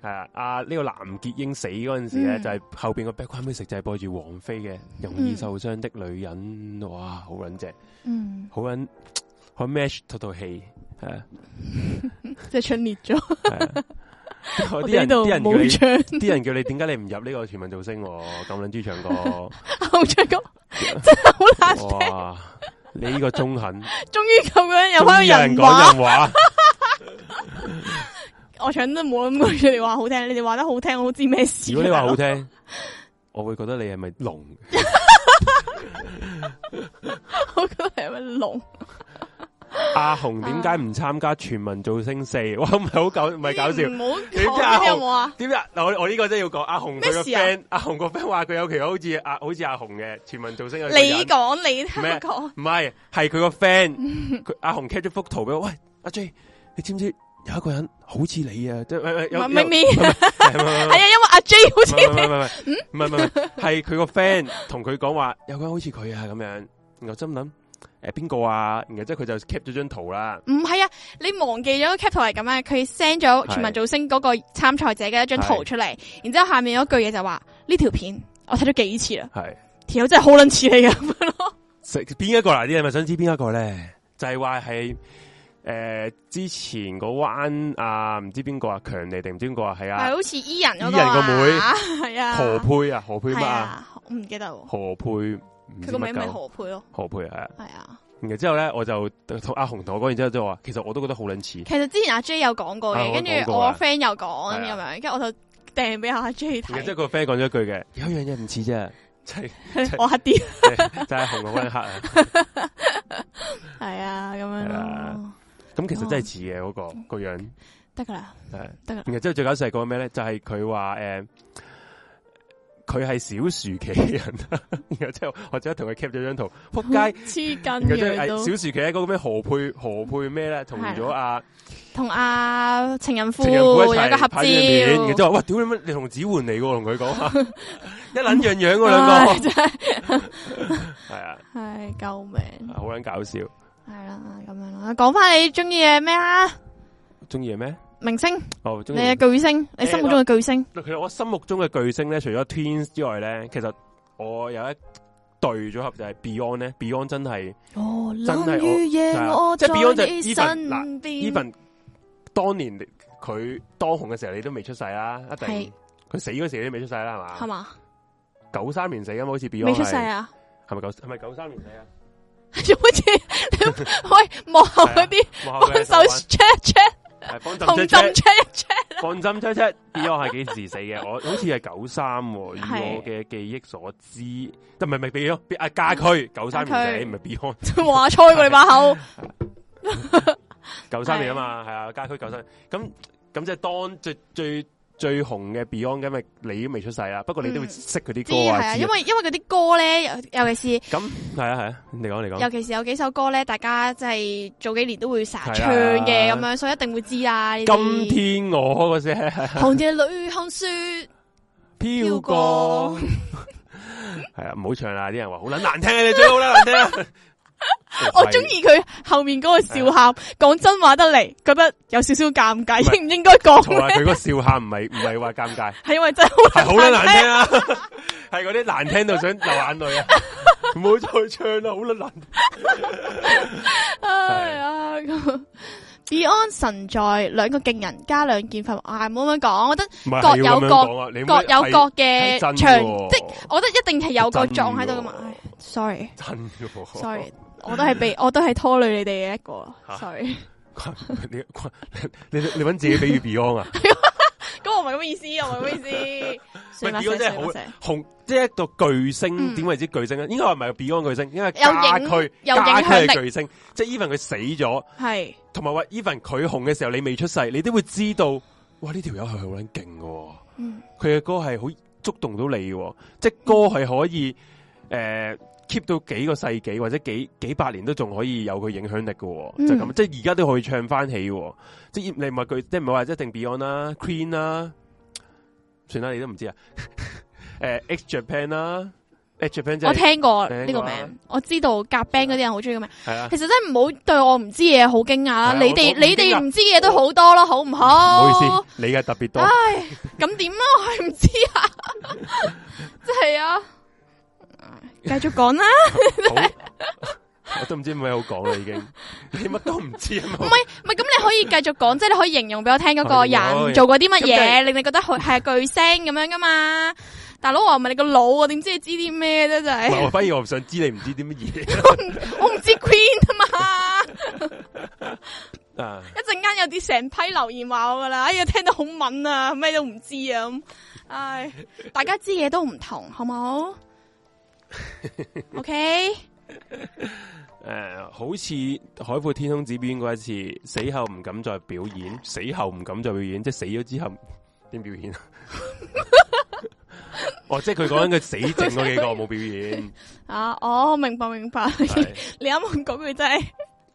Speaker 2: 係啊，阿呢個藍潔瑛死嗰阵时咧，
Speaker 1: 嗯
Speaker 2: 就係後边個 background music 就係播住王菲嘅《容易受傷的女人》，哇，好撚正，
Speaker 1: 嗯，
Speaker 2: 好撚好 match 套套戲，係啊，
Speaker 1: 即係蠢裂咗，
Speaker 2: 係
Speaker 1: [laughs]
Speaker 2: 啊有
Speaker 1: 我
Speaker 2: 啲
Speaker 1: 哋呢
Speaker 2: 人
Speaker 1: 度
Speaker 2: 啲人叫
Speaker 1: 冇
Speaker 2: 你。
Speaker 1: 唱 [laughs]
Speaker 2: 啲人叫你點解你唔入呢個全民造星喎？咁撚中意唱歌，
Speaker 1: 偶像歌，真係好難
Speaker 2: 哦
Speaker 1: 聽。
Speaker 2: 哇！你呢個中肯，
Speaker 1: [laughs] 終於咁樣有
Speaker 2: 終
Speaker 1: 翻
Speaker 2: 於
Speaker 1: 人
Speaker 2: 人
Speaker 1: 話。
Speaker 2: 講人話。
Speaker 1: 我搶都冇諗過你哋話好聽，你哋話得好聽，我好知咩事。啊
Speaker 2: 如果你話好，聽，我會覺得你係咪聾？
Speaker 1: [laughs] 我覺得係咪聾？
Speaker 2: 阿紅
Speaker 1: 啊
Speaker 2: 點解唔參加全民造星四？ [laughs] 哇，唔係好搞，唔係搞笑。
Speaker 1: 唔好
Speaker 2: 你知阿
Speaker 1: 講有冇啊？
Speaker 2: 點啊？嗱我我呢個真係要講阿紅佢個
Speaker 1: 咩事啊
Speaker 2: friend，阿紅個 friend 話佢有其好似阿好似阿紅嘅全民造星有個
Speaker 1: 你
Speaker 2: 人
Speaker 1: 講，你聽
Speaker 2: 咩啊
Speaker 1: 我講。
Speaker 2: 唔係，係佢個 friend，佢阿紅 cap 咗幅圖俾我，喂，阿 J，你知唔知有一個人好似你啊？即係喂喂有
Speaker 1: 唔係咪咪
Speaker 2: 有係
Speaker 1: 係啊，因為阿 J 好似
Speaker 2: 唔係唔係唔係唔係唔係唔係唔係唔係係佢個 friend 同佢講話有個人好似佢啊咁樣，然後心諗誒邊個啊？然後即係佢就 cap 咗張圖啦，
Speaker 1: 唔係啊，你忘記咗 cap 圖係咁啊，佢 send 咗全民造星嗰個參賽者嘅一張圖出嚟，然之後下面有一句嘢就話呢條片我睇咗幾次啦，
Speaker 2: 係
Speaker 1: 條友真係好撚似你咁樣咯，
Speaker 2: 食邊一個啦？你係咪想知邊一個咧？就係話係誒之前嗰彎啊，唔知邊個啊，強尼定唔知邊個啊？係
Speaker 1: 係
Speaker 2: 啊，
Speaker 1: 好似伊人嗰
Speaker 2: 伊人個妹
Speaker 1: 妹， [laughs] 係啊，
Speaker 2: 何佩啊，何佩
Speaker 1: 係
Speaker 2: 嘛，啊、
Speaker 1: 啊，我唔記得喎，
Speaker 2: 何佩唔
Speaker 1: 佢
Speaker 2: 知
Speaker 1: 個名
Speaker 2: 乜
Speaker 1: 咪
Speaker 2: 鳩，
Speaker 1: 何佩咯，
Speaker 2: 何佩係啊。
Speaker 1: 係啊，
Speaker 2: 然後之後咧，我就同阿紅同我講完之後就話，其實我都覺得好撚似。
Speaker 1: 其實之前阿 J 有講過
Speaker 2: 啊
Speaker 1: 嘅，
Speaker 2: 我
Speaker 1: 跟住
Speaker 2: 講過
Speaker 1: 我
Speaker 2: 啊
Speaker 1: friend 又講咁
Speaker 2: 係
Speaker 1: 樣，跟住我就掟俾阿 J
Speaker 2: 然後之後
Speaker 1: 睇，
Speaker 2: 個 friend 講咗一句嘅，有一樣嘢唔似
Speaker 1: [laughs]
Speaker 2: 啫，就係
Speaker 1: 我黑啲，
Speaker 2: 就係紅嗰一刻啊！
Speaker 1: 係啊，咁樣
Speaker 2: 係
Speaker 1: 咯
Speaker 2: 啊，咁其實真係似嘅嗰個個樣，
Speaker 1: 得噶啦，
Speaker 2: 係。
Speaker 1: 哦得噶啦，
Speaker 2: 然後之後最搞笑係講咩咧？就係佢話誒，佢係小薯茄人， [laughs] 然後之後我即刻同佢 cap 咗張圖，仆街！
Speaker 1: 黐筋
Speaker 2: 然後之後
Speaker 1: 嘅
Speaker 2: 係
Speaker 1: 佢都
Speaker 2: 小。薯茄嗰個咩何佩何佩咩咧，同咗阿
Speaker 1: 同阿情人夫
Speaker 2: 情人婦
Speaker 1: 有
Speaker 2: 一齊
Speaker 1: 個合照，
Speaker 2: 拍張片，然
Speaker 1: [laughs]
Speaker 2: 後之後話：，哇，屌你乜？你同子桓嚟嘅喎，同佢講 [laughs] 話一撚樣樣嗰兩個
Speaker 1: [laughs] 唉，真係
Speaker 2: [laughs] 係啊，
Speaker 1: 唉救命，
Speaker 2: 好撚搞笑。
Speaker 1: 係啦咁樣啦。講翻你中意嘅咩啦？
Speaker 2: 中意咩？
Speaker 1: 明星，
Speaker 2: 哦，中
Speaker 1: 你
Speaker 2: 意
Speaker 1: 嘅巨星，你心目中嘅巨星
Speaker 2: 其實我心目中嘅巨星咧，除咗 Twins 之外咧，其實我有一對組合就係 Beyond 咧，Beyond 真係
Speaker 1: 哦，
Speaker 2: 真係我
Speaker 1: 冷雨夜我
Speaker 2: 即係 Beyond 就
Speaker 1: 在
Speaker 2: 係
Speaker 1: 你
Speaker 2: Even，
Speaker 1: 身
Speaker 2: 嗱
Speaker 1: 邊，
Speaker 2: even 當年佢當紅嘅時候，你都未出世啦，一
Speaker 1: 係
Speaker 2: 定佢死嗰時你都未出世啦，係
Speaker 1: 係
Speaker 2: 嘛？
Speaker 1: 嘛？
Speaker 2: 九三年死噶嘛，好似 Beyond
Speaker 1: 未出世
Speaker 2: 係，
Speaker 1: 啊？ [laughs]
Speaker 2: 係咪九係咪九三年死啊？
Speaker 1: 做乜嘢？ [laughs] 喂，幕後嗰啲
Speaker 2: 幕後
Speaker 1: 幫
Speaker 2: 嘅
Speaker 1: 手 check check，
Speaker 2: 係放
Speaker 1: 同
Speaker 2: 心出
Speaker 1: 朕
Speaker 2: 出，
Speaker 1: check 一 check。 [laughs]
Speaker 2: 放心出出，Beyond 係幾時死嘅？我好似係九三，以我
Speaker 1: 係
Speaker 2: 嘅記憶所知，唔係唔係 Beyond，啊家駒九三年
Speaker 1: 家
Speaker 2: 死，
Speaker 1: 駒
Speaker 2: 唔係 Beyond。
Speaker 1: 話吹過你把口，
Speaker 2: 九三年啊嘛，系啊，家區九三，咁咁即係當最最最紅嘅 Beyond，咁咪你都未出世啦，不過 [laughs] 你都會
Speaker 1: 嗯
Speaker 2: 識佢啲
Speaker 1: 知
Speaker 2: 歌
Speaker 1: 係
Speaker 2: 啊，
Speaker 1: 啊，
Speaker 2: 知
Speaker 1: 因為因為嗰啲歌咧，尤尤其是。
Speaker 2: 咁係啊係啊，你講你講，
Speaker 1: 尤其是有幾首歌咧，大家即係早幾年都會成日唱嘅
Speaker 2: 係啊
Speaker 1: 咁樣，所以一定會知啦。呢啲
Speaker 2: 今天我嗰只
Speaker 1: 寒夜裏看雪，
Speaker 2: 飄
Speaker 1: 飄過
Speaker 2: 過， [laughs] 係啊，唔好唱啦，啲人話好撚難聽啊，你最好啦，難聽啊，
Speaker 1: [laughs] 我中意佢後面嗰個笑喊，講真話得嚟，覺得有少少尷
Speaker 2: 唔
Speaker 1: 尬，
Speaker 2: 係
Speaker 1: 應唔應該講
Speaker 2: 同埋
Speaker 1: 咧？
Speaker 2: 啊佢嗰個笑喊唔係唔係話尷尬，
Speaker 1: [laughs] 係因為真係
Speaker 2: [laughs] 係好
Speaker 1: 好難
Speaker 2: 撚難
Speaker 1: 聽，
Speaker 2: 聽啊，係嗰啲難聽到想流眼淚啊，唔好再唱啦，好撚難聽。
Speaker 1: 哎呀咁 Beyond 神在兩個勁人加兩件廢物，唉，唔好咁樣講，我覺得
Speaker 2: 唔係
Speaker 1: 各
Speaker 2: 係要
Speaker 1: 有
Speaker 2: 咁樣
Speaker 1: 各
Speaker 2: 講啊你唔
Speaker 1: 各
Speaker 2: 好
Speaker 1: 有
Speaker 2: 係
Speaker 1: 各
Speaker 2: 係
Speaker 1: 嘅
Speaker 2: 真
Speaker 1: 長，
Speaker 2: 喎哦
Speaker 1: 即係我覺得一定係有個
Speaker 2: 真
Speaker 1: 撞喺度噶嘛。
Speaker 2: 喎
Speaker 1: 唉 sorry。
Speaker 2: 真嘅喎
Speaker 1: sorry，我都係被我都係拖累你哋嘅一個
Speaker 2: 哦嚇
Speaker 1: ，sorry。 [laughs]
Speaker 2: 關 [laughs] 你關你你揾自己比喻 Beyond 啊？
Speaker 1: 咁我唔係咁嘅意思，我唔係咁嘅
Speaker 2: [laughs]
Speaker 1: 意思。
Speaker 2: 喂
Speaker 1: 算啦，
Speaker 2: ，Beyond
Speaker 1: 算啦
Speaker 2: 真係
Speaker 1: 算啦算
Speaker 2: 好
Speaker 1: 啦
Speaker 2: 紅，即係一個巨
Speaker 1: 嗯
Speaker 2: 星，點為之巨星啊咧？應該話唔係 Beyond 巨星，因為
Speaker 1: 有影
Speaker 2: 家駒
Speaker 1: 有
Speaker 2: 家
Speaker 1: 影響
Speaker 2: 駒
Speaker 1: 力
Speaker 2: 係巨星，即係 even 佢死咗，
Speaker 1: 係
Speaker 2: 同埋話 even 佢紅嘅時候，你未出世，你都會知道，哇！呢條友係好撚勁嘅喎，
Speaker 1: 嗯
Speaker 2: 佢嘅歌係好觸動到你嘅喎，即係歌係可以誒 keep 到幾個世紀或者幾幾百年都仲可以有佢影響力嘅喎，就咁，
Speaker 1: 嗯
Speaker 2: 即係而家都可以唱翻起喎，即係你唔係佢，即係唔係話一定 Beyond 啦、Queen 啦，算啦，你都唔知啊， [laughs] 誒 X Japan 啦，X Japan 即
Speaker 1: 嗯我
Speaker 2: 係
Speaker 1: 聽過呢
Speaker 2: 聽
Speaker 1: 個
Speaker 2: 過啊
Speaker 1: 名，我知道夾 band 嗰啲人好中意個名。
Speaker 2: 係啊，
Speaker 1: 其實真係唔好對我唔知嘢好驚訝啦，
Speaker 2: 係啊
Speaker 1: 你
Speaker 2: 我
Speaker 1: 哋
Speaker 2: 我唔
Speaker 1: 你
Speaker 2: 驚
Speaker 1: 哋
Speaker 2: 訝
Speaker 1: 唔知嘢都好多啦，好唔好？
Speaker 2: 唔好意
Speaker 1: 唔
Speaker 2: 思，你嘅特別多
Speaker 1: 唉，，咁點啦？我係唔知啊， [laughs] 真係
Speaker 2: [laughs]
Speaker 1: 啊。繼續講啦，
Speaker 2: 好， [laughs] 我都唔知有咩好講啦已經，你乜都唔知啊嘛
Speaker 1: 唔。係唔係咁，你可以繼續講，即係你可以形容俾我聽嗰個
Speaker 2: 可
Speaker 1: 人
Speaker 2: 以
Speaker 1: 做過啲乜
Speaker 2: 咁即係
Speaker 1: 嘢，令你覺得佢係巨星咁樣噶嘛？大佬，我唔係你個腦，我點知你知啲咩啫？真
Speaker 2: 唔
Speaker 1: 係
Speaker 2: 係，我反而我唔想知你唔知啲乜嘢。
Speaker 1: 我唔知 Queen 啊嘛。
Speaker 2: 啊，
Speaker 1: 一陣間有啲成批留言話我噶啦，哎呀聽到好敏啊，咩都唔知啊咁，唉，大家知嘢都唔同，好
Speaker 2: [laughs]
Speaker 1: 冇？OK，
Speaker 2: 诶、呃好似海闊天空指表演嗰一次，死後唔敢再表演，死後唔敢再表演，即系死咗之後點表演啊？哦，即係佢講緊佢死剩嗰幾個冇表演，
Speaker 1: 啊，哦，明白明白，
Speaker 2: 係
Speaker 1: [laughs] 你啱啱講句真係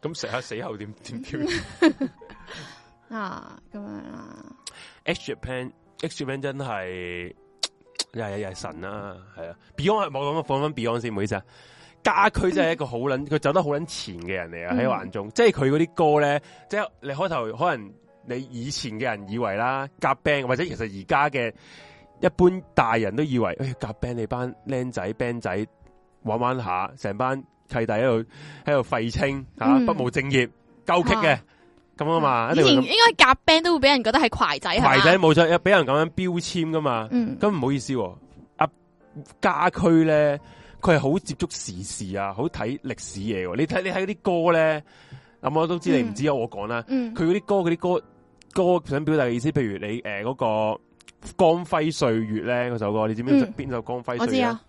Speaker 2: 咁死下死後點點表演
Speaker 1: 啊咁樣啦，
Speaker 2: ？X Japan X Japan 真係又係又係神啦、係啊！Beyond 係冇講放翻 Beyond 先，唔好意思啊。家駒真係一個
Speaker 1: [laughs]
Speaker 2: 好撚，佢走得好撚前嘅人嚟啊！
Speaker 1: 嗯
Speaker 2: 喺我眼中，即係佢嗰啲歌咧，即係你開頭可能你以前嘅人以為啦，夾 band 或者其實而家嘅一般大人都以為，誒夾 band 你班僆仔 band 仔玩玩下，成班契弟喺度喺度廢青嚇、
Speaker 1: 嗯
Speaker 2: 不務正業，鳩棘嘅咁啊嘛，一
Speaker 1: 以
Speaker 2: 定
Speaker 1: 前
Speaker 2: 會咁
Speaker 1: 應該夾 band 都會俾人覺得係攜仔係嘛
Speaker 2: 排仔冇錯，俾人咁樣標籤噶嘛。
Speaker 1: 嗯
Speaker 2: 咁唔好意思、喎，阿家區咧，佢係好接觸時事啊，好睇歷史嘢、喎。你睇你睇嗰啲歌咧，咁我都知你唔知啊，我講啦。
Speaker 1: 嗯
Speaker 2: 佢嗰啲歌，嗰啲歌歌想表達嘅意思，譬如你诶嗰、個光輝歲月》咧嗰首歌，你知唔知
Speaker 1: 嗯
Speaker 2: 邊首《光輝
Speaker 1: 我
Speaker 2: 歲
Speaker 1: 知
Speaker 2: 月》
Speaker 1: 啊
Speaker 2: 呢？，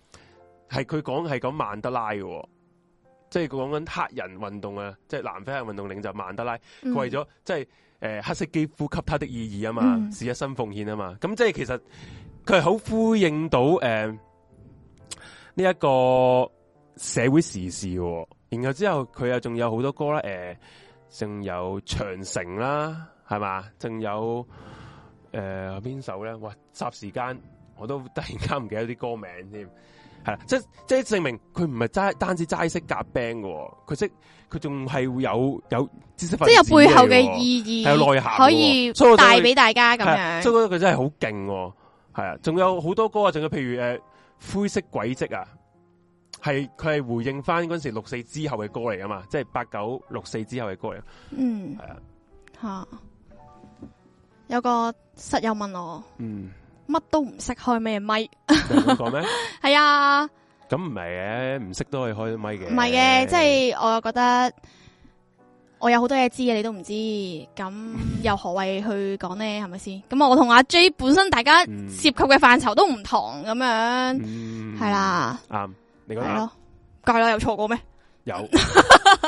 Speaker 2: 係佢講係講曼德拉嘅、喎，即係佢講緊黑人運動啊，即係南非黑人運動領袖曼德拉。
Speaker 1: 嗯
Speaker 2: 為咗即係诶黑色肌膚給他的意義啊嘛
Speaker 1: 嗯，
Speaker 2: 是一生奉獻啊嘛，咁即係其實佢係好呼應到诶呢一個社會時事、喎。然後之後佢又仲有好多歌啦，诶、仲有長城啦，係嘛，仲有诶邊、首咧？哇，霎時間我都突然間唔記得啲歌名添。係啦，即即係證明佢唔係齋單止齋識夾 band 嘅喎，佢識佢仲係會有有知識分
Speaker 1: 即
Speaker 2: 子
Speaker 1: 係有背後
Speaker 2: 嚟喎
Speaker 1: 嘅意義，
Speaker 2: 係有內涵嘅喎
Speaker 1: 可以
Speaker 2: 所以我就
Speaker 1: 帶俾大家咁
Speaker 2: 係啊所
Speaker 1: 樣。
Speaker 2: 以我覺得佢真係好勁喎，係啊，仲有好多歌啊，仲有譬如诶、呃灰色軌跡啊，係佢係回應翻嗰陣時六四之後嘅歌嚟噶嘛，即係八九六四之後嘅歌嚟，
Speaker 1: 嗯，
Speaker 2: 係啊，
Speaker 1: 吓，有個室友問我
Speaker 2: 嗯，
Speaker 1: 乜都唔識開咩咪，
Speaker 2: 你咁講咩？
Speaker 1: 係啊。
Speaker 2: 咁唔係嘅，唔識都可以開咪嘅，
Speaker 1: 唔係嘅，即係我又覺得我有好多嘢知嘅，你都唔知，
Speaker 2: [laughs]
Speaker 1: 咁又何謂去講呢？係咪先？咁我同阿 J 本身大家
Speaker 2: 嗯
Speaker 1: 涉及嘅範疇都唔同，咁樣
Speaker 2: 嗯
Speaker 1: 係，啦，
Speaker 2: 啱，你覺得
Speaker 1: 係
Speaker 2: 啱
Speaker 1: 咯，計啦，有錯過咩？
Speaker 2: 有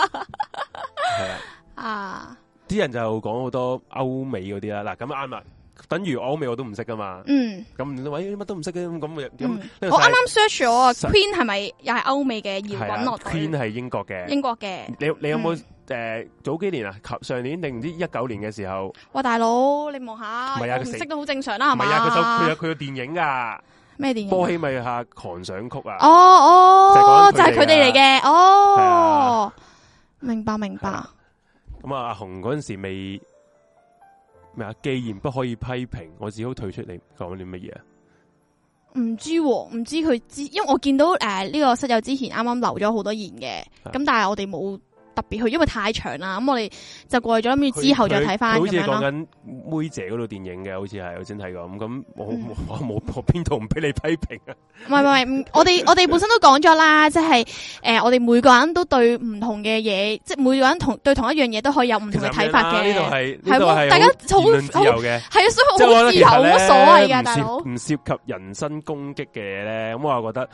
Speaker 2: 係啊。
Speaker 1: 啊，
Speaker 2: 啲人就講好多歐美嗰啲啦，嗱咁啱啦，等於歐美我都唔識噶嘛，
Speaker 1: 嗯，
Speaker 2: 咁唔通喂乜都唔識嘅咁咁咁
Speaker 1: 嗯
Speaker 2: 呢個世界，
Speaker 1: 我啱啱 search 咗啊
Speaker 2: 實
Speaker 1: ，Queen 係咪又係歐美嘅搖
Speaker 2: 係
Speaker 1: 滾
Speaker 2: 啊
Speaker 1: 樂
Speaker 2: Queen 啊
Speaker 1: 隊？
Speaker 2: 係英國嘅，
Speaker 1: 英國嘅，
Speaker 2: 你你有冇
Speaker 1: 嗯
Speaker 2: 诶、誒早幾年啊？及上年定唔知一九年嘅時候，唔
Speaker 1: 哇大佬，你望下，
Speaker 2: 唔係啊
Speaker 1: 我唔
Speaker 2: 佢成
Speaker 1: 識都好正常啦，係
Speaker 2: 係啊，佢首佢有
Speaker 1: 嘛？
Speaker 2: 佢有電影噶，
Speaker 1: 咩電影
Speaker 2: 波
Speaker 1: 啊？
Speaker 2: 希米亞狂想曲啊，
Speaker 1: 哦哦，
Speaker 2: 就
Speaker 1: 就
Speaker 2: 係
Speaker 1: 係
Speaker 2: 講緊
Speaker 1: 佢
Speaker 2: 佢哋啊
Speaker 1: 哋
Speaker 2: 嚟
Speaker 1: 嚟
Speaker 2: 嘅
Speaker 1: 嘅，哦，明白明白
Speaker 2: 係，啦咁啊阿紅嗰阵时未咩啊？既然不可以批評，我只好退出你講啲乜嘢啊？
Speaker 1: 唔知喎唔知佢知，因為我見到诶呢個室友之前啱啱留咗好多言嘅，
Speaker 2: 係
Speaker 1: 咁但係我哋冇特別去，因為太長啦，咁我哋就過去咗，跟住之後再睇翻咁樣
Speaker 2: 佢佢好似
Speaker 1: 咯。
Speaker 2: 講緊妹姐嗰套電影嘅，好似係我先睇過。咁咁我
Speaker 1: 嗯
Speaker 2: 我我冇 [laughs] 我邊度唔俾你批評啊？
Speaker 1: 唔係唔係
Speaker 2: [laughs]
Speaker 1: 唔係，我哋我哋本身都講咗啦，即係诶我哋每個人都對唔同嘅嘢，即系每個人同對同一樣嘢都可以有唔
Speaker 2: 其
Speaker 1: 同
Speaker 2: 實
Speaker 1: 嘅睇法
Speaker 2: 唔係啦呢度
Speaker 1: 嘅。
Speaker 2: 係
Speaker 1: 係
Speaker 2: 呢度
Speaker 1: 喎
Speaker 2: 係
Speaker 1: 大家
Speaker 2: 好
Speaker 1: 好
Speaker 2: 言論自由
Speaker 1: 係
Speaker 2: 嘅。
Speaker 1: 啊，所
Speaker 2: 即
Speaker 1: 以我
Speaker 2: 係我
Speaker 1: 好自
Speaker 2: 覺得其
Speaker 1: 由，
Speaker 2: 實咧
Speaker 1: 冇乜所謂噶，
Speaker 2: 唔
Speaker 1: 大
Speaker 2: 涉
Speaker 1: 佬。
Speaker 2: 唔涉及人身攻擊嘅嘢咧，咁我又覺得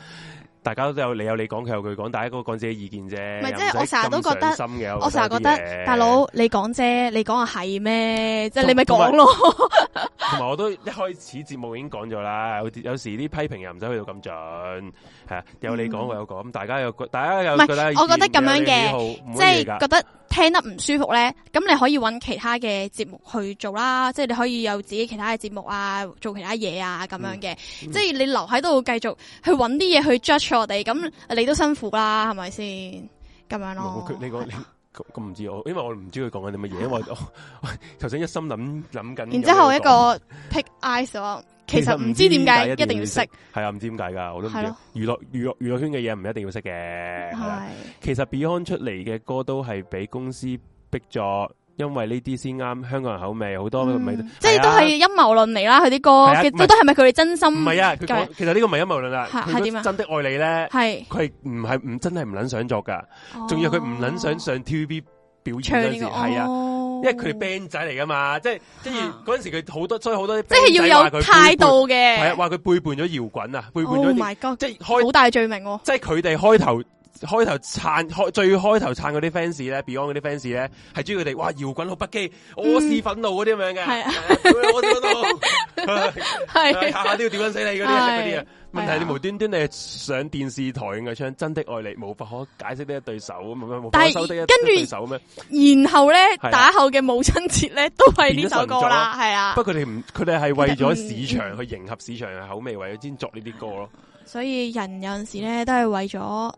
Speaker 2: 大家都有你有你講，佢有佢講，大家個講自己意見啫。
Speaker 1: 係
Speaker 2: 又
Speaker 1: 即係
Speaker 2: 使
Speaker 1: 我成日都覺得
Speaker 2: 咁上心嘅，
Speaker 1: 我成日覺
Speaker 2: 覺
Speaker 1: 得大，佬你講啫，你講啊係咩？即係
Speaker 2: 同
Speaker 1: 你咪講咯。
Speaker 2: 同埋我都一開始節目已經講咗啦，有啲有時啲批評又唔使去到咁盡，係啊，有你講
Speaker 1: 嗯
Speaker 2: 我有講，咁大家有個大家有
Speaker 1: 唔係
Speaker 2: 覺得意見
Speaker 1: 我覺得咁樣
Speaker 2: 有你
Speaker 1: 嘅
Speaker 2: 喜好冇
Speaker 1: 即
Speaker 2: 乜嘢
Speaker 1: 係
Speaker 2: 㗎
Speaker 1: 覺得聽得唔舒服咧，咁你可以揾其他嘅節目去做啦，即係你可以有自己其他嘅節目啊，做其他嘢啊咁樣嘅，
Speaker 2: 嗯
Speaker 1: 即係你留喺度繼續去揾啲嘢去 judge 我哋，咁你都辛苦啦，係咪先？咁樣
Speaker 2: 冇
Speaker 1: 咯
Speaker 2: 佢，你講你咁咁唔知我，因為我唔知佢講緊啲乜嘢，因為我 [laughs] 我我頭先一心諗諗緊有咩
Speaker 1: 然
Speaker 2: 講。
Speaker 1: 之後一個 pick eyes 話，其實唔知點解一定要識，
Speaker 2: 係啊，唔知點解㗎，我都唔知
Speaker 1: 係咯。
Speaker 2: 娛樂娛樂娛樂圈嘅嘢唔一定要識嘅。係啊
Speaker 1: 係
Speaker 2: 其實 Beyond 出嚟嘅歌都係俾公司逼咗，因為呢啲先啱香港人口味，好多咪啊
Speaker 1: 嗯即係都係陰謀論嚟啦，佢啲歌
Speaker 2: 係啊
Speaker 1: 其
Speaker 2: 唔
Speaker 1: 實
Speaker 2: 係
Speaker 1: 到底係咪佢哋真心？
Speaker 2: 唔係啊？佢講
Speaker 1: 梗
Speaker 2: 其實呢個唔係陰謀論啦，
Speaker 1: 嗯係
Speaker 2: 佢
Speaker 1: 係點
Speaker 2: 嗰
Speaker 1: 啊
Speaker 2: 真的愛你咧，
Speaker 1: 係，哦
Speaker 2: 佢係唔係唔真係唔撚想作㗎，仲要佢唔撚想上 TVB 表演
Speaker 1: 唱
Speaker 2: 嗰陣
Speaker 1: 呢
Speaker 2: 時
Speaker 1: 個，
Speaker 2: 係啊。
Speaker 1: 哦
Speaker 2: 因為佢哋 band 仔嚟噶嘛，即係即係
Speaker 1: 嚇
Speaker 2: 嗰陣時佢好多，所以好多啲
Speaker 1: 即係
Speaker 2: band 仔
Speaker 1: 要
Speaker 2: 話
Speaker 1: 有
Speaker 2: 佢背
Speaker 1: 態
Speaker 2: 叛，
Speaker 1: 度
Speaker 2: 係啊，
Speaker 1: 嘅。
Speaker 2: 話佢背叛咗搖滾啊，背叛
Speaker 1: Oh
Speaker 2: 咗啲
Speaker 1: my god！
Speaker 2: 即係開
Speaker 1: 好大罪名喎，
Speaker 2: 即係佢哋開頭開頭撐開最開頭撐嗰啲 fans 咧，Beyond 嗰啲 fans 咧，係中意佢哋哇搖滾好不羈，我是憤怒嗰啲咁樣嘅，
Speaker 1: 嗯係啊
Speaker 2: 啊，我是
Speaker 1: [laughs]
Speaker 2: 憤怒係啊，
Speaker 1: 係
Speaker 2: 下下都要點樣死你嗰啲
Speaker 1: 係
Speaker 2: 嗰啲啊。問題
Speaker 1: 係啊
Speaker 2: 你無端端你上電視台嘅唱《真的愛你》，無法可解釋呢一對手咁樣，無法
Speaker 1: 但
Speaker 2: 可
Speaker 1: 係
Speaker 2: 收得一
Speaker 1: 跟住
Speaker 2: 對手咩？
Speaker 1: 然後咧
Speaker 2: 係啊
Speaker 1: 打後嘅母親節咧都係呢首歌啦，係啊
Speaker 2: 不，過佢哋唔，佢哋係為咗
Speaker 1: 嗯
Speaker 2: 市場去迎合市場嘅口味，為咗先作呢啲歌咯。
Speaker 1: 所以人有阵时咧都係為咗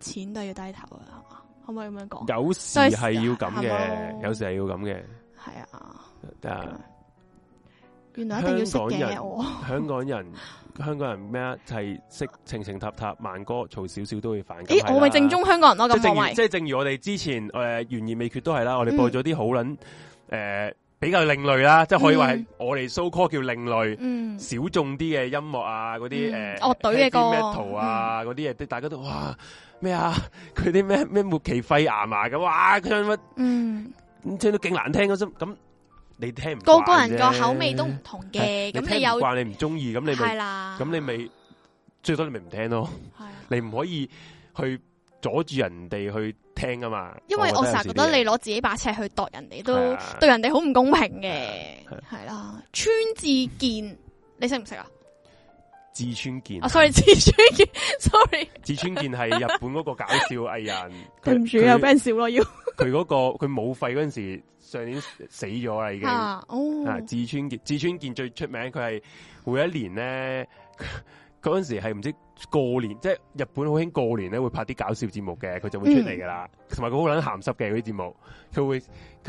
Speaker 1: 錢都要低頭啊，可唔可以咁樣講？
Speaker 2: 有時係要咁
Speaker 1: 所以係
Speaker 2: 嘅，
Speaker 1: 咯
Speaker 2: 有時係要咁嘅。
Speaker 1: 係啊，
Speaker 2: 啊
Speaker 1: 原來一定要識
Speaker 2: 香港
Speaker 1: 嘅
Speaker 2: 人
Speaker 1: 我，
Speaker 2: 香港人，香港人咩啊？係識情情塔塔慢歌，嘈少少都會反感。
Speaker 1: 咦，
Speaker 2: 係啦
Speaker 1: 我咪正宗香港人咯，
Speaker 2: 即係
Speaker 1: 咁
Speaker 2: 正
Speaker 1: 我
Speaker 2: 如
Speaker 1: 咪
Speaker 2: 即係正如我哋之前诶悬而未決都係啦，我哋
Speaker 1: 嗯
Speaker 2: 播咗啲好撚诶比較另類啦，即係可以話係
Speaker 1: 嗯
Speaker 2: 我哋 so call 叫另類
Speaker 1: 嗯
Speaker 2: 小眾啲嘅音樂啊，嗰啲
Speaker 1: 嗯
Speaker 2: 诶
Speaker 1: 樂隊嘅歌
Speaker 2: metal 啊，嗰啲嘢，啲大家都哇咩啊，佢啲咩咩末期肺癌啊咁，哇佢唱乜
Speaker 1: 嗯，
Speaker 2: 聽到勁難聽嗰種咁你聽唔
Speaker 1: 個
Speaker 2: 慣
Speaker 1: 個人個
Speaker 2: 啫
Speaker 1: 口味都唔同嘅，
Speaker 2: 係
Speaker 1: 咁
Speaker 2: 聽唔
Speaker 1: 有
Speaker 2: 慣你唔中意，咁你
Speaker 1: 係
Speaker 2: 咪
Speaker 1: 啦，
Speaker 2: 咁你咪最多你咪唔聽咯，
Speaker 1: 係啊。
Speaker 2: 你唔可以去阻住人哋去聽啊嘛。
Speaker 1: 因為我成日
Speaker 2: 覺有時
Speaker 1: 覺
Speaker 2: 啲
Speaker 1: 得
Speaker 2: 嘢
Speaker 1: 你攞自己把尺去度人哋，都
Speaker 2: 係啊
Speaker 1: 對人哋好唔公平嘅
Speaker 2: 係啊係啊，
Speaker 1: 係啦。川志健，你識唔識啊？
Speaker 2: 志村健
Speaker 1: 啊，，sorry，川 [laughs] 志健，sorry，
Speaker 2: 志村健係日本嗰個搞笑藝人。
Speaker 1: [laughs] 對唔住，
Speaker 2: 佢
Speaker 1: 又俾人笑咯，要
Speaker 2: 佢嗰個佢冇肺嗰阵时，上年死咗啦已經。啊，
Speaker 1: 啊，哦，
Speaker 2: 志村健，志村健最出名，佢係每一年咧， [laughs] 嗰阵时系唔知過年，即係日本好興過年咧會拍啲搞笑節目嘅，佢就會出嚟噶啦。
Speaker 1: 嗯
Speaker 2: 同埋佢好撚鹹濕嘅嗰啲節目，佢會佢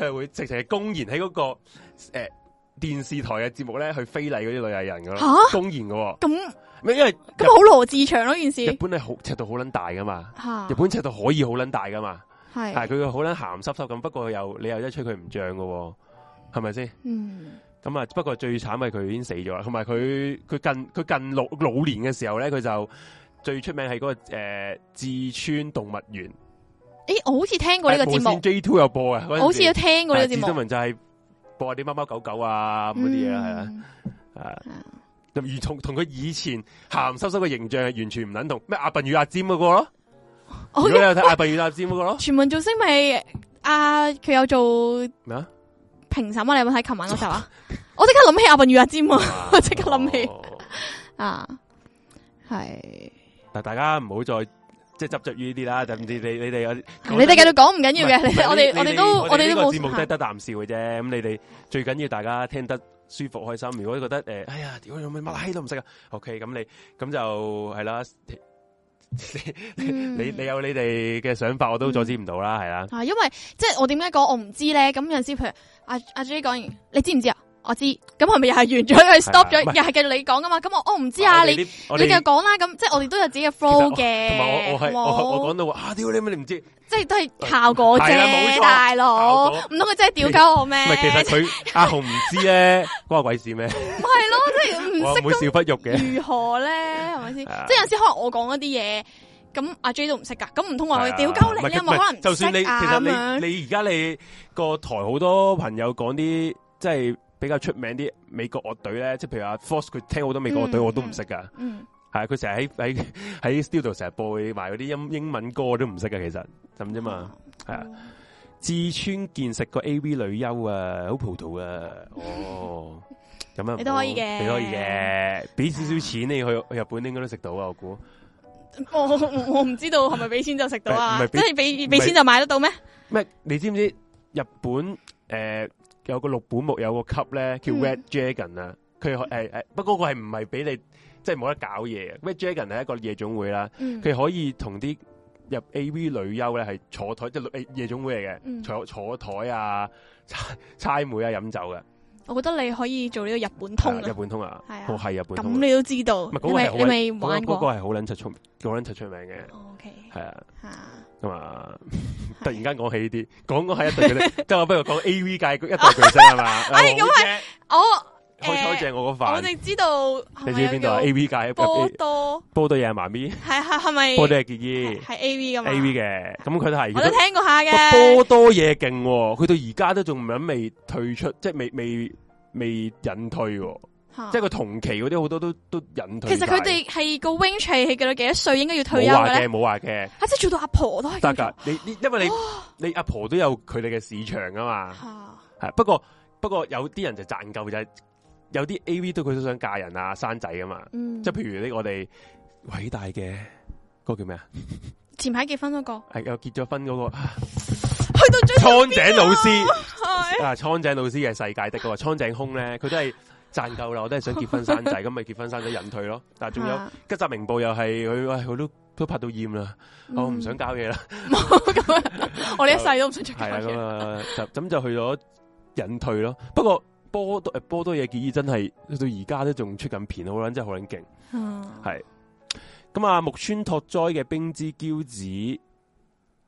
Speaker 2: 係會直情係公然喺嗰、個个诶、电视台嘅節目咧去非禮嗰啲女藝人噶咯，
Speaker 1: 吓，
Speaker 2: 公然嘅喎
Speaker 1: 咁
Speaker 2: 咩因為
Speaker 1: 咁好羅志祥咯，件
Speaker 2: 日
Speaker 1: 事
Speaker 2: 本係好尺度好撚大噶嘛。
Speaker 1: 吓
Speaker 2: 日，本尺度可以好撚大噶嘛，係
Speaker 1: 係，
Speaker 2: 佢又好撚鹹濕濕咁，不過又你又一吹佢唔漲噶喎，係咪先？
Speaker 1: 嗯，
Speaker 2: 咁啊，不過最慘係佢已經死咗啦，同埋佢佢近佢近老老年嘅時候咧，佢就最出名係嗰、個誒、呃、志川動物園，
Speaker 1: 誒，我好似聽過呢個節目，
Speaker 2: J Two 有播啊，
Speaker 1: 我
Speaker 2: 嗰陣
Speaker 1: 好似
Speaker 2: 時
Speaker 1: 有聽過呢個
Speaker 2: 係
Speaker 1: 節
Speaker 2: 志
Speaker 1: 目
Speaker 2: 新，聞就係播下啲貓貓狗狗啊咁嗰啲嘢啦，係啦、
Speaker 1: 嗯
Speaker 2: 啊
Speaker 1: 嗯，
Speaker 2: 咁而同同佢以前鹹濕濕嘅形象係完全唔撚同，咩阿笨與阿尖嗰個咯，如
Speaker 1: 我
Speaker 2: 果你有睇阿笨與阿尖嗰個咯，
Speaker 1: 全民造星咪啊，佢有做
Speaker 2: 咩啊？
Speaker 1: 評審啊，你有冇睇琴晚嗰集
Speaker 2: [laughs]
Speaker 1: 啊？我即刻諗起阿笨與阿尖啊！ [laughs] 我即刻諗起
Speaker 2: 哦
Speaker 1: 啊，系
Speaker 2: 嗱，大家唔好再即系执着於呢啲啦，就唔知你你哋有
Speaker 1: 你哋繼續講唔緊要
Speaker 2: 唔係
Speaker 1: 嘅，你哋我哋
Speaker 2: 你
Speaker 1: 我哋都我哋都
Speaker 2: 呢個
Speaker 1: 冇啊
Speaker 2: 節目都係
Speaker 1: 係
Speaker 2: 得啖笑嘅啫。咁你哋最緊要大家聽得舒服開心。如果覺得诶、誒哎呀，屌你老味乜閪都唔識啊，OK，咁你咁就係啦。
Speaker 1: 嗯
Speaker 2: 你啊你有你哋嘅想法，我都阻止唔到啦，係啦。
Speaker 1: 啊，因為即係我點解講我唔知咧？咁有阵时譬如阿阿 J 講完，你知唔知啊？我知，咁係咪又係完咗佢 stop 咗，
Speaker 2: 唔係
Speaker 1: 又係繼續你講噶嘛？咁我我唔知啊，
Speaker 2: 我
Speaker 1: 你
Speaker 2: 哋
Speaker 1: 你
Speaker 2: 啲我
Speaker 1: 繼
Speaker 2: 哋
Speaker 1: 續講啦。咁即係我哋都有自己嘅 flow 嘅，
Speaker 2: 同埋我我係
Speaker 1: 好冇
Speaker 2: 我我講到話啊，屌你咩你唔知？
Speaker 1: [laughs]
Speaker 2: 唔
Speaker 1: 即係都係效果
Speaker 2: 係啦冇
Speaker 1: 啫，
Speaker 2: 錯
Speaker 1: 大佬，
Speaker 2: 效果
Speaker 1: 唔通佢真係屌鳩我咩？
Speaker 2: 係其實佢阿紅唔知咧，關我鬼事咩？
Speaker 1: 唔係咯，即係唔
Speaker 2: 我
Speaker 1: 識
Speaker 2: 唔會
Speaker 1: 咁
Speaker 2: 笑不育嘅。
Speaker 1: 如何咧？係咪先？
Speaker 2: 啊
Speaker 1: 即係有時可能我講嗰啲嘢，咁阿 J 都唔識噶，咁唔通話
Speaker 2: 係
Speaker 1: 佢
Speaker 2: 啊
Speaker 1: 屌鳩
Speaker 2: 唔係
Speaker 1: 你啊？
Speaker 2: 唔係
Speaker 1: 咪可能
Speaker 2: 就算你
Speaker 1: 唔識啊
Speaker 2: 其實
Speaker 1: 咁樣
Speaker 2: 你你而家你個台好多朋友講啲即係比較出名啲美國樂隊咧，即係譬如阿 Force 佢聽好多美國樂隊
Speaker 1: 嗯
Speaker 2: 我都唔識噶，
Speaker 1: 嗯，
Speaker 2: 係啊佢成日喺喺喺 studio 成日播埋嗰啲英英文歌我都唔識噶，其
Speaker 1: 哦
Speaker 2: 實咁啫嘛。係啊，志村健食個 A V 女優啊，好葡萄啊，哦。咁啊，
Speaker 1: [laughs] 你都可以嘅
Speaker 2: 你都可以嘅，俾少少錢你去去日本應該都食到啊，我估。
Speaker 1: 哦我我我唔知道係咪俾錢就食到
Speaker 2: 唔
Speaker 1: 啊？
Speaker 2: 係
Speaker 1: 即
Speaker 2: 俾
Speaker 1: 係俾俾錢就買得到咩？
Speaker 2: 咩？你知唔知日本诶、呃有個六本木有個級咧叫
Speaker 1: 嗯
Speaker 2: Red Dragon 啊？佢诶诶，不過嗰個係唔係俾你即係冇得搞嘢嘅？Red Dragon 係一個夜總會啦，
Speaker 1: 嗯
Speaker 2: 佢可以同啲入 A.V. 女優咧係坐台，即係女夜總會嚟嘅，
Speaker 1: 嗯
Speaker 2: 坐坐台啊、差差妹啊飲酒嘅，
Speaker 1: 我覺得你可以做呢個日本
Speaker 2: 係
Speaker 1: 通
Speaker 2: 啊日
Speaker 1: 啊，
Speaker 2: 本通啊
Speaker 1: 係啊，
Speaker 2: 我係日本
Speaker 1: 咁
Speaker 2: 通啊，
Speaker 1: 你都知道
Speaker 2: 唔係，嗰
Speaker 1: 你
Speaker 2: 個
Speaker 1: 咪
Speaker 2: 係好
Speaker 1: 你咪
Speaker 2: 嗰個
Speaker 1: 玩
Speaker 2: 嗰個
Speaker 1: 過哦
Speaker 2: 係好撚出出，好撚出出名嘅，
Speaker 1: ？O K，
Speaker 2: 係啊，
Speaker 1: 嚇
Speaker 2: 咁啊。 [laughs] 突然間講起呢啲， [laughs]
Speaker 1: [laughs]
Speaker 2: 講講係一對嗰啲，即係我不如講 A V 界一對巨星係嘛？
Speaker 1: 哎咁
Speaker 2: 係
Speaker 1: 我
Speaker 2: 開抽正我
Speaker 1: 我
Speaker 2: 嗰飯。
Speaker 1: 呃哋知道係咪
Speaker 2: 你知唔知邊度啊
Speaker 1: 有
Speaker 2: ？A V 界入
Speaker 1: 波
Speaker 2: 入
Speaker 1: 多
Speaker 2: 波多嘢係媽咪，
Speaker 1: 係係係咪
Speaker 2: 波多嘢結衣
Speaker 1: 係 A V 噶嘛
Speaker 2: A V 嘅，咁佢都係。
Speaker 1: 我都聽過下
Speaker 2: 個
Speaker 1: 嘅
Speaker 2: 波，多嘢勁喎，佢到而家都仲未退出，即係未未未引退喎，
Speaker 1: 嚇
Speaker 2: 即係佢同期嗰啲好多都都引退晒。
Speaker 1: 哦其實佢哋係個 wing 係幾到幾多歲應該要退休
Speaker 2: 冇話
Speaker 1: 嘅咧
Speaker 2: 嘅，？冇話嘅，
Speaker 1: 啊，即係做到阿婆都係
Speaker 2: 得
Speaker 1: 咁
Speaker 2: 噶
Speaker 1: 做。。哦
Speaker 2: 你你因為你你阿婆都有佢哋嘅市場噶嘛，
Speaker 1: 嚇
Speaker 2: 係不過不過有啲人就賺夠就係有啲 A V 都佢都想嫁人啊生仔噶嘛，
Speaker 1: 嗯，
Speaker 2: 即係譬如呢我哋偉大嘅嗰個叫咩啊？
Speaker 1: 前排結婚嗰個，
Speaker 2: 係有結咗婚嗰個啊
Speaker 1: 去到最
Speaker 2: [laughs] 蒼井老師。
Speaker 1: 係
Speaker 2: 啊，蒼井老師嘅世界的嗰個蒼井空咧，佢都係賺夠啦，我都係想結婚生仔，咁咪結婚生仔引退咯。但係仲有
Speaker 1: 嚇
Speaker 2: 吉澤明步又係佢，喂，佢都都拍到厭啦，
Speaker 1: 嗯
Speaker 2: 哦我唔想搞嘢啦，
Speaker 1: 咁啊！嗯 [laughs] 我呢一世都唔想出
Speaker 2: 係啊
Speaker 1: 街
Speaker 2: 咁。啊，就咁就去咗引退咯。不過波多誒波多野結衣真係去到而家都仲出緊片，好撚真係好撚勁。
Speaker 1: 嗯
Speaker 2: 係咁啊，木村拓哉嘅《冰之驕子》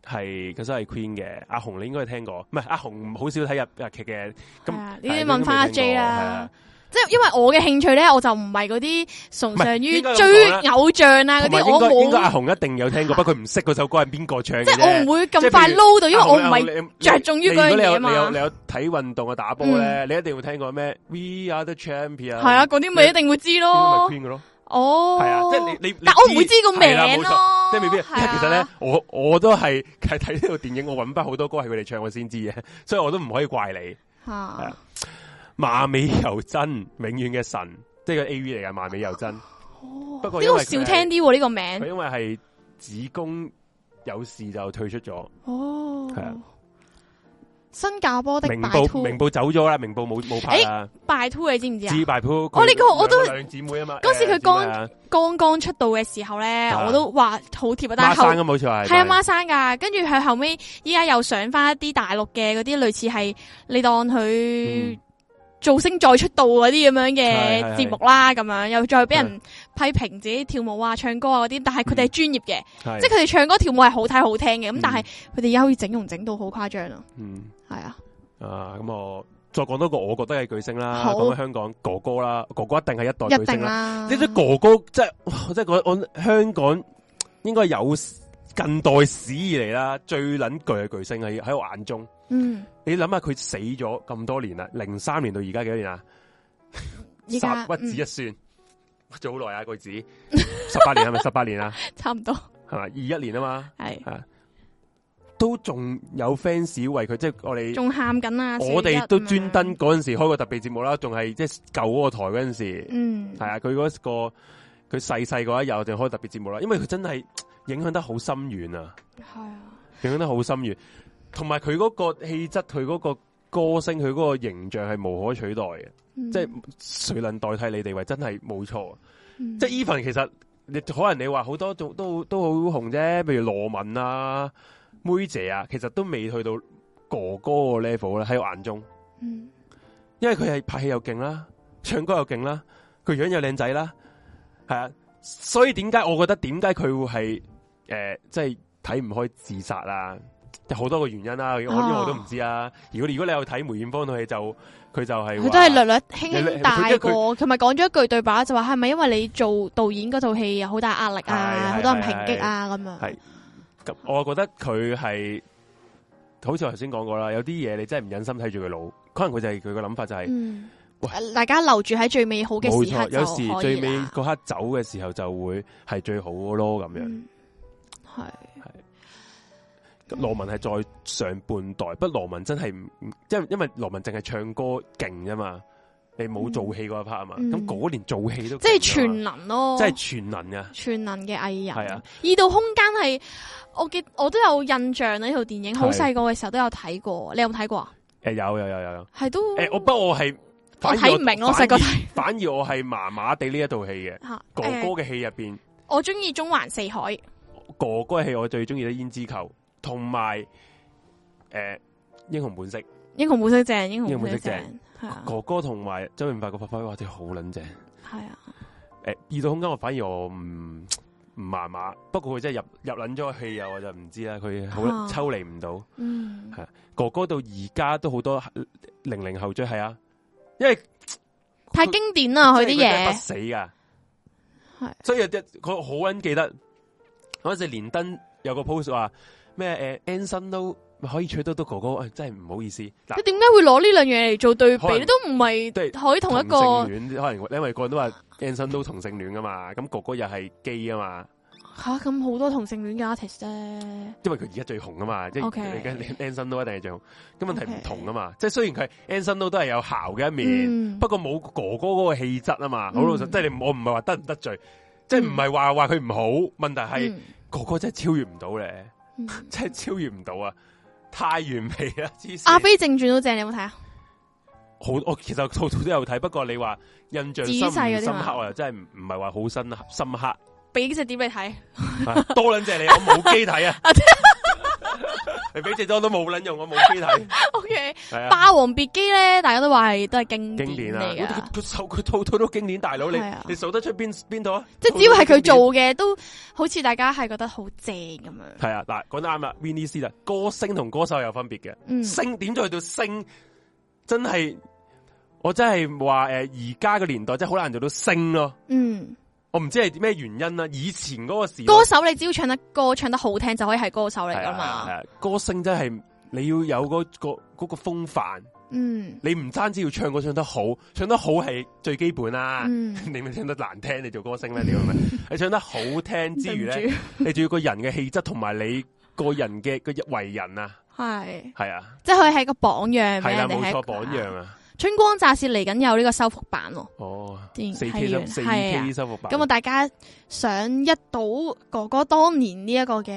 Speaker 2: 係佢真係 Queen 嘅，阿紅你應該聽過，唔係阿紅好少睇日日劇嘅，咁
Speaker 1: 係啊呢啲
Speaker 2: 係
Speaker 1: 問翻阿
Speaker 2: 你都未
Speaker 1: J
Speaker 2: 聽
Speaker 1: 啦
Speaker 2: 過係啊
Speaker 1: 即係因為我嘅興趣咧，我就唔係嗰啲崇尚
Speaker 2: 唔係
Speaker 1: 於
Speaker 2: 應該咁
Speaker 1: 追
Speaker 2: 講
Speaker 1: 偶像啊嗰
Speaker 2: 同埋
Speaker 1: 啲，
Speaker 2: 應
Speaker 1: 我
Speaker 2: 該應該阿
Speaker 1: 冇，
Speaker 2: 紅一定有聽過，不過佢唔識嗰首歌係邊個唱嘅
Speaker 1: 即係我唔
Speaker 2: 啫。
Speaker 1: 會
Speaker 2: 即係
Speaker 1: 咁
Speaker 2: 譬
Speaker 1: 快
Speaker 2: 如
Speaker 1: 撈到，因為我唔
Speaker 2: 阿紅
Speaker 1: 係
Speaker 2: 你你
Speaker 1: 着重於
Speaker 2: 你如
Speaker 1: 嗰
Speaker 2: 果
Speaker 1: 樣
Speaker 2: 你
Speaker 1: 嘢啊
Speaker 2: 有你有
Speaker 1: 嘛嗯
Speaker 2: 你。有睇運動啊打波咧，你一定會聽過咩 We Are the Champion
Speaker 1: 係啊，，嗰啲咪一定會知
Speaker 2: 呢啲
Speaker 1: 咯
Speaker 2: 咪。Queen 嘅咯，
Speaker 1: 哦，
Speaker 2: 係啊，即係你你，
Speaker 1: 但我唔會
Speaker 2: 會
Speaker 1: 知個名啊咯，
Speaker 2: 即係未必。因
Speaker 1: 係
Speaker 2: 為
Speaker 1: 啊
Speaker 2: 其實咧，，我我都係係睇呢套電影，我揾翻好多歌係佢哋唱我先知嘅， [laughs] 所以我都唔可以怪你。
Speaker 1: 吓
Speaker 2: 啊馬尾由真，永遠嘅神，即係個 A V 嚟嘅馬尾
Speaker 1: [laughs]
Speaker 2: 由真。不
Speaker 1: 不
Speaker 2: 過
Speaker 1: 過
Speaker 2: 因
Speaker 1: 哦呢個
Speaker 2: 為佢係
Speaker 1: 少聽啲喎呢個
Speaker 2: 佢
Speaker 1: 名。
Speaker 2: 因為係子宮有事就退出咗。
Speaker 1: 哦，
Speaker 2: 係啊
Speaker 1: 新加坡的
Speaker 2: 明
Speaker 1: 拜
Speaker 2: 報
Speaker 1: 兔，
Speaker 2: 明報走咗啦，明報冇冇拍啊啦。
Speaker 1: 拜兔你知唔知啊？
Speaker 2: 至拜鋪，
Speaker 1: 哦呢個我都
Speaker 2: 兩姊妹啊嘛。
Speaker 1: 嗰時佢
Speaker 2: 誒姊妹啊
Speaker 1: 剛剛出道嘅時候咧，
Speaker 2: 啊
Speaker 1: 我都話好貼啊，但
Speaker 2: 孖
Speaker 1: 係後
Speaker 2: 生咁，好似係
Speaker 1: 係啊孖生噶，跟住佢後尾依家又上翻一啲大陸嘅嗰啲類似係你當佢
Speaker 2: 嗯
Speaker 1: 造星再出道嗰啲咁樣
Speaker 2: 係
Speaker 1: 嘅
Speaker 2: 係係
Speaker 1: 節目啦，咁樣又再俾
Speaker 2: 嗯
Speaker 1: 人批評自己跳舞啊、唱歌啊嗰啲，但係佢哋係專業嘅，
Speaker 2: 係
Speaker 1: 即係佢哋唱歌跳舞係好睇好聽嘅，咁
Speaker 2: 嗯
Speaker 1: 但係佢哋而家可以整容整到好誇張咯，
Speaker 2: 嗯
Speaker 1: 係啊，
Speaker 2: 啊咁我再講多個我覺得嘅巨星啦，
Speaker 1: 好
Speaker 2: 講緊香港哥哥啦，哥哥一定係一代
Speaker 1: 一
Speaker 2: 哦巨
Speaker 1: 定
Speaker 2: 星啦。
Speaker 1: 啦
Speaker 2: 呢，啲哥哥即係哇即係我我香港應該有近代史以嚟啦最撚巨嘅巨星喺喺我眼中。
Speaker 1: 嗯，
Speaker 2: 你諗下佢死咗咁多年啦，零三年到而家幾多年啊？
Speaker 1: 依家
Speaker 2: 十屈指
Speaker 1: 嗯
Speaker 2: 一算，做好耐啊！個指十八年係咪？十八年啊，
Speaker 1: 差唔多
Speaker 2: 係咪？二一年啊嘛，
Speaker 1: 係，
Speaker 2: 都仲有 fans 為佢，即係我哋
Speaker 1: 仲喊緊啊，
Speaker 2: 我
Speaker 1: 四一
Speaker 2: 哋都
Speaker 1: 咁樣
Speaker 2: 專登，嗰陣時開個特別節目啦，仲係即係舊嗰個台嗰陣時，
Speaker 1: 嗯，
Speaker 2: 係啊，佢嗰個佢細細嗰一日我哋開特別節目啦，因為佢真係影響得好深遠啊，
Speaker 1: 係啊。
Speaker 2: 影響得好深遠，同埋佢嗰個氣質，佢嗰個歌聲，佢嗰個形象係無可取代嘅，
Speaker 1: 嗯
Speaker 2: 即係誰能代替你地位，真係冇錯。
Speaker 1: 嗯
Speaker 2: 即系 even 其實你可能你話好多都都都好紅啫，譬如羅文啊、妹姐啊，其實都未去到哥哥個 level 啦，喺我眼中，
Speaker 1: 嗯
Speaker 2: 因為佢係拍戲又勁啦，唱歌又勁啦，佢樣又靚仔啦，係啊，所以點解我覺得點解佢會係诶、呃即係睇唔開自殺啊？有好多個原因啦、我因為我都唔知啊。如果如果你有睇梅艷芳套戲，就佢就係
Speaker 1: 佢
Speaker 2: 話
Speaker 1: 都係略略輕
Speaker 2: 略略
Speaker 1: 輕大
Speaker 2: 佢
Speaker 1: 過，同埋講咗一句對白，就話係咪因為你做導演嗰套戲有好大壓力
Speaker 2: 係係
Speaker 1: 啊，好多人抨擊啊咁樣。
Speaker 2: 係咁我覺得佢係好似我頭先講過啦，有啲嘢你真係唔忍心睇住佢老，可能佢就係佢個諗法就係、
Speaker 1: 嗯
Speaker 2: 喂，
Speaker 1: 大家留住喺最美好嘅
Speaker 2: 冇
Speaker 1: 時刻
Speaker 2: 錯，
Speaker 1: 就
Speaker 2: 有時
Speaker 1: 可以
Speaker 2: 最尾
Speaker 1: 啦
Speaker 2: 嗰刻走嘅時候就會係最好咯咁樣。
Speaker 1: 嗯係
Speaker 2: 羅文係在上半代，不過羅文真係唔即係因為羅文淨係唱歌勁啫嘛，你冇做戲嗰一 part 啊嘛，
Speaker 1: 嗯
Speaker 2: 咁嗰年做戲都
Speaker 1: 即係
Speaker 2: 勁㗎嘛
Speaker 1: 全能咯，
Speaker 2: 即係全能啊！
Speaker 1: 全能嘅藝人。
Speaker 2: 係啊
Speaker 1: 二度空間係我記，我都有印象啊呢套電影，好
Speaker 2: 係
Speaker 1: 細個嘅時候都有睇過。你有冇睇過啊？
Speaker 2: 誒有有有有有
Speaker 1: 係都
Speaker 2: 誒，我不過我係
Speaker 1: 哦我
Speaker 2: 反而
Speaker 1: 睇唔明咯，
Speaker 2: 反
Speaker 1: 細個
Speaker 2: 而
Speaker 1: 睇
Speaker 2: 反而我係麻麻地呢一套戲嘅
Speaker 1: 吓。
Speaker 2: 哥
Speaker 1: 誒
Speaker 2: 哥嘅戲入邊。
Speaker 1: 我中意《中環四海》。
Speaker 2: 哥哥戲我最中意嘅胭脂球，同埋诶英雄本色，
Speaker 1: 英雄本色正，英
Speaker 2: 英雄
Speaker 1: 雄本
Speaker 2: 本色
Speaker 1: 色
Speaker 2: 正
Speaker 1: 正，系啊，
Speaker 2: 哥哥同埋周潤發個發揮，哇真係好撚正。
Speaker 1: 系啊，
Speaker 2: 诶、二度空間我反而我唔唔麻麻，不過佢真係入入撚咗戲啊，我就唔知啦。佢好
Speaker 1: 啊
Speaker 2: 抽離唔到，
Speaker 1: 嗯
Speaker 2: 係，哥哥到而家都好多零零後追係啊，因為
Speaker 1: 太經典啦佢啲
Speaker 2: 真係真係不
Speaker 1: 嘢，
Speaker 2: 死噶。
Speaker 1: 係
Speaker 2: 所以有啲佢好撚記得嗰陣時連登有個 post 話咩誒 Anson 都可以娶到到哥哥，哎真係唔好意思。嗱
Speaker 1: 你，點解會攞呢兩樣嘢嚟做對比？
Speaker 2: 可能
Speaker 1: 你都唔係
Speaker 2: 對
Speaker 1: 可以同一個
Speaker 2: 性戀可能因為個人都話 Anson 都同性戀噶嘛，咁哥哥又係基啊嘛，
Speaker 1: 吓咁好多同性戀嘅 artist 啫，
Speaker 2: 因為佢而家最紅啊嘛，即
Speaker 1: OK
Speaker 2: 係你跟 Anson 都一定係最紅。咁問題
Speaker 1: OK
Speaker 2: 唔同啊嘛，即係雖然佢 Anson 都都係有姣嘅一面。
Speaker 1: 嗯
Speaker 2: 不過冇哥哥嗰個氣質啊嘛，好老實，
Speaker 1: 嗯
Speaker 2: 即係你我唔係話得唔得罪，即係唔係話話佢唔好，問題係、
Speaker 1: 嗯
Speaker 2: 哥哥真係超越唔到咧， [laughs]
Speaker 1: 嗯
Speaker 2: 真係超越唔到啊！太完美啦，黐線！
Speaker 1: 阿飛正傳都正，你有冇睇啊？
Speaker 2: 好，我其實套套都有睇，不過你話印象深唔
Speaker 1: 仔細嗰啲
Speaker 2: 深
Speaker 1: 嘛
Speaker 2: 刻，我又真係唔唔係話好深刻深刻， [laughs]
Speaker 1: 俾只碟你睇，
Speaker 2: 啊多撚謝你，我冇機睇啊！你俾隻多都冇撚用，我冇機睇，
Speaker 1: [laughs] OK，
Speaker 2: 係
Speaker 1: 《
Speaker 2: 啊，
Speaker 1: 霸王別姬》咧，大家都話係都係經典
Speaker 2: 經典啊！
Speaker 1: 嚟噶，
Speaker 2: 佢佢佢套套都經典，大佬你
Speaker 1: 係啊
Speaker 2: 你數得出邊邊度啊？
Speaker 1: 即系只要係
Speaker 2: 套套都
Speaker 1: 佢
Speaker 2: 經典
Speaker 1: 做嘅，都好似大家係覺得好正咁樣。
Speaker 2: 系啊，嗱，講得啱啦 w i n n i e 啦，歌星同歌手有分別嘅，
Speaker 1: 嗯，
Speaker 2: 星點咗去到星，真係我真係話诶，而家嘅年代真係好難做到星咯，
Speaker 1: 嗯，
Speaker 2: 我唔知係咩原因啦，以前嗰個時代
Speaker 1: 歌手你只要唱得歌唱得好聽就可以係歌手嚟
Speaker 2: 係
Speaker 1: 噶
Speaker 2: 啊係啊係
Speaker 1: 嘛。
Speaker 2: 啊歌星真係你要有嗰、個嗰、個風範，
Speaker 1: 嗯
Speaker 2: 你唔單止要唱歌唱得好，唱得好係最基本啦。
Speaker 1: 嗯，
Speaker 2: 你咪唱得難聽，你做歌星咩？你
Speaker 1: [laughs]
Speaker 2: 明唔明？你唱得好聽 [laughs] 之
Speaker 1: 對唔
Speaker 2: 餘咧
Speaker 1: 住，
Speaker 2: 你仲要個人嘅氣質同埋你個人嘅個為人啊，
Speaker 1: 係
Speaker 2: 係啊。
Speaker 1: 即係佢係個榜樣俾
Speaker 2: 系啦，
Speaker 1: 人哋
Speaker 2: 冇
Speaker 1: 係一個
Speaker 2: 錯，榜樣。啊！
Speaker 1: 春光乍泄嚟緊有呢個修復版喎，
Speaker 2: 哦，
Speaker 1: 電
Speaker 2: 四
Speaker 1: 係
Speaker 2: K
Speaker 1: 啊
Speaker 2: 收四
Speaker 1: 係啊
Speaker 2: K 收復版，
Speaker 1: 咁啊，大家想一睹哥哥當年呢一個嘅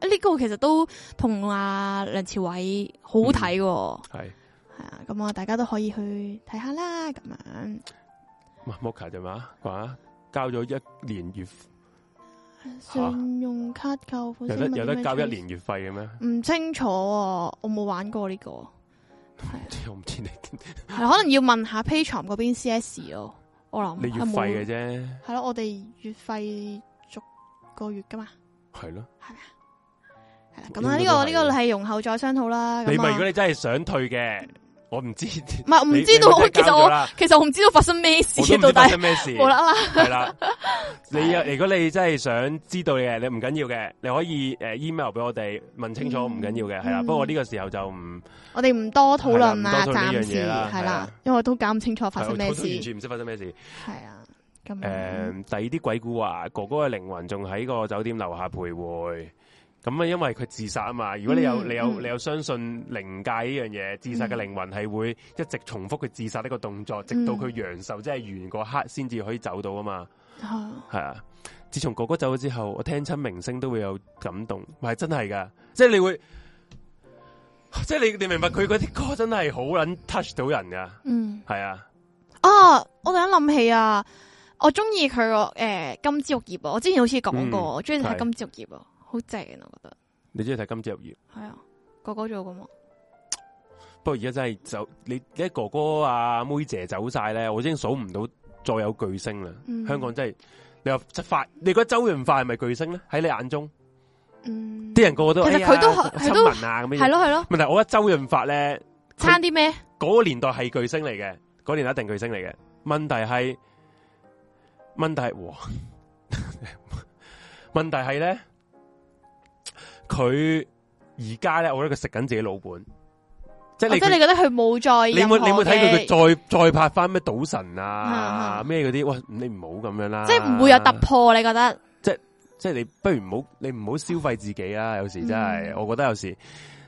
Speaker 1: 呢個其實都同阿梁朝偉好好睇喎。
Speaker 2: 係
Speaker 1: 系啊，咁啊，大家都可以去睇下啦，咁样
Speaker 2: 哇 Mocha 啫嘛，話交咗一年月，
Speaker 1: 信用卡扣款
Speaker 2: 有得有得交一，年月費嘅咩？
Speaker 1: 唔清楚、喎，我冇玩過呢、個，係啊
Speaker 2: 我唔知你
Speaker 1: 係可能要問下 p a t r o n 嗰邊 CS 咯，哦我諗
Speaker 2: 你月費嘅
Speaker 1: 啫，
Speaker 2: 啫，
Speaker 1: 係咯，我哋月費逐個月噶嘛，
Speaker 2: 係咯。
Speaker 1: 係啦，咁啦，呢、
Speaker 2: 應該
Speaker 1: 個
Speaker 2: 都
Speaker 1: 个
Speaker 2: 係
Speaker 1: 呢、個係容後再商討啦，
Speaker 2: 你咪如
Speaker 1: 咁
Speaker 2: 果
Speaker 1: 啊，
Speaker 2: 你真係想退嘅，我唔知，
Speaker 1: 唔係我唔
Speaker 2: 你
Speaker 1: 知道，
Speaker 2: 你咪
Speaker 1: 我其
Speaker 2: 真
Speaker 1: 實
Speaker 2: 係交咗
Speaker 1: 我
Speaker 2: 啦
Speaker 1: 其實我唔知道發生咩事
Speaker 2: 我
Speaker 1: 嘅
Speaker 2: 都唔知
Speaker 1: 到
Speaker 2: 發
Speaker 1: 底，
Speaker 2: 生咩事，
Speaker 1: 無啦啦，[laughs]
Speaker 2: 係啦。你有如果你真係想知道嘅，你唔緊要嘅，你可以诶 email 俾我哋問清楚，
Speaker 1: 嗯
Speaker 2: 唔緊要嘅，係啦。
Speaker 1: 嗯
Speaker 2: 不過呢個時候就唔
Speaker 1: 我哋唔多討論啦，
Speaker 2: 係啦唔多討論呢
Speaker 1: 暫
Speaker 2: 樣
Speaker 1: 時
Speaker 2: 嘢啦
Speaker 1: 係
Speaker 2: 係
Speaker 1: 啦
Speaker 2: 啊，
Speaker 1: 因為都搞唔清楚發生
Speaker 2: 係
Speaker 1: 咩
Speaker 2: 我
Speaker 1: 事，
Speaker 2: 都呃完全唔知發生咩事。
Speaker 1: 係啊，咁
Speaker 2: 诶、第二啲鬼故話哥哥嘅靈魂仲喺個酒店樓下徘徊。咁啊，因為佢自殺啊嘛。如果你有、
Speaker 1: 嗯
Speaker 2: 你有
Speaker 1: 嗯
Speaker 2: 你有相信靈界呢樣嘢，自殺嘅靈魂係會一直重複佢自殺呢個動作，直到佢
Speaker 1: 嗯
Speaker 2: 陽壽即係完嗰刻先至可以走到啊嘛。
Speaker 1: 啊
Speaker 2: 係啊，自從哥哥走咗之後，我聽親明星都會有感動，係真係噶，即係你會，即係你你明白佢嗰啲歌真係好撚 touch 到人噶，
Speaker 1: 嗯，
Speaker 2: 係啊，
Speaker 1: 啊，我突然間諗起啊，我中意佢個诶金枝玉葉啊，我之前好似講過，
Speaker 2: 嗯
Speaker 1: 我中意睇
Speaker 2: 係
Speaker 1: 金枝玉葉啊，好正啊，我覺得
Speaker 2: 你中意睇金枝玉葉。
Speaker 1: 係啊，哥哥做噶嘛，
Speaker 2: 不過而家真係走，你你哥哥啊妹姐走晒咧，我已經數唔到再有巨星啦。
Speaker 1: 嗯
Speaker 2: 香港真係你話即發，你覺得周潤發係咪巨星咧？喺你眼中，
Speaker 1: 嗯，
Speaker 2: 啲人個個都
Speaker 1: 其實
Speaker 2: 哎呀
Speaker 1: 佢都係
Speaker 2: 新聞啊咁
Speaker 1: 係
Speaker 2: 樣。
Speaker 1: 咯係咯，
Speaker 2: 問題我覺得周潤發咧佢
Speaker 1: 差啲咩？
Speaker 2: 嗰個年代係巨星嚟嘅，嗰年代一定巨星嚟嘅。問題係問題係哇， [laughs] 問題係咧，佢而家咧，我覺得佢食緊自己老本，即
Speaker 1: 哦
Speaker 2: 係你
Speaker 1: 即係你覺得佢冇再
Speaker 2: 你有冇你有冇睇
Speaker 1: 任何嘅
Speaker 2: 到佢再再拍翻咩賭神
Speaker 1: 啊
Speaker 2: 啊咩嗰啲？喂，你唔好咁樣啦，
Speaker 1: 即係唔會有突，破？你覺得？
Speaker 2: 即係你不如唔好你唔好消費自己啦。有時真係，
Speaker 1: 嗯
Speaker 2: 我覺得有時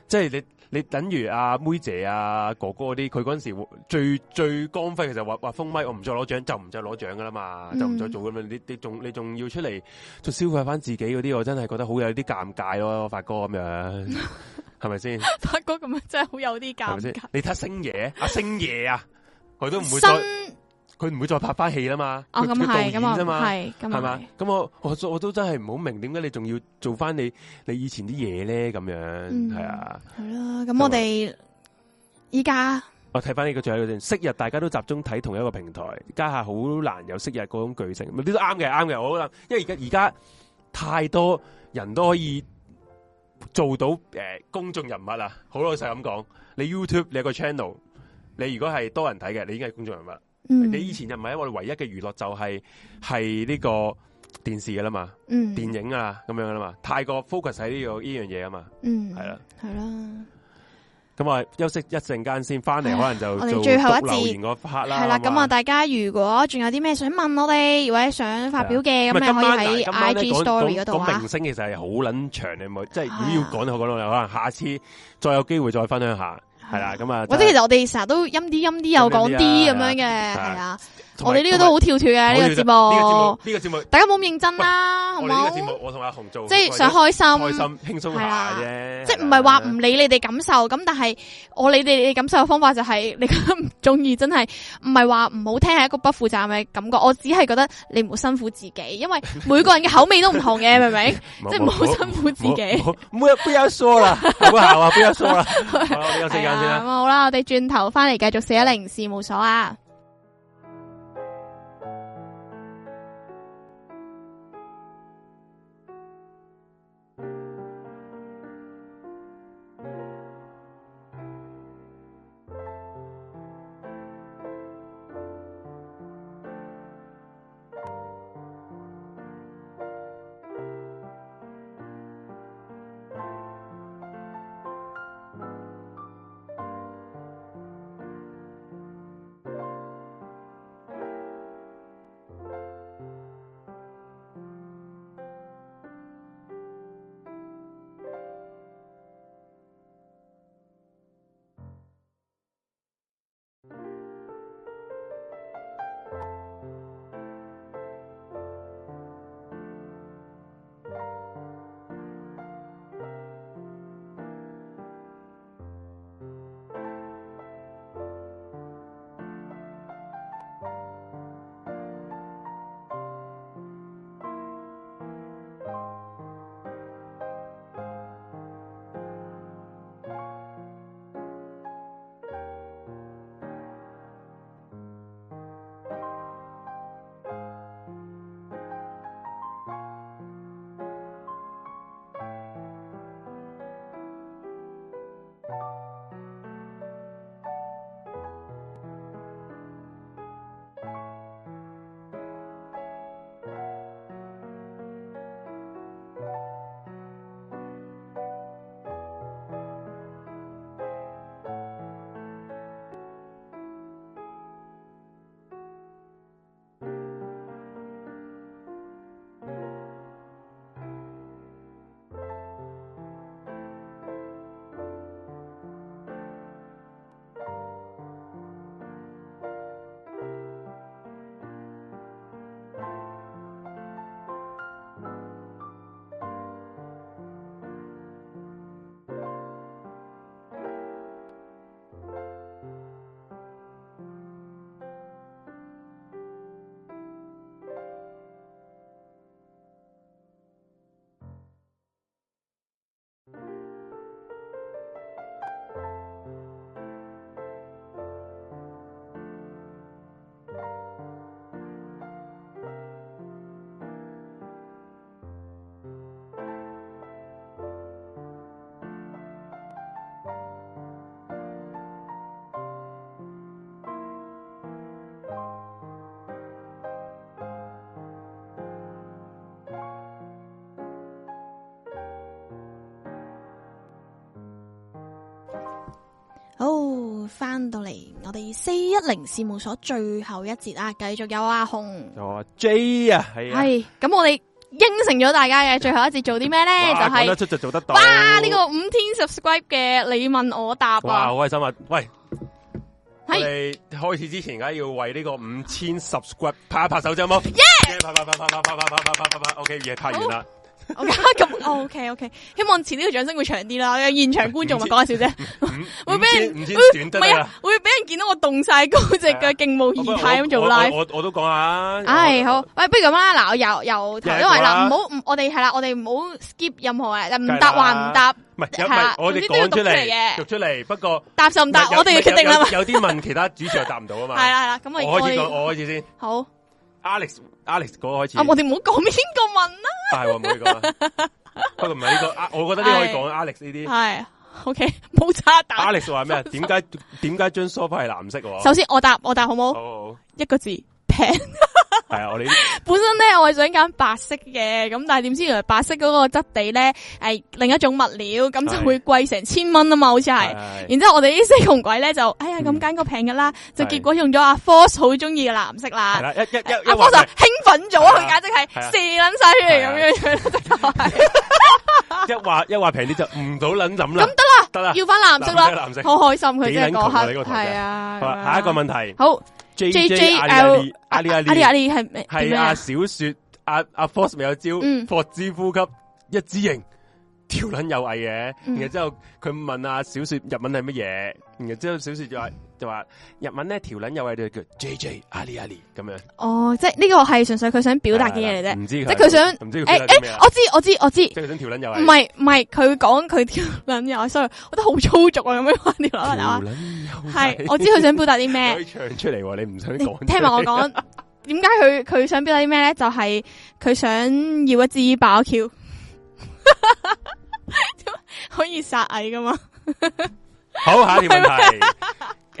Speaker 2: 即係你你等於阿妹姐啊哥哥嗰啲，佢嗰陣時最最光輝，其實話話封咪，我唔再攞獎就唔再攞獎噶啦嘛，
Speaker 1: 嗯
Speaker 2: 就唔再做咁樣。你你仲你仲要出嚟再消費翻自己嗰啲，我真係覺得好有啲尷尬咯，發哥咁樣
Speaker 1: [laughs]
Speaker 2: 係咪先？
Speaker 1: [laughs] 發哥咁樣真係好有啲尷
Speaker 2: 係咪先
Speaker 1: 尬。？
Speaker 2: 你睇下星爺阿星爺啊，佢都唔會再。
Speaker 1: 新
Speaker 2: 佢唔會再拍翻戲啦嘛，
Speaker 1: 哦咁
Speaker 2: 佢佢導
Speaker 1: 係
Speaker 2: 演
Speaker 1: 咁啊
Speaker 2: 啫嘛，
Speaker 1: 係咁
Speaker 2: 係嘛
Speaker 1: 啊，
Speaker 2: 咁我我我都真係唔好明點解你仲要做翻你你以前啲嘢咧咁樣，
Speaker 1: 嗯
Speaker 2: 係啊，
Speaker 1: 係係啦，咁我哋依家
Speaker 2: 我睇翻呢個最後嗰段，昔日大家都集中睇同一個平台，家下好難有昔日嗰種巨星，呢都啱嘅，啱嘅，我覺得，因為而家而家太多人都可以做到诶、呃公眾人物啊，好老實咁講，你 YouTube 你有個 channel，你如果係多人睇嘅，你已經係公眾人物。
Speaker 1: 嗯
Speaker 2: 你以前就唔係我哋唯一嘅娛樂就係係呢個電視噶啦嘛，
Speaker 1: 嗯
Speaker 2: 電影啊咁樣噶啦嘛，太過 focus 喺呢、個呢樣嘢啊嘛。
Speaker 1: 嗯
Speaker 2: 係啦，
Speaker 1: 系啦。
Speaker 2: 咁啊，休息一陣間先，翻嚟可能就
Speaker 1: 我哋
Speaker 2: 做
Speaker 1: 最後一
Speaker 2: 讀留言嗰 part 啦。
Speaker 1: 系啦，
Speaker 2: 好
Speaker 1: 咁
Speaker 2: 嘛
Speaker 1: 啊，大家如果仲有啲咩想問我哋，或者想發表嘅，
Speaker 2: 唔係
Speaker 1: 咁你可以
Speaker 2: 今
Speaker 1: 喺
Speaker 2: 晚
Speaker 1: I
Speaker 2: 嗱
Speaker 1: G
Speaker 2: 今晚
Speaker 1: Story
Speaker 2: 咧
Speaker 1: 嗰
Speaker 2: 講講
Speaker 1: 度
Speaker 2: 講
Speaker 1: 啊
Speaker 2: 明。星其實係好撚長，你冇即
Speaker 1: 係
Speaker 2: 係如
Speaker 1: 啊
Speaker 2: 果要講就講到，可能下次再有機會再分享下，係啦，咁啊，
Speaker 1: 或者其實我哋成日都陰啲陰啲又講啲咁樣嘅，
Speaker 2: 係啊
Speaker 1: 係啊，
Speaker 2: 同
Speaker 1: 我
Speaker 2: 埋
Speaker 1: 哋呢個都好跳脱嘅呢個節目，
Speaker 2: 呢個節目，呢個節目，
Speaker 1: 大家冇咁認真啦，好
Speaker 2: 我
Speaker 1: 唔
Speaker 2: 哋呢
Speaker 1: 好
Speaker 2: 個？節目，我同阿紅做，
Speaker 1: 即係想開
Speaker 2: 開
Speaker 1: 心，
Speaker 2: 心輕鬆下啫，
Speaker 1: 即係唔係話唔理你哋感受，咁但係我理你哋感受嘅方法就係你覺得唔中意，真係唔係話唔好聽係一個不負責任嘅感覺，我只係覺得你唔好辛苦自己，因為每個人嘅口味都唔同嘅，明唔明？即係唔好辛苦自己。
Speaker 2: 冇，冇冇不要說啦，好不好啊？不要說啦，好啦，我哋休息
Speaker 1: 係
Speaker 2: 間先
Speaker 1: 啦，咁
Speaker 2: 啦。
Speaker 1: 好啦，我哋轉頭翻嚟繼續四一零事務所啊。好，翻到嚟我哋四一零事務所最後一節啊，繼續有阿紅，
Speaker 2: 哦，J 啊，係啊，
Speaker 1: 係咁我哋應承咗大家嘅最後一節做啲咩咧？就
Speaker 2: 哇講
Speaker 1: 係、
Speaker 2: 得出就做得到。
Speaker 1: 哇呢、個五天 subscribe 嘅你問我答
Speaker 2: 哇，
Speaker 1: 啊
Speaker 2: 好，開心啊！喂，我
Speaker 1: 係
Speaker 2: 哋開始之前，梗係要為呢個五千 subscribe 拍一拍手掌，好冇？Yeah，拍拍拍拍拍拍拍拍拍拍拍，OK，嘢拍完啦。
Speaker 1: 我而家 [laughs] 咁 OK OK，希望遲啲嘅掌聲會長啲啦，有現場觀眾咪講下笑
Speaker 2: [laughs]
Speaker 1: 啫，
Speaker 2: 五
Speaker 1: 會俾人
Speaker 2: 五千五
Speaker 1: 會
Speaker 2: 千
Speaker 1: 唔
Speaker 2: 短得
Speaker 1: 係
Speaker 2: 啦
Speaker 1: 啊。，會俾人見到我動晒高隻
Speaker 2: 係啊
Speaker 1: 嘅勁舞儀態咁做 live。
Speaker 2: 我我我都講下。
Speaker 1: 唉，好，喂，不如咁啦，嗱，我由由頭
Speaker 2: 又係
Speaker 1: 因為
Speaker 2: 我啦
Speaker 1: 嗱，唔好，唔我哋係啦，我哋唔好 skip 任何嘢，
Speaker 2: 梗係
Speaker 1: 唔
Speaker 2: 啦
Speaker 1: 答話唔答，
Speaker 2: 唔係，有唔
Speaker 1: 係啦
Speaker 2: 係我哋
Speaker 1: 總之都要
Speaker 2: 講
Speaker 1: 讀
Speaker 2: 出
Speaker 1: 出
Speaker 2: 嚟
Speaker 1: 嚟嘅
Speaker 2: 讀出嚟。不過
Speaker 1: 答就唔答
Speaker 2: 唔，係有
Speaker 1: 我哋要決定啦嘛
Speaker 2: 唔，係有有有啲問其他主持又答唔到啊嘛。
Speaker 1: [laughs] 係啦係啦，咁我
Speaker 2: 我開始講，
Speaker 1: 哋
Speaker 2: 我開始先。
Speaker 1: 好，啊，
Speaker 2: Alex Alex 嗰個開始，
Speaker 1: 我哋唔好講邊個問啦，
Speaker 2: 啊係喎唔可以講啊。不過唔係呢個，啊我覺得呢個可以講 Alex 呢啲。
Speaker 1: 係 OK，冇 [laughs] 差打。
Speaker 2: Alex 话咩？点解点解张 sofa 系蓝色喎？
Speaker 1: 首先我答我答好冇？
Speaker 2: 好好
Speaker 1: 一個字平。 [laughs]
Speaker 2: 系啊，我哋
Speaker 1: 本身咧我係想揀白色嘅，咁但係點知原來白色嗰個質地咧係另一種物料，咁就
Speaker 2: 係
Speaker 1: 會貴成千蚊啊嘛，好似係。
Speaker 2: 係
Speaker 1: 然之后我哋啲死窮鬼咧就，哎呀咁
Speaker 2: 嗯
Speaker 1: 揀個平嘅啦，就
Speaker 2: 係
Speaker 1: 結果用咗阿 Force 好中意嘅藍色
Speaker 2: 係
Speaker 1: 啦。
Speaker 2: 啦，一一一一
Speaker 1: 阿 Force 就
Speaker 2: 話
Speaker 1: 興奮咗，佢
Speaker 2: 係啊
Speaker 1: 簡直係
Speaker 2: 係啊啊
Speaker 1: 射撚晒出嚟咁樣樣，直頭係
Speaker 2: 一话一话平啲就唔到捻谂啦。咁得啦， [laughs] 得啦。
Speaker 1: 要翻藍色
Speaker 2: 藍色
Speaker 1: 啦
Speaker 2: 藍，色
Speaker 1: 好開心佢
Speaker 2: 幾
Speaker 1: 真係
Speaker 2: 撚
Speaker 1: 嗰
Speaker 2: 窮啊
Speaker 1: 刻
Speaker 2: 呢個台真
Speaker 1: 係
Speaker 2: 係
Speaker 1: 啊。咁
Speaker 2: 好
Speaker 1: 樣
Speaker 2: 啦下一个问题
Speaker 1: 好
Speaker 2: J
Speaker 1: 啊 J J
Speaker 2: 阿里
Speaker 1: L
Speaker 2: 阿里阿
Speaker 1: 阿
Speaker 2: 里
Speaker 1: 里阿里係咩？
Speaker 2: 系
Speaker 1: 點樣
Speaker 2: 阿
Speaker 1: 啊
Speaker 2: 小雪阿阿 Force 咪有招
Speaker 1: 嗯
Speaker 2: 霍之呼吸一支型跳捻有藝嘅，
Speaker 1: 嗯
Speaker 2: 然後之後佢問阿小雪日文係乜嘢，然後之後小雪就話就話日文咧條捻有藝就叫 J J 阿里阿里咁樣
Speaker 1: 哦，即係呢個係純粹佢想表達嘅嘢嚟啫。
Speaker 2: 唔知
Speaker 1: 即係佢想
Speaker 2: 唔知佢
Speaker 1: 诶
Speaker 2: 表達啲咩
Speaker 1: 诶
Speaker 2: 啊，
Speaker 1: 我知我知我知，
Speaker 2: 即係佢想條捻有藝
Speaker 1: 唔係唔係，佢講佢條撚友，sorry，我覺得好粗俗啊，咁樣講
Speaker 2: [laughs]
Speaker 1: 條撚友
Speaker 2: 條
Speaker 1: 啊，
Speaker 2: 捻有
Speaker 1: 係我知佢
Speaker 2: [laughs]
Speaker 1: 想表達啲
Speaker 2: 可
Speaker 1: 咩，
Speaker 2: 以唱出嚟喎，你唔想
Speaker 1: 你
Speaker 2: 講？
Speaker 1: 聽埋我講，點解佢佢想表達啲咩咧？就係佢想要一支爆橋，
Speaker 2: [laughs]
Speaker 1: 可以殺蟻噶嘛？
Speaker 2: 好，下一條
Speaker 1: [laughs]
Speaker 2: 問 [laughs] 題。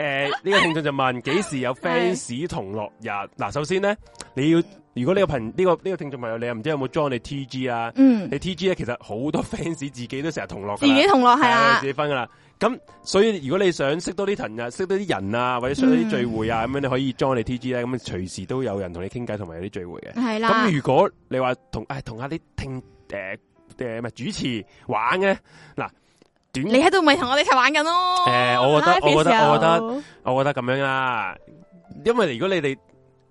Speaker 2: 诶，呃呢個聽眾就問幾時有 fans 同樂日？嗱，首先咧，你要如果呢個朋呢個呢個聽眾朋友，你又唔知有冇 join 你 TG 啊？
Speaker 1: 嗯，
Speaker 2: 你 TG 咧，其實好多 [laughs] fans 自己都成日同樂
Speaker 1: 自
Speaker 2: 㗎啦，
Speaker 1: 己同樂係
Speaker 2: 係啊
Speaker 1: 啦
Speaker 2: 自，己分噶啦。咁所以如果你想識多啲朋友，識多啲人啊，或者想多
Speaker 1: 嗯
Speaker 2: 啲聚會啊，咁樣你可以 join 你 TG 咧，咁隨時都有人同你傾偈，同埋有啲聚會嘅。
Speaker 1: 嗯係啊啦
Speaker 2: 咁，如果你話同诶同下啲聽诶诶唔係主持玩嘅嗱短
Speaker 1: 你喺度咪同我哋一齊玩緊咯？
Speaker 2: 誒我覺得
Speaker 1: live 嘅
Speaker 2: 我覺得
Speaker 1: 時候
Speaker 2: 我覺得我覺得咁樣啦，因為如果你哋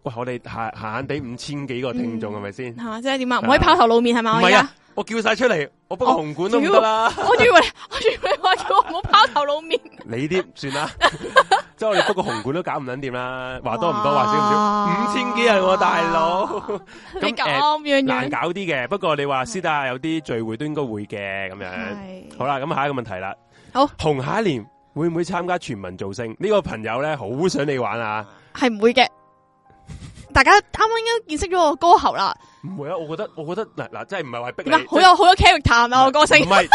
Speaker 2: 喂我哋閒閒地五千幾個聽
Speaker 1: 嗯
Speaker 2: 眾係咪先？
Speaker 1: 嚇即係點啊？唔
Speaker 2: 係啊
Speaker 1: 可以拋頭露面係咪？
Speaker 2: 唔
Speaker 1: 我而
Speaker 2: 係
Speaker 1: 家
Speaker 2: 啊，我叫晒出嚟，我不過
Speaker 1: 哦
Speaker 2: 紅館都唔得啦。
Speaker 1: 我仲以為 [laughs] 我仲以為話叫我唔好拋頭露面。
Speaker 2: 你啲算
Speaker 1: [laughs]
Speaker 2: 啦，即係我哋不過紅館都搞唔撚掂啦，話啊多唔多話少唔
Speaker 1: 哇
Speaker 2: 少，五千幾人喎大佬，
Speaker 1: [laughs] 你
Speaker 2: 咁誒
Speaker 1: 咁樣
Speaker 2: 難
Speaker 1: 樣，
Speaker 2: 搞啲嘅。不過你話私底下有啲聚會都應該會嘅咁樣。
Speaker 1: 係
Speaker 2: 好啦，咁下一個問題啦。
Speaker 1: 好
Speaker 2: 紅下一年會唔會參加全民造星？呢、個朋友咧好想你玩啊！
Speaker 1: 係唔會嘅。大家啱啱應該見識咗我歌喉啦，
Speaker 2: 唔會啊，我覺得我覺得嗱嗱，真係唔係話逼你
Speaker 1: 點，啊解好有好有 character 啊！我歌聲 [laughs]
Speaker 2: 唔，係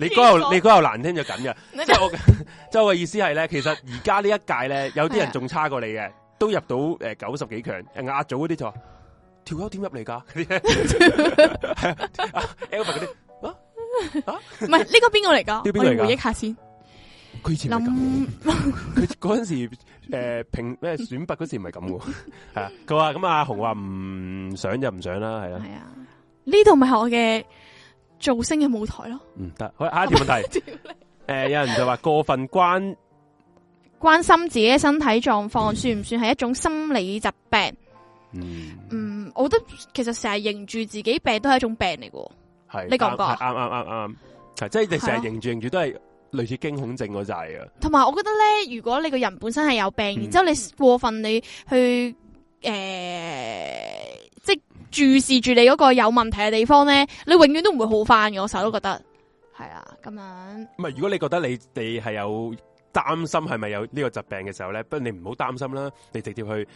Speaker 2: 你歌又 [laughs] 你歌又難聽就咁嘅，
Speaker 1: 你
Speaker 2: 即係我即係我嘅意思係咧，其實而家呢一屆咧，有啲
Speaker 1: 係啊
Speaker 2: 人仲差過你嘅，都入到诶九十幾強，壓組嗰啲就話 [laughs] 條友點入 [laughs] 嚟㗎？嗰啲咧係啊 Alpha 嗰啲，
Speaker 1: 唔係呢個邊個嚟㗎？
Speaker 2: 呢個邊個
Speaker 1: 我
Speaker 2: 嚟㗎
Speaker 1: 要回憶下先。
Speaker 2: 佢以前唔係咁嘅
Speaker 1: 諗
Speaker 2: 佢嗰阵时诶、呃、评咩選拔嗰時唔係咁 [laughs] 嘅喎，系啊，佢話咁阿紅話唔想就唔想啦，係啦，
Speaker 1: 係啊，呢度咪係我嘅造星嘅舞台咯。
Speaker 2: 唔得。好，下一條 [laughs] 問題，诶、有人就話過分關
Speaker 1: 關心自己嘅身體狀況，算唔算係一種心理疾病？
Speaker 2: 嗯
Speaker 1: 嗯，我覺得其實成日認住自己病都係一種病嚟嘅喎。
Speaker 2: 係
Speaker 1: 你覺唔覺啊
Speaker 2: 啱啱啱啱啱，係即係你成
Speaker 1: 係啊
Speaker 2: 日凝住凝住都係類似驚恐症嗰扎啊嘅，
Speaker 1: 同埋我覺得咧，如果你個人本身係有病，
Speaker 2: 嗯
Speaker 1: 然之后你過分你去诶、即係注視住你嗰個有問題嘅地方咧，你永遠都唔會好翻嘅。我成日都覺得係啊，咁樣
Speaker 2: 唔係如果你覺得你哋係有擔心係咪有呢個疾病嘅時候咧，不如你唔好擔心啦，你直接去。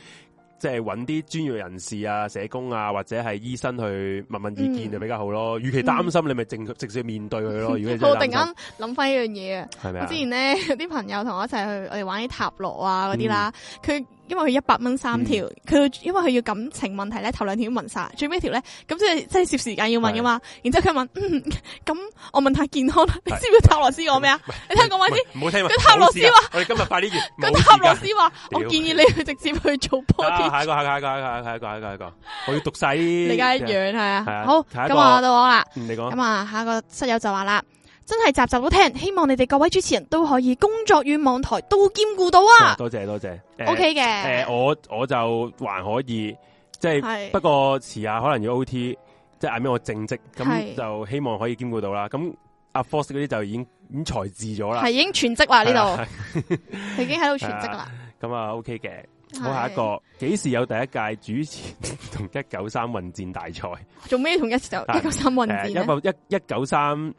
Speaker 2: 即係揾啲專業人士啊、社工啊，或者係醫生去問問意見
Speaker 1: 嗯
Speaker 2: 就比較好咯。與其擔心，你咪正直接面對佢咯。如果你真係
Speaker 1: 我突
Speaker 2: 擔
Speaker 1: 然
Speaker 2: 心
Speaker 1: 間諗翻一樣嘢啊！
Speaker 2: 係咪
Speaker 1: 我
Speaker 2: 啊
Speaker 1: 之？前咧啲朋友同我一齊去，我哋玩啲塔羅啊嗰啲啦，
Speaker 2: 嗯
Speaker 1: 佢、因為佢一百蚊三條，佢、因為佢要感情問題咧，頭兩條問晒，最尾一條咧，咁即係即係攝時間要問噶嘛。然之後佢問， [laughs] 嗯，咁我問下健康啦，你
Speaker 2: 係
Speaker 1: 知唔知塔羅師講咩啊？你聽我講埋先。
Speaker 2: 唔好聽埋
Speaker 1: 個塔羅師
Speaker 2: 話：我哋今日快啲完。
Speaker 1: 個塔羅
Speaker 2: 羅
Speaker 1: 師話：
Speaker 2: 屌
Speaker 1: 我建議你去直接去做 body，
Speaker 2: 啊下一個，下一個，下一個，下一個，下一個，下一個，我要讀晒
Speaker 1: 你
Speaker 2: 你
Speaker 1: 而家一樣係啊
Speaker 2: 係啊。
Speaker 1: 好，
Speaker 2: 下一
Speaker 1: 咁
Speaker 2: 個
Speaker 1: 啊到我啦。
Speaker 2: 嗯你講
Speaker 1: 咁啊，下一個室友就話啦：真係集集都聽，希望你哋各位主持人都可以工作與網台都兼顧到
Speaker 2: 哇
Speaker 1: 啊。
Speaker 2: 多謝多謝。誒
Speaker 1: O K
Speaker 2: 誒，
Speaker 1: 嘅，
Speaker 2: 我我就還可以，即係
Speaker 1: 係
Speaker 2: 不過遲下可能要 O T，即係嗌咩我正職，
Speaker 1: 係
Speaker 2: 咁就希望可以兼顧到啦。咁阿 Force 嗰啲就已經已經才智咗啦
Speaker 1: 係，已經全職啦呢
Speaker 2: 係
Speaker 1: 度
Speaker 2: 啦，
Speaker 1: 佢 [laughs] 已經喺度全職啦。
Speaker 2: 咁啊 O K 嘅。好下一個，幾時有第一屆主持 [laughs] 同一九三混戰大賽？
Speaker 1: 係做咩同一時候
Speaker 2: 係
Speaker 1: 一九三混
Speaker 2: 誒
Speaker 1: 戰啊
Speaker 2: 一
Speaker 1: 咧？
Speaker 2: 九一一九三，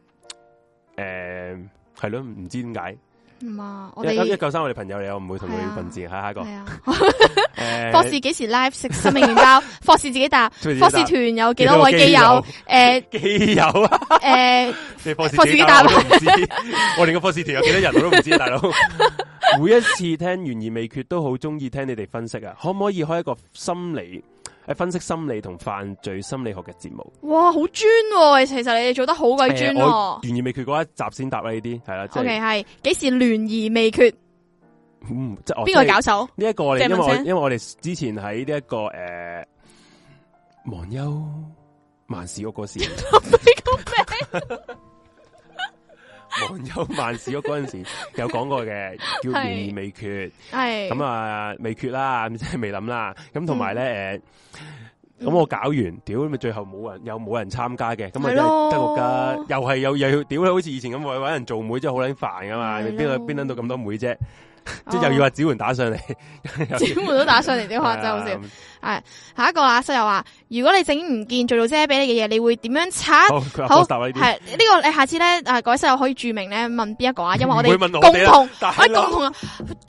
Speaker 2: 诶，系咯，唔知點解，
Speaker 1: 咁啊，我
Speaker 2: 一一
Speaker 1: 哋
Speaker 2: 九三我哋朋友嚟，我唔會同
Speaker 1: 係啊
Speaker 2: 佢混戰，下下一個
Speaker 1: 系。啊，
Speaker 2: 誒
Speaker 1: 博士幾時 live 食生命麵
Speaker 2: [laughs]
Speaker 1: 包？博士自己答。
Speaker 2: 自己答
Speaker 1: 博士團有幾多位基友？诶
Speaker 2: 基友啊！
Speaker 1: 诶，
Speaker 2: 你博士
Speaker 1: 博士
Speaker 2: 自己
Speaker 1: 幾
Speaker 2: 打
Speaker 1: 大
Speaker 2: 我都唔知，我連個博士團有幾多人我都唔知，大佬。 [laughs] 每一次聽懸而未決都好中意聽你哋分析啊！可唔可以開一個心理诶分析心理同犯罪心理學嘅節目？
Speaker 1: 哇，好專喎！其實你哋做得好鬼專
Speaker 2: 誒我
Speaker 1: 喎。
Speaker 2: 懸而未決嗰一集先答啦，呢啲係啦，即
Speaker 1: O
Speaker 2: 係
Speaker 1: K，係幾時懸而未決？
Speaker 2: 嗯即係我
Speaker 1: 邊個
Speaker 2: 即係
Speaker 1: 搞
Speaker 2: [laughs]
Speaker 1: 手？ [laughs]
Speaker 2: 呢一個我
Speaker 1: 鄭
Speaker 2: 哋因為
Speaker 1: 文
Speaker 2: 我
Speaker 1: 聲
Speaker 2: 因為我哋之前喺呢一個诶忘憂萬事屋
Speaker 1: [laughs]
Speaker 2: 嗰時。忘憂萬事屋嗰陣時有講過嘅，叫
Speaker 1: 係
Speaker 2: 懸而未決。
Speaker 1: 係
Speaker 2: 咁啊，未決啦， [laughs] 咁即係未諗啦。咁同埋
Speaker 1: 嗯
Speaker 2: 咧，诶、咁我搞完，屌咪最後冇人，又冇人參加嘅，咁啊
Speaker 1: 係
Speaker 2: 真係
Speaker 1: 咯
Speaker 2: 得個家，又係又又要屌，好似以前咁搵搵人做妹，真係好撚煩噶嘛，
Speaker 1: 係咯
Speaker 2: 邊度邊撚到咁多妹啫？即
Speaker 1: 哦
Speaker 2: 係又要話指援打上嚟，
Speaker 1: 轉門都打上嚟，啲
Speaker 2: 啊
Speaker 1: 可能真係好笑。下一個啦，室友話：如果你整唔見做到姐俾你嘅嘢，你會點樣拆？
Speaker 2: 好，佢
Speaker 1: 啊好
Speaker 2: 阿 boss 答啦呢
Speaker 1: 係
Speaker 2: 啲，
Speaker 1: 呢個，你下次咧诶，各位室友可以注明咧問邊一個啊，因為我
Speaker 2: 唔
Speaker 1: 哋
Speaker 2: 會問
Speaker 1: 共
Speaker 2: 我哋啊
Speaker 1: 同，
Speaker 2: 大
Speaker 1: 我哋
Speaker 2: 佬
Speaker 1: 共同啊，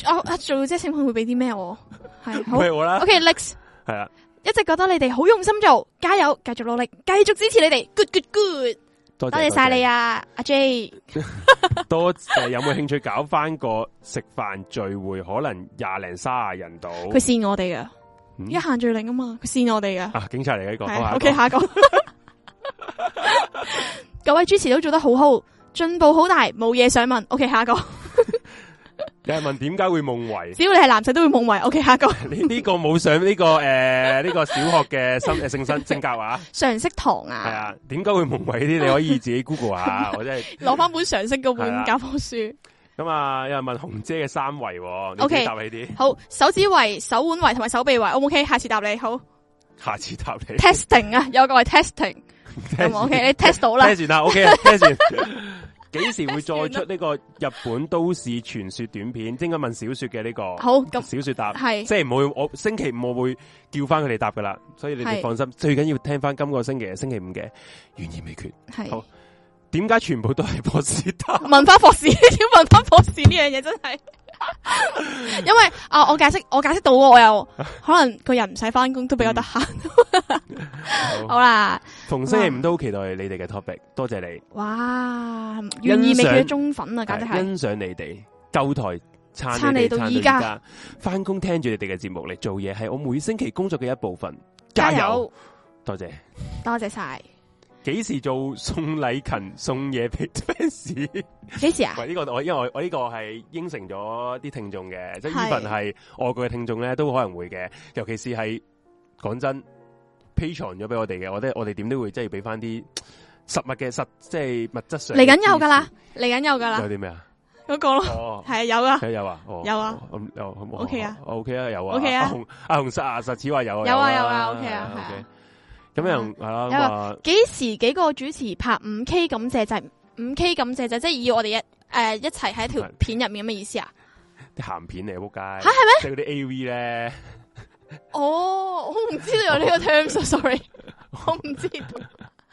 Speaker 1: 啊啊做到姐請問會俾啲咩我？
Speaker 2: [laughs]
Speaker 1: 係
Speaker 2: 唔啊
Speaker 1: 好
Speaker 2: 係我啦，
Speaker 1: ，OK，Lex。
Speaker 2: 係啦，
Speaker 1: 一直覺得你哋好用心做，加油，繼續努力，繼續支持你哋，good good good，
Speaker 2: 多
Speaker 1: 多謝晒你
Speaker 2: 啊！
Speaker 1: 啊，阿 J，
Speaker 2: 多謝有冇興趣搞翻個食飯聚會？可能廿零卅人到，
Speaker 1: 佢扇我哋噶，
Speaker 2: 嗯
Speaker 1: 而家限聚令啊嘛，佢扇我哋噶，
Speaker 2: 啊，警察嚟嘅呢個好
Speaker 1: 係
Speaker 2: 啊
Speaker 1: OK 下一個， [laughs] 各位主持都做得好好，進步好大，冇嘢想問，OK 下一個，
Speaker 2: 有人問點解會夢遺？
Speaker 1: 只要你係男仔都會夢遺，OK 下一個，
Speaker 2: 呢 [laughs] 呢個冇上呢個诶呢個小學嘅
Speaker 1: [laughs]
Speaker 2: 心诶性生性格話
Speaker 1: 常識堂
Speaker 2: 係
Speaker 1: 啊，
Speaker 2: 啊，點解會夢遺啲？你可以自己
Speaker 1: [laughs]
Speaker 2: Google 下，我真係
Speaker 1: 攞翻本常識嗰
Speaker 2: 係
Speaker 1: 本
Speaker 2: 啊
Speaker 1: 教科書，
Speaker 2: 咁啊！有人問紅姐嘅三圍喎，你
Speaker 1: OK
Speaker 2: 自己答呢啲， [laughs]
Speaker 1: 好，手指圍、手腕圍同埋手臂圍，O 唔 OK？下次答你好
Speaker 2: 下次答
Speaker 1: [laughs]
Speaker 2: 你。
Speaker 1: ，testing 啊，有個係 testing，有冇啊 OK？你 test 到啦
Speaker 2: 聽。住啦
Speaker 1: [laughs]
Speaker 2: ，OK 啊，聽住。幾時會再出呢個日本都市傳說短片？應該問小说嘅呢個
Speaker 1: 好咁
Speaker 2: 小说答，
Speaker 1: 係
Speaker 2: 即係唔會我星期五我會叫翻佢哋答噶啦，所以你哋
Speaker 1: 係
Speaker 2: 放心。最緊要聽翻今個星期星期五嘅懸而未決。
Speaker 1: 係
Speaker 2: 好點解全部都係波士
Speaker 1: [laughs]
Speaker 2: 答？
Speaker 1: 文化博士，要文化博士呢樣嘢真係，因為啊，我解釋我解釋到喎我又可能個人唔使翻工都比較得閒。
Speaker 2: 嗯
Speaker 1: 好啦，
Speaker 2: 逢星期五都好期待你哋嘅 topic，多謝你，
Speaker 1: 哇，願意未佢嘅忠粉啊，簡直
Speaker 2: 係
Speaker 1: 係
Speaker 2: 欣賞你哋，夠台撐
Speaker 1: 撐
Speaker 2: 你
Speaker 1: 你
Speaker 2: 哋撐
Speaker 1: 到
Speaker 2: 到
Speaker 1: 依
Speaker 2: 依
Speaker 1: 家
Speaker 2: 家，翻工聽住你哋嘅節目嚟做嘢，係我每星期工作嘅一部分，加
Speaker 1: 加
Speaker 2: 油！
Speaker 1: 油，
Speaker 2: 多謝。
Speaker 1: 多謝晒。
Speaker 2: 幾時做送禮勤送嘢
Speaker 1: [laughs]
Speaker 2: 俾 fans？
Speaker 1: 幾時啊？
Speaker 2: 喂，呢、個我因為我我呢個係應承咗啲聽眾嘅，即係
Speaker 1: 係
Speaker 2: even 係外國嘅聽眾咧，都可能會嘅，尤其是係講真 p a t r o n 咗俾我哋嘅，我哋我哋點都會即係俾翻啲實物嘅實，即係物質上
Speaker 1: 嚟緊有㗎啦，嚟緊有㗎啦
Speaker 2: 有，啲咩啊？
Speaker 1: 嗰個咯， [laughs]
Speaker 2: 哦，
Speaker 1: 係有㗎，
Speaker 2: 有啊，哦
Speaker 1: 有啊，
Speaker 2: 咁有
Speaker 1: OK 啊
Speaker 2: ，OK 啊，有啊
Speaker 1: OK 啊
Speaker 2: 阿紅阿紅實啊，實此話有
Speaker 1: 有啊
Speaker 2: 啊，
Speaker 1: 有啊，OK 啊係
Speaker 2: ，OK
Speaker 1: 啊。
Speaker 2: 咁樣係啦，咁啊，
Speaker 1: 幾時幾個主持拍五 K 感謝祭？五 K 感謝祭即係以我哋一诶一齊喺條片入面咁嘅意思啊？
Speaker 2: 啲鹹片嚟嘅，仆街，
Speaker 1: 嚇
Speaker 2: 即係嗰啲 A V 咧，
Speaker 1: 哦，我唔知道有呢個 [laughs]
Speaker 2: [laughs]
Speaker 1: terms，sorry，我唔知道。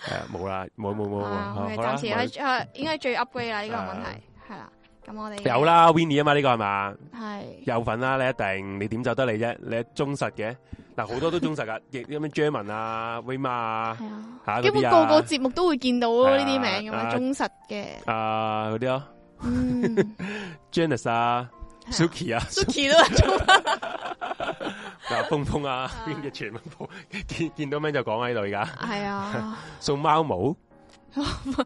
Speaker 2: 係啊冇啦，冇冇冇冇
Speaker 1: 啊
Speaker 2: 冇，
Speaker 1: ，OK，
Speaker 2: 好啦
Speaker 1: 暫時
Speaker 2: 冇
Speaker 1: 係誒應該係最 upgrade 啦，呢個問
Speaker 2: 啊
Speaker 1: 題係啦。咁我哋
Speaker 2: 有，啦，Winnie 啊嘛，呢個係嘛，
Speaker 1: 係
Speaker 2: 有份啦，你一定，你點就得你啫，你忠實嘅，嗱好多都忠
Speaker 1: [laughs]
Speaker 2: 實噶，亦咁樣 German 啊，Wim 啊，
Speaker 1: 係啊，
Speaker 2: 嚇
Speaker 1: 基
Speaker 2: 嗰
Speaker 1: 本
Speaker 2: 啲
Speaker 1: 個個
Speaker 2: 啊，
Speaker 1: 節目都會見到呢啲名咁
Speaker 2: 係啊
Speaker 1: 樣忠實嘅，
Speaker 2: 啊嗰啲咯
Speaker 1: 嗯
Speaker 2: ，Janice 啊
Speaker 1: 係啊
Speaker 2: ，Suki 啊。
Speaker 1: ，Suki 都係忠實，
Speaker 2: 嗱，峰峰啊
Speaker 1: [laughs] 啊，
Speaker 2: 邊嘅全部見見到咩就講喺度而家，
Speaker 1: 係啊，
Speaker 2: 送貓毛，
Speaker 1: 唔係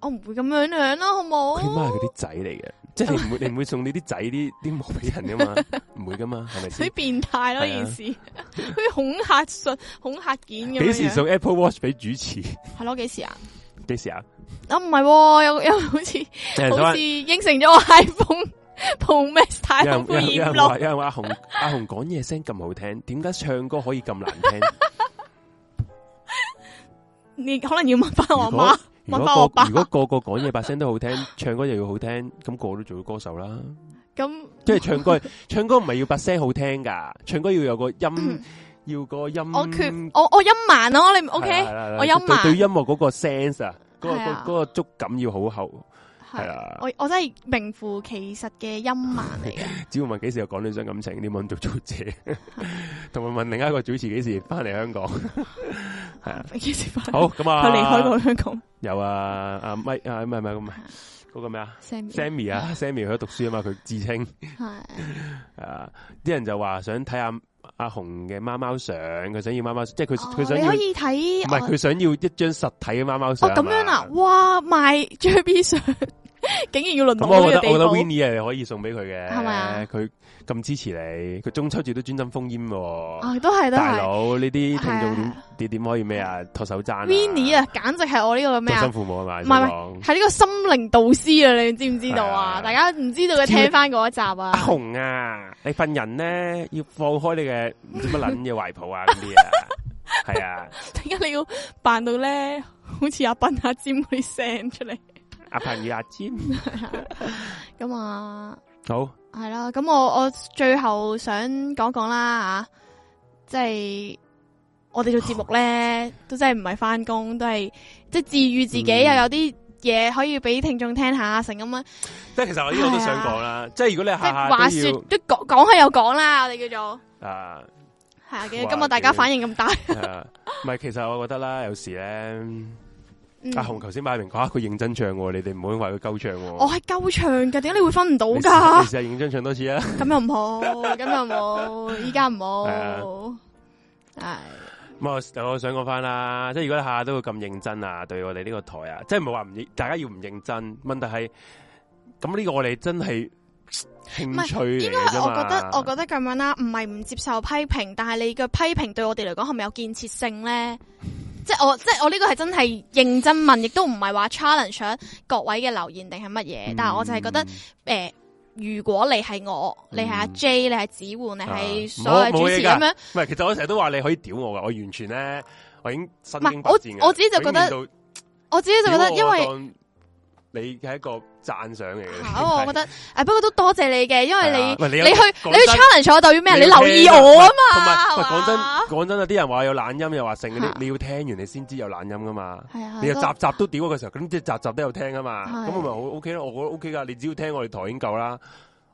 Speaker 1: 我唔會咁樣樣啦，好
Speaker 2: 佢媽係
Speaker 1: 冇？
Speaker 2: 佢啲仔嚟嘅，即係你唔會你唔會送你啲仔啲啲毛俾人噶嘛，
Speaker 1: [laughs]
Speaker 2: 唔會噶嘛，係
Speaker 1: 所
Speaker 2: 咪
Speaker 1: 以
Speaker 2: 先？
Speaker 1: 變態咯，
Speaker 2: 係啊
Speaker 1: 件事，好似恐嚇信、恐嚇件咁樣。
Speaker 2: 幾時？送 Apple Watch 俾主持？ [laughs]
Speaker 1: 係咯，幾時啊？
Speaker 2: 幾時啊？
Speaker 1: 啊，唔係喎，有有好似
Speaker 2: 有人想
Speaker 1: 好
Speaker 2: 話
Speaker 1: 似應承咗我 iPhone Pro Max 太
Speaker 2: 有人
Speaker 1: 空
Speaker 2: 有人有
Speaker 1: 二
Speaker 2: 人
Speaker 1: 六
Speaker 2: 話，有人話阿紅阿紅講嘢聲咁好聽，點解唱歌可以咁難聽？
Speaker 1: 你可能要問翻 [laughs] 我
Speaker 2: 如
Speaker 1: 媽
Speaker 2: 果。如
Speaker 1: 問翻我
Speaker 2: 果
Speaker 1: 爸
Speaker 2: 個如果個個講嘢把聲都好聽，唱歌又要好聽，咁個個都做到歌
Speaker 1: [laughs]
Speaker 2: 手啦。
Speaker 1: 咁
Speaker 2: 即係唱歌，唱歌唔係要把聲好聽噶，唱歌要有個音，要個音。
Speaker 1: 嗯我缺我我音盲咯，你唔 OK？
Speaker 2: 嗯係啦係啦啊
Speaker 1: 我音盲
Speaker 2: 對對音樂嗰個 sense 啊，嗰個
Speaker 1: 係啊
Speaker 2: 嗰個觸感要好厚，係啊啦
Speaker 1: 我我真係名副其實嘅陰盲嚟嘅，
Speaker 2: 只要問幾時又講呢傷感情，啲揾做做者， [laughs] 同埋問另一個主持幾時翻嚟香
Speaker 1: [laughs]
Speaker 2: 港。係啊，
Speaker 1: 幾時翻？
Speaker 2: 好咁啊，
Speaker 1: 佢離開過香港
Speaker 2: 有啊，阿咪啊，唔係唔係唔係嗰個咩啊
Speaker 1: Sammy
Speaker 2: ，Sammy 啊，Sammy 佢喺度讀書啊嘛，佢自稱
Speaker 1: 係
Speaker 2: 啊，啲人就話想睇下阿紅嘅貓貓相，佢想要貓貓，即係佢
Speaker 1: 哦
Speaker 2: 佢想
Speaker 1: 你
Speaker 2: 要
Speaker 1: 可。以睇
Speaker 2: 唔係
Speaker 1: 我
Speaker 2: 佢想要一張實體嘅貓貓
Speaker 1: 哦
Speaker 2: 相。
Speaker 1: 咁樣啊！！哇，賣 [laughs] JB 相，竟然要輪
Speaker 2: 咁
Speaker 1: 到
Speaker 2: 我
Speaker 1: 呢
Speaker 2: 覺
Speaker 1: 個
Speaker 2: 得我覺得
Speaker 1: 地
Speaker 2: Winnie 係可以送俾佢嘅，
Speaker 1: 係咪啊
Speaker 2: 佢咁支持你，佢中秋節都專登封煙喎。
Speaker 1: 步啊！都係都
Speaker 2: 大
Speaker 1: 係
Speaker 2: 佬呢啲聽眾
Speaker 1: 係
Speaker 2: 點
Speaker 1: 啊
Speaker 2: 你點可以咩啊？托手踭啊
Speaker 1: Vinny 啊，簡直係我呢個咩
Speaker 2: 做
Speaker 1: 啊
Speaker 2: 新，父母啊嘛，
Speaker 1: 唔係
Speaker 2: 唔
Speaker 1: 係呢個心靈導師啊！你知唔知道
Speaker 2: 係啊
Speaker 1: 啊？大家唔知道嘅聽翻嗰一集
Speaker 2: 阿
Speaker 1: 啊！
Speaker 2: 紅啊，你份人咧要放開你嘅唔知乜撚嘅懷抱啊嗰啲
Speaker 1: [laughs]
Speaker 2: 啊，係啊，
Speaker 1: [laughs] 點解你要扮到咧，好似阿斌阿啊尖嗰啲聲出嚟
Speaker 2: 阿彭與阿尖，
Speaker 1: 咁啊？
Speaker 2: 好
Speaker 1: 係啦，咁我我最後想講講啦吓，即係我哋做節目咧，
Speaker 2: [laughs]
Speaker 1: 都真係唔係翻工，都係即係治愈自己，
Speaker 2: 嗯
Speaker 1: 又有啲嘢可以俾聽眾聽下，成咁樣，
Speaker 2: 即係其實我呢個都想講
Speaker 1: [laughs]
Speaker 2: 啦，即係如果你
Speaker 1: 即係
Speaker 2: 下下
Speaker 1: 話
Speaker 2: 都
Speaker 1: 說
Speaker 2: 要
Speaker 1: 都講講下又講啦，我哋叫做
Speaker 2: 啊。
Speaker 1: 係啊，
Speaker 2: 哇
Speaker 1: 今日大家反應咁大，
Speaker 2: 係啊，唔係，其實我覺得啦，有時咧，
Speaker 1: 嗯
Speaker 2: 阿紅頭先擺明講，啊佢認真唱喎，你哋唔好話佢鳩唱
Speaker 1: 我
Speaker 2: 喎。
Speaker 1: 係夠唱㗎，點解你會分唔到
Speaker 2: 你
Speaker 1: 㗎？
Speaker 2: [laughs] 試你試下認真唱多次啊！
Speaker 1: 咁又唔好，咁又唔好，依家唔好，
Speaker 2: 係
Speaker 1: 係
Speaker 2: 咁我我想講翻啦，即係如果你下下都會咁認真啊，對我哋呢個台啊，即係唔係話唔認，大家要唔認真，問題係咁呢個我哋真係
Speaker 1: 唔
Speaker 2: 興
Speaker 1: 係
Speaker 2: 趣嚟
Speaker 1: 應該
Speaker 2: 嘅啫
Speaker 1: 係
Speaker 2: 嘛。
Speaker 1: 我覺得我覺得咁樣啦，唔係唔接受批評，但係你嘅批評對我哋嚟講係咪有建設性咧？ [laughs] 即係我即係我呢個係真係認真問，亦都唔係話 challenge 緊各位嘅留言定係乜
Speaker 2: 嗯
Speaker 1: 嘢，但係我就係覺得诶。如果你係我，你係阿
Speaker 2: 嗯
Speaker 1: J，你係子焕，你係
Speaker 2: 啊
Speaker 1: 所有
Speaker 2: 冇
Speaker 1: 主
Speaker 2: 冇嘢
Speaker 1: 持
Speaker 2: 㗎
Speaker 1: 咁樣，
Speaker 2: 唔係，其實我成日都話你可以屌我噶，我完全咧，我已經身
Speaker 1: 唔係
Speaker 2: 經百
Speaker 1: 我
Speaker 2: 戰
Speaker 1: 我自己就覺得
Speaker 2: 就
Speaker 1: 我自己就覺得，因為
Speaker 2: 你係一個讚賞嚟嘅
Speaker 1: 嚇，我覺得誒，不過都多謝你嘅，因為你
Speaker 2: 嗯係啊喂你
Speaker 1: 你
Speaker 2: 有
Speaker 1: 去
Speaker 2: 講
Speaker 1: 你去
Speaker 2: 真
Speaker 1: challenge 我代表咩？你
Speaker 2: 要
Speaker 1: 留意
Speaker 2: 聽啊
Speaker 1: 我啊
Speaker 2: 同埋，
Speaker 1: 嘛，
Speaker 2: 喂講真
Speaker 1: 係嘛
Speaker 2: 講真啊，啲人話有懶音又話剩嗰
Speaker 1: 嚇
Speaker 2: 啲，你要聽完你先知有懶音噶嘛。
Speaker 1: 係啊，
Speaker 2: 你又集
Speaker 1: 都
Speaker 2: 集都屌嗰嘅時候，咁即係集集都有聽啊嘛。
Speaker 1: 係
Speaker 2: 咁我咪好 OK 咯，我覺得 OK 噶。你只要聽我哋台已經夠啦，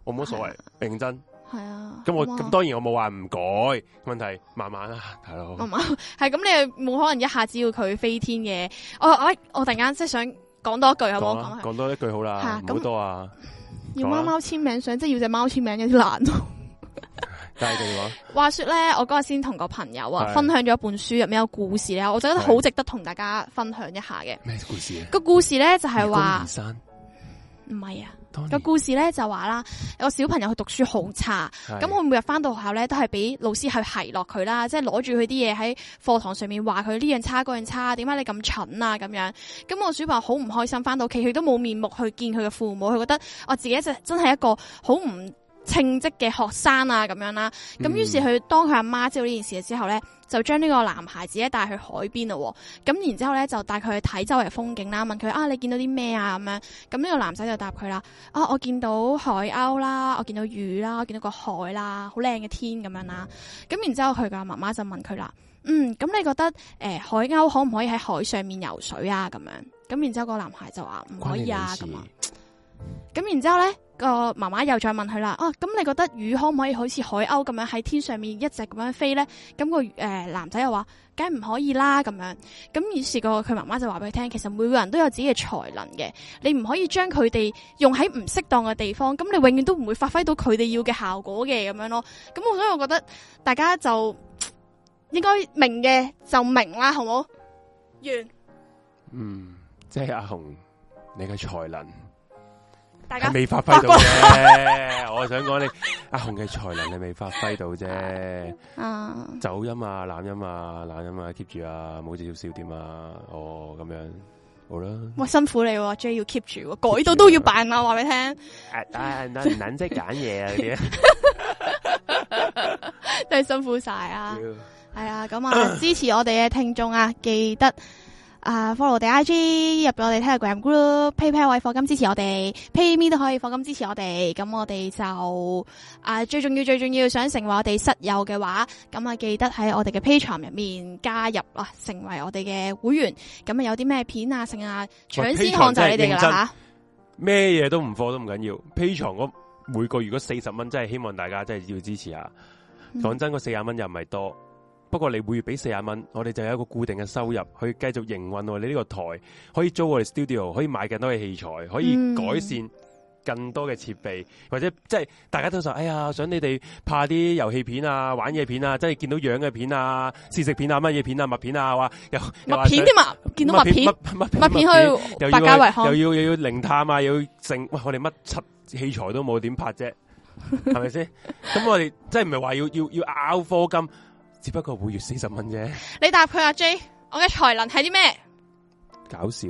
Speaker 2: 我冇乜所謂，認真。
Speaker 1: 係啊。
Speaker 2: 咁我
Speaker 1: 啊
Speaker 2: 咁當然我冇話唔改，問題慢慢啦，大佬。
Speaker 1: 唔啱， [laughs] 係咁你冇可能一下子要佢飛天嘅。我我我突然間即係想講多一句，好冇講
Speaker 2: 講啦
Speaker 1: 下
Speaker 2: 講多一句好啦
Speaker 1: 嚇，
Speaker 2: 唔好
Speaker 1: 咁
Speaker 2: 多啊，
Speaker 1: 要貓貓簽名相，即係要隻貓簽名有啲難咯。
Speaker 2: 梗係你話
Speaker 1: 話說咧，我嗰日先同個朋友啊
Speaker 2: 係
Speaker 1: 分享咗一本書入面有故事咧，我就覺得
Speaker 2: 係
Speaker 1: 好值得同大家分享一下嘅。
Speaker 2: 咩故事啊？
Speaker 1: 個故事咧就係
Speaker 2: 愚公移
Speaker 1: 話
Speaker 2: 山，
Speaker 1: 唔係啊，
Speaker 2: 當
Speaker 1: 個
Speaker 2: 年
Speaker 1: 故事咧就話啦，有個小朋友佢讀書好差。
Speaker 2: 係
Speaker 1: 咁我每日翻到學校咧，都係俾老師去奚落佢啦，即係攞住佢啲嘢喺課堂上面話佢呢樣差嗰樣差，點解你咁蠢啊咁樣？咁我小朋友好唔開心，翻到屋企佢都冇面目去見佢嘅父母，佢覺得我自己就真係一個好唔稱職嘅學生啊咁樣啦。咁
Speaker 2: 嗯
Speaker 1: 於是佢當佢阿媽知道呢件事之後咧，就將呢個男孩子咧帶去海邊咯喎。咁然之後咧就帶佢去睇周圍風景啦，問佢啊你見到啲咩啊咁樣。咁呢個男仔就答佢啦，啊我見到海鷗啦，我見到魚啦，我見到個海啦，好靚嘅天咁樣啦。咁然之後佢嘅媽媽就問佢啦，嗯咁你覺得誒、呃海鷗可唔可以喺海上面游水啊咁樣？咁然之後個男孩就話唔可以啊
Speaker 2: 關
Speaker 1: 咁
Speaker 2: 你
Speaker 1: 啊
Speaker 2: 咩。
Speaker 1: 咁然之後咧，個媽媽又再問佢啦，啊，咁你覺得魚可唔可以好似海鷗咁樣喺天上面一直咁樣飛咧？咁、個誒、呃男仔又話，梗係唔可以啦咁樣。咁於是個佢媽媽就話俾佢聽，其實每個人都有自己嘅才能嘅，你唔可以將佢哋用喺唔適當嘅地方，咁你永遠都唔會發揮到佢哋要嘅效果嘅咁樣咯。咁我所以我覺得大家就應該明嘅就明啦，好冇？完，
Speaker 2: 嗯，即係阿紅，你嘅才能。
Speaker 1: 大家
Speaker 2: 係未發揮到啫。 [laughs] 我想講你阿紅嘅才能你未發揮到
Speaker 1: [laughs]
Speaker 2: 啫，
Speaker 1: 啊，
Speaker 2: 走音啊、懶音啊、懶音啊，keep 住啊，冇少少點啊，哦咁樣好啦。
Speaker 1: 喂，辛苦你喎，J 要 keep 住喎，改到都要扮啊，話俾你聽。 [laughs]
Speaker 2: 啊啊， [laughs] 唔撚識揀嘢啊啲
Speaker 1: 都係辛苦晒啊！係啊，咁
Speaker 2: [coughs]
Speaker 1: 啊，支持我哋嘅聽眾啊，記得啊 follow 我哋 IG，入我哋 Telegram group、PayPal 位課金支持我哋，PayMe 都可以課金支持我哋。咁我哋就啊，最重要最重要，想成為我哋室友嘅話，咁啊記得喺我哋嘅 Patreon 入面加入啊，成為我哋嘅會員。咁啊有啲咩片啊，剩啊，搶先看就係你哋噶啦
Speaker 2: [laughs] 咩嘢都唔貨都唔緊要 p a t r o n 嗰每個月嗰四十蚊真係希望大家真係要支持啊下。
Speaker 1: 嗯
Speaker 2: 講真，嗰四廿蚊又唔係多，不過你每月俾四廿蚊，我哋就有一個固定嘅收入去繼續營運我哋呢個台，可以租我哋 studio，可以買更多嘅器材，可以
Speaker 1: 嗯
Speaker 2: 改善更多嘅設備，或者即係大家都想，哎呀，想你哋拍啲遊戲片啊、玩嘢片啊，真係見到樣嘅片啊、試食片啊、乜嘢片啊、麥片啊，話又又
Speaker 1: 麦
Speaker 2: 話
Speaker 1: 片
Speaker 2: 想
Speaker 1: 添啊，見到麥片，
Speaker 2: 麥
Speaker 1: 麥片去
Speaker 2: 又
Speaker 1: 百
Speaker 2: 要
Speaker 1: 佳惠康
Speaker 2: 又要又要靈探啊，又要剩，哇！我哋乜柒器材都冇，點
Speaker 1: [laughs]
Speaker 2: 拍啫？係咪先？咁我哋即係唔係話要要要拗科金，只不過每月四十蚊啫，
Speaker 1: 你答佢阿啊 J，我嘅才能係啲咩？
Speaker 2: 搞笑。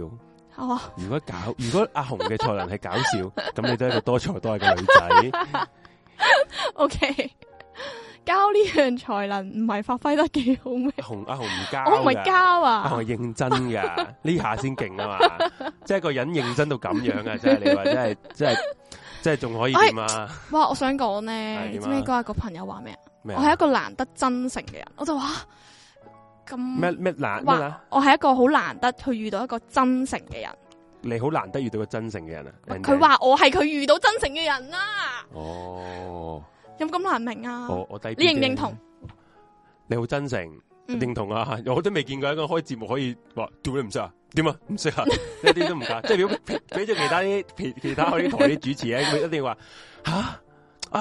Speaker 1: 哦，
Speaker 2: 如果搞，如果阿紅嘅才能係搞
Speaker 1: [laughs]
Speaker 2: 笑，咁你都係一個多才多藝嘅女仔。
Speaker 1: O [laughs] K，交呢樣才能唔係發揮得幾好咩？
Speaker 2: 阿紅阿紅唔交
Speaker 1: 我唔係
Speaker 2: 㗎
Speaker 1: 交
Speaker 2: 阿
Speaker 1: 啊
Speaker 2: 紅，係認真噶，呢下先勁啊嘛！即係個人認真到咁樣啊！真係你話真係真係真係仲可以點啊？
Speaker 1: 哇！我想講咧，
Speaker 2: 係
Speaker 1: 你
Speaker 2: 點啊
Speaker 1: 知唔知嗰日個朋友話咩啊？
Speaker 2: 咩
Speaker 1: 我係
Speaker 2: 啊
Speaker 1: 一個難得真誠嘅人，我就話
Speaker 2: 咩
Speaker 1: 咁，
Speaker 2: 咩難咩啊
Speaker 1: 哇
Speaker 2: 難？
Speaker 1: 我係一個好難得去遇到一個真誠嘅人。
Speaker 2: 你好難得遇到個真誠嘅人啊！人哋
Speaker 1: 佢話我係佢遇到真誠嘅人啦，
Speaker 2: 哦，
Speaker 1: 有冇咁難明啊？
Speaker 2: 我我低
Speaker 1: 你認唔
Speaker 2: 唔
Speaker 1: 認同？？
Speaker 2: 你好真誠，
Speaker 1: 嗯
Speaker 2: 認同啊！ [laughs] 我都未見過一個開節目可以話做你唔識啊？點啊？唔識啊？ [laughs] 一啲都唔夾，即係如果俾俾咗其他啲其其他嗰啲台啲主持咧，佢一定話 [laughs] 吓啊！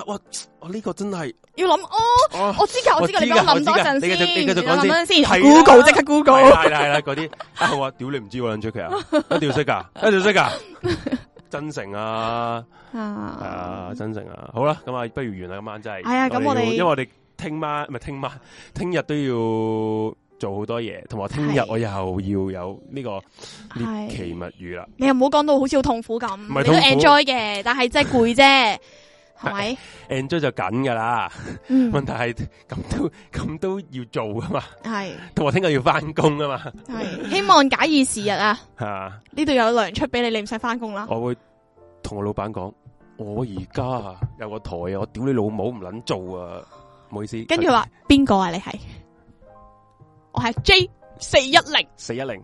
Speaker 2: 哇！我呢個真係
Speaker 1: 要諗哦，
Speaker 2: 哦。
Speaker 1: 我知噶，我知噶，
Speaker 2: 我知㗎
Speaker 1: 你俾我諗多
Speaker 2: 我知㗎
Speaker 1: 陣
Speaker 2: 你繼續
Speaker 1: 先，
Speaker 2: 你繼
Speaker 1: 我
Speaker 2: 續講
Speaker 1: 諗
Speaker 2: 先
Speaker 1: 多陣先
Speaker 2: 係啦
Speaker 1: ，Google 即刻
Speaker 2: 係
Speaker 1: Google。
Speaker 2: 啦係啦係啦，嗰啲啊我話屌你唔知喎，兩出劇啊，一定要識噶，一定要
Speaker 1: [laughs]
Speaker 2: 識噶，真誠啊！係啊，真誠啊！好啦，咁啊，不如完啦，今晚真係。
Speaker 1: 嗯係啊咁我哋
Speaker 2: 要因為我哋聽晚唔係聽晚，聽日都要做好多嘢，同埋聽日
Speaker 1: 係
Speaker 2: 我又要有呢個
Speaker 1: 係
Speaker 2: 獵奇物語啦。
Speaker 1: 你又唔好講到好似好痛苦咁，
Speaker 2: 唔係
Speaker 1: 你都
Speaker 2: 痛苦
Speaker 1: enjoy 嘅，但係真係攰啫，係咪？
Speaker 2: enjoy 就緊
Speaker 1: [laughs]
Speaker 2: 噶啦，
Speaker 1: 嗯，
Speaker 2: 問題係咁都咁都要做噶嘛，
Speaker 1: 係
Speaker 2: 同埋聽日要翻工噶嘛，
Speaker 1: 係，希望假以時日啊，
Speaker 2: 係啊，
Speaker 1: 呢度有糧出俾你，你唔使翻工啦。
Speaker 2: 我會同我老闆講，我而家啊有個台啊，我屌你老母唔撚做啊，唔好意思。
Speaker 1: 跟住話邊個啊？你係我係 J 四一零，
Speaker 2: 四一零，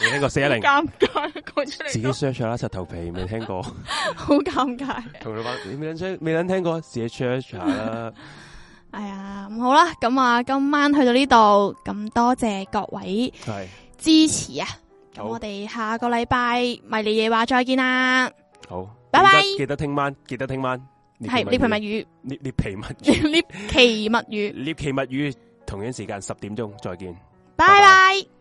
Speaker 2: 你聽過四一
Speaker 1: [laughs]
Speaker 2: 零？
Speaker 1: 尷尬講出
Speaker 2: 自己
Speaker 1: 嚟都
Speaker 2: search 啦，柒頭皮未聽過。
Speaker 1: 好尷尬。
Speaker 2: 同老闆，你未撚聽未撚聽過，自己 search 下啦。
Speaker 1: [laughs] 哎呀，咁好啦，咁啊，今晚去到呢度，咁多謝各位
Speaker 2: 係
Speaker 1: 支持啊！咁
Speaker 2: 好
Speaker 1: 我哋下個禮拜迷你夜話再見啦，
Speaker 2: 好，
Speaker 1: 拜拜
Speaker 2: 記得記得聽晚，記得聽晚。
Speaker 1: 係
Speaker 2: 獵
Speaker 1: 呢
Speaker 2: 奇
Speaker 1: 皮
Speaker 2: 物
Speaker 1: 物語，
Speaker 2: 獵獵奇
Speaker 1: [laughs] 呢奇物
Speaker 2: 物語，
Speaker 1: 語，
Speaker 2: 獵奇物語，同樣時間十點鐘再見。
Speaker 1: 拜
Speaker 2: 拜
Speaker 1: 拜。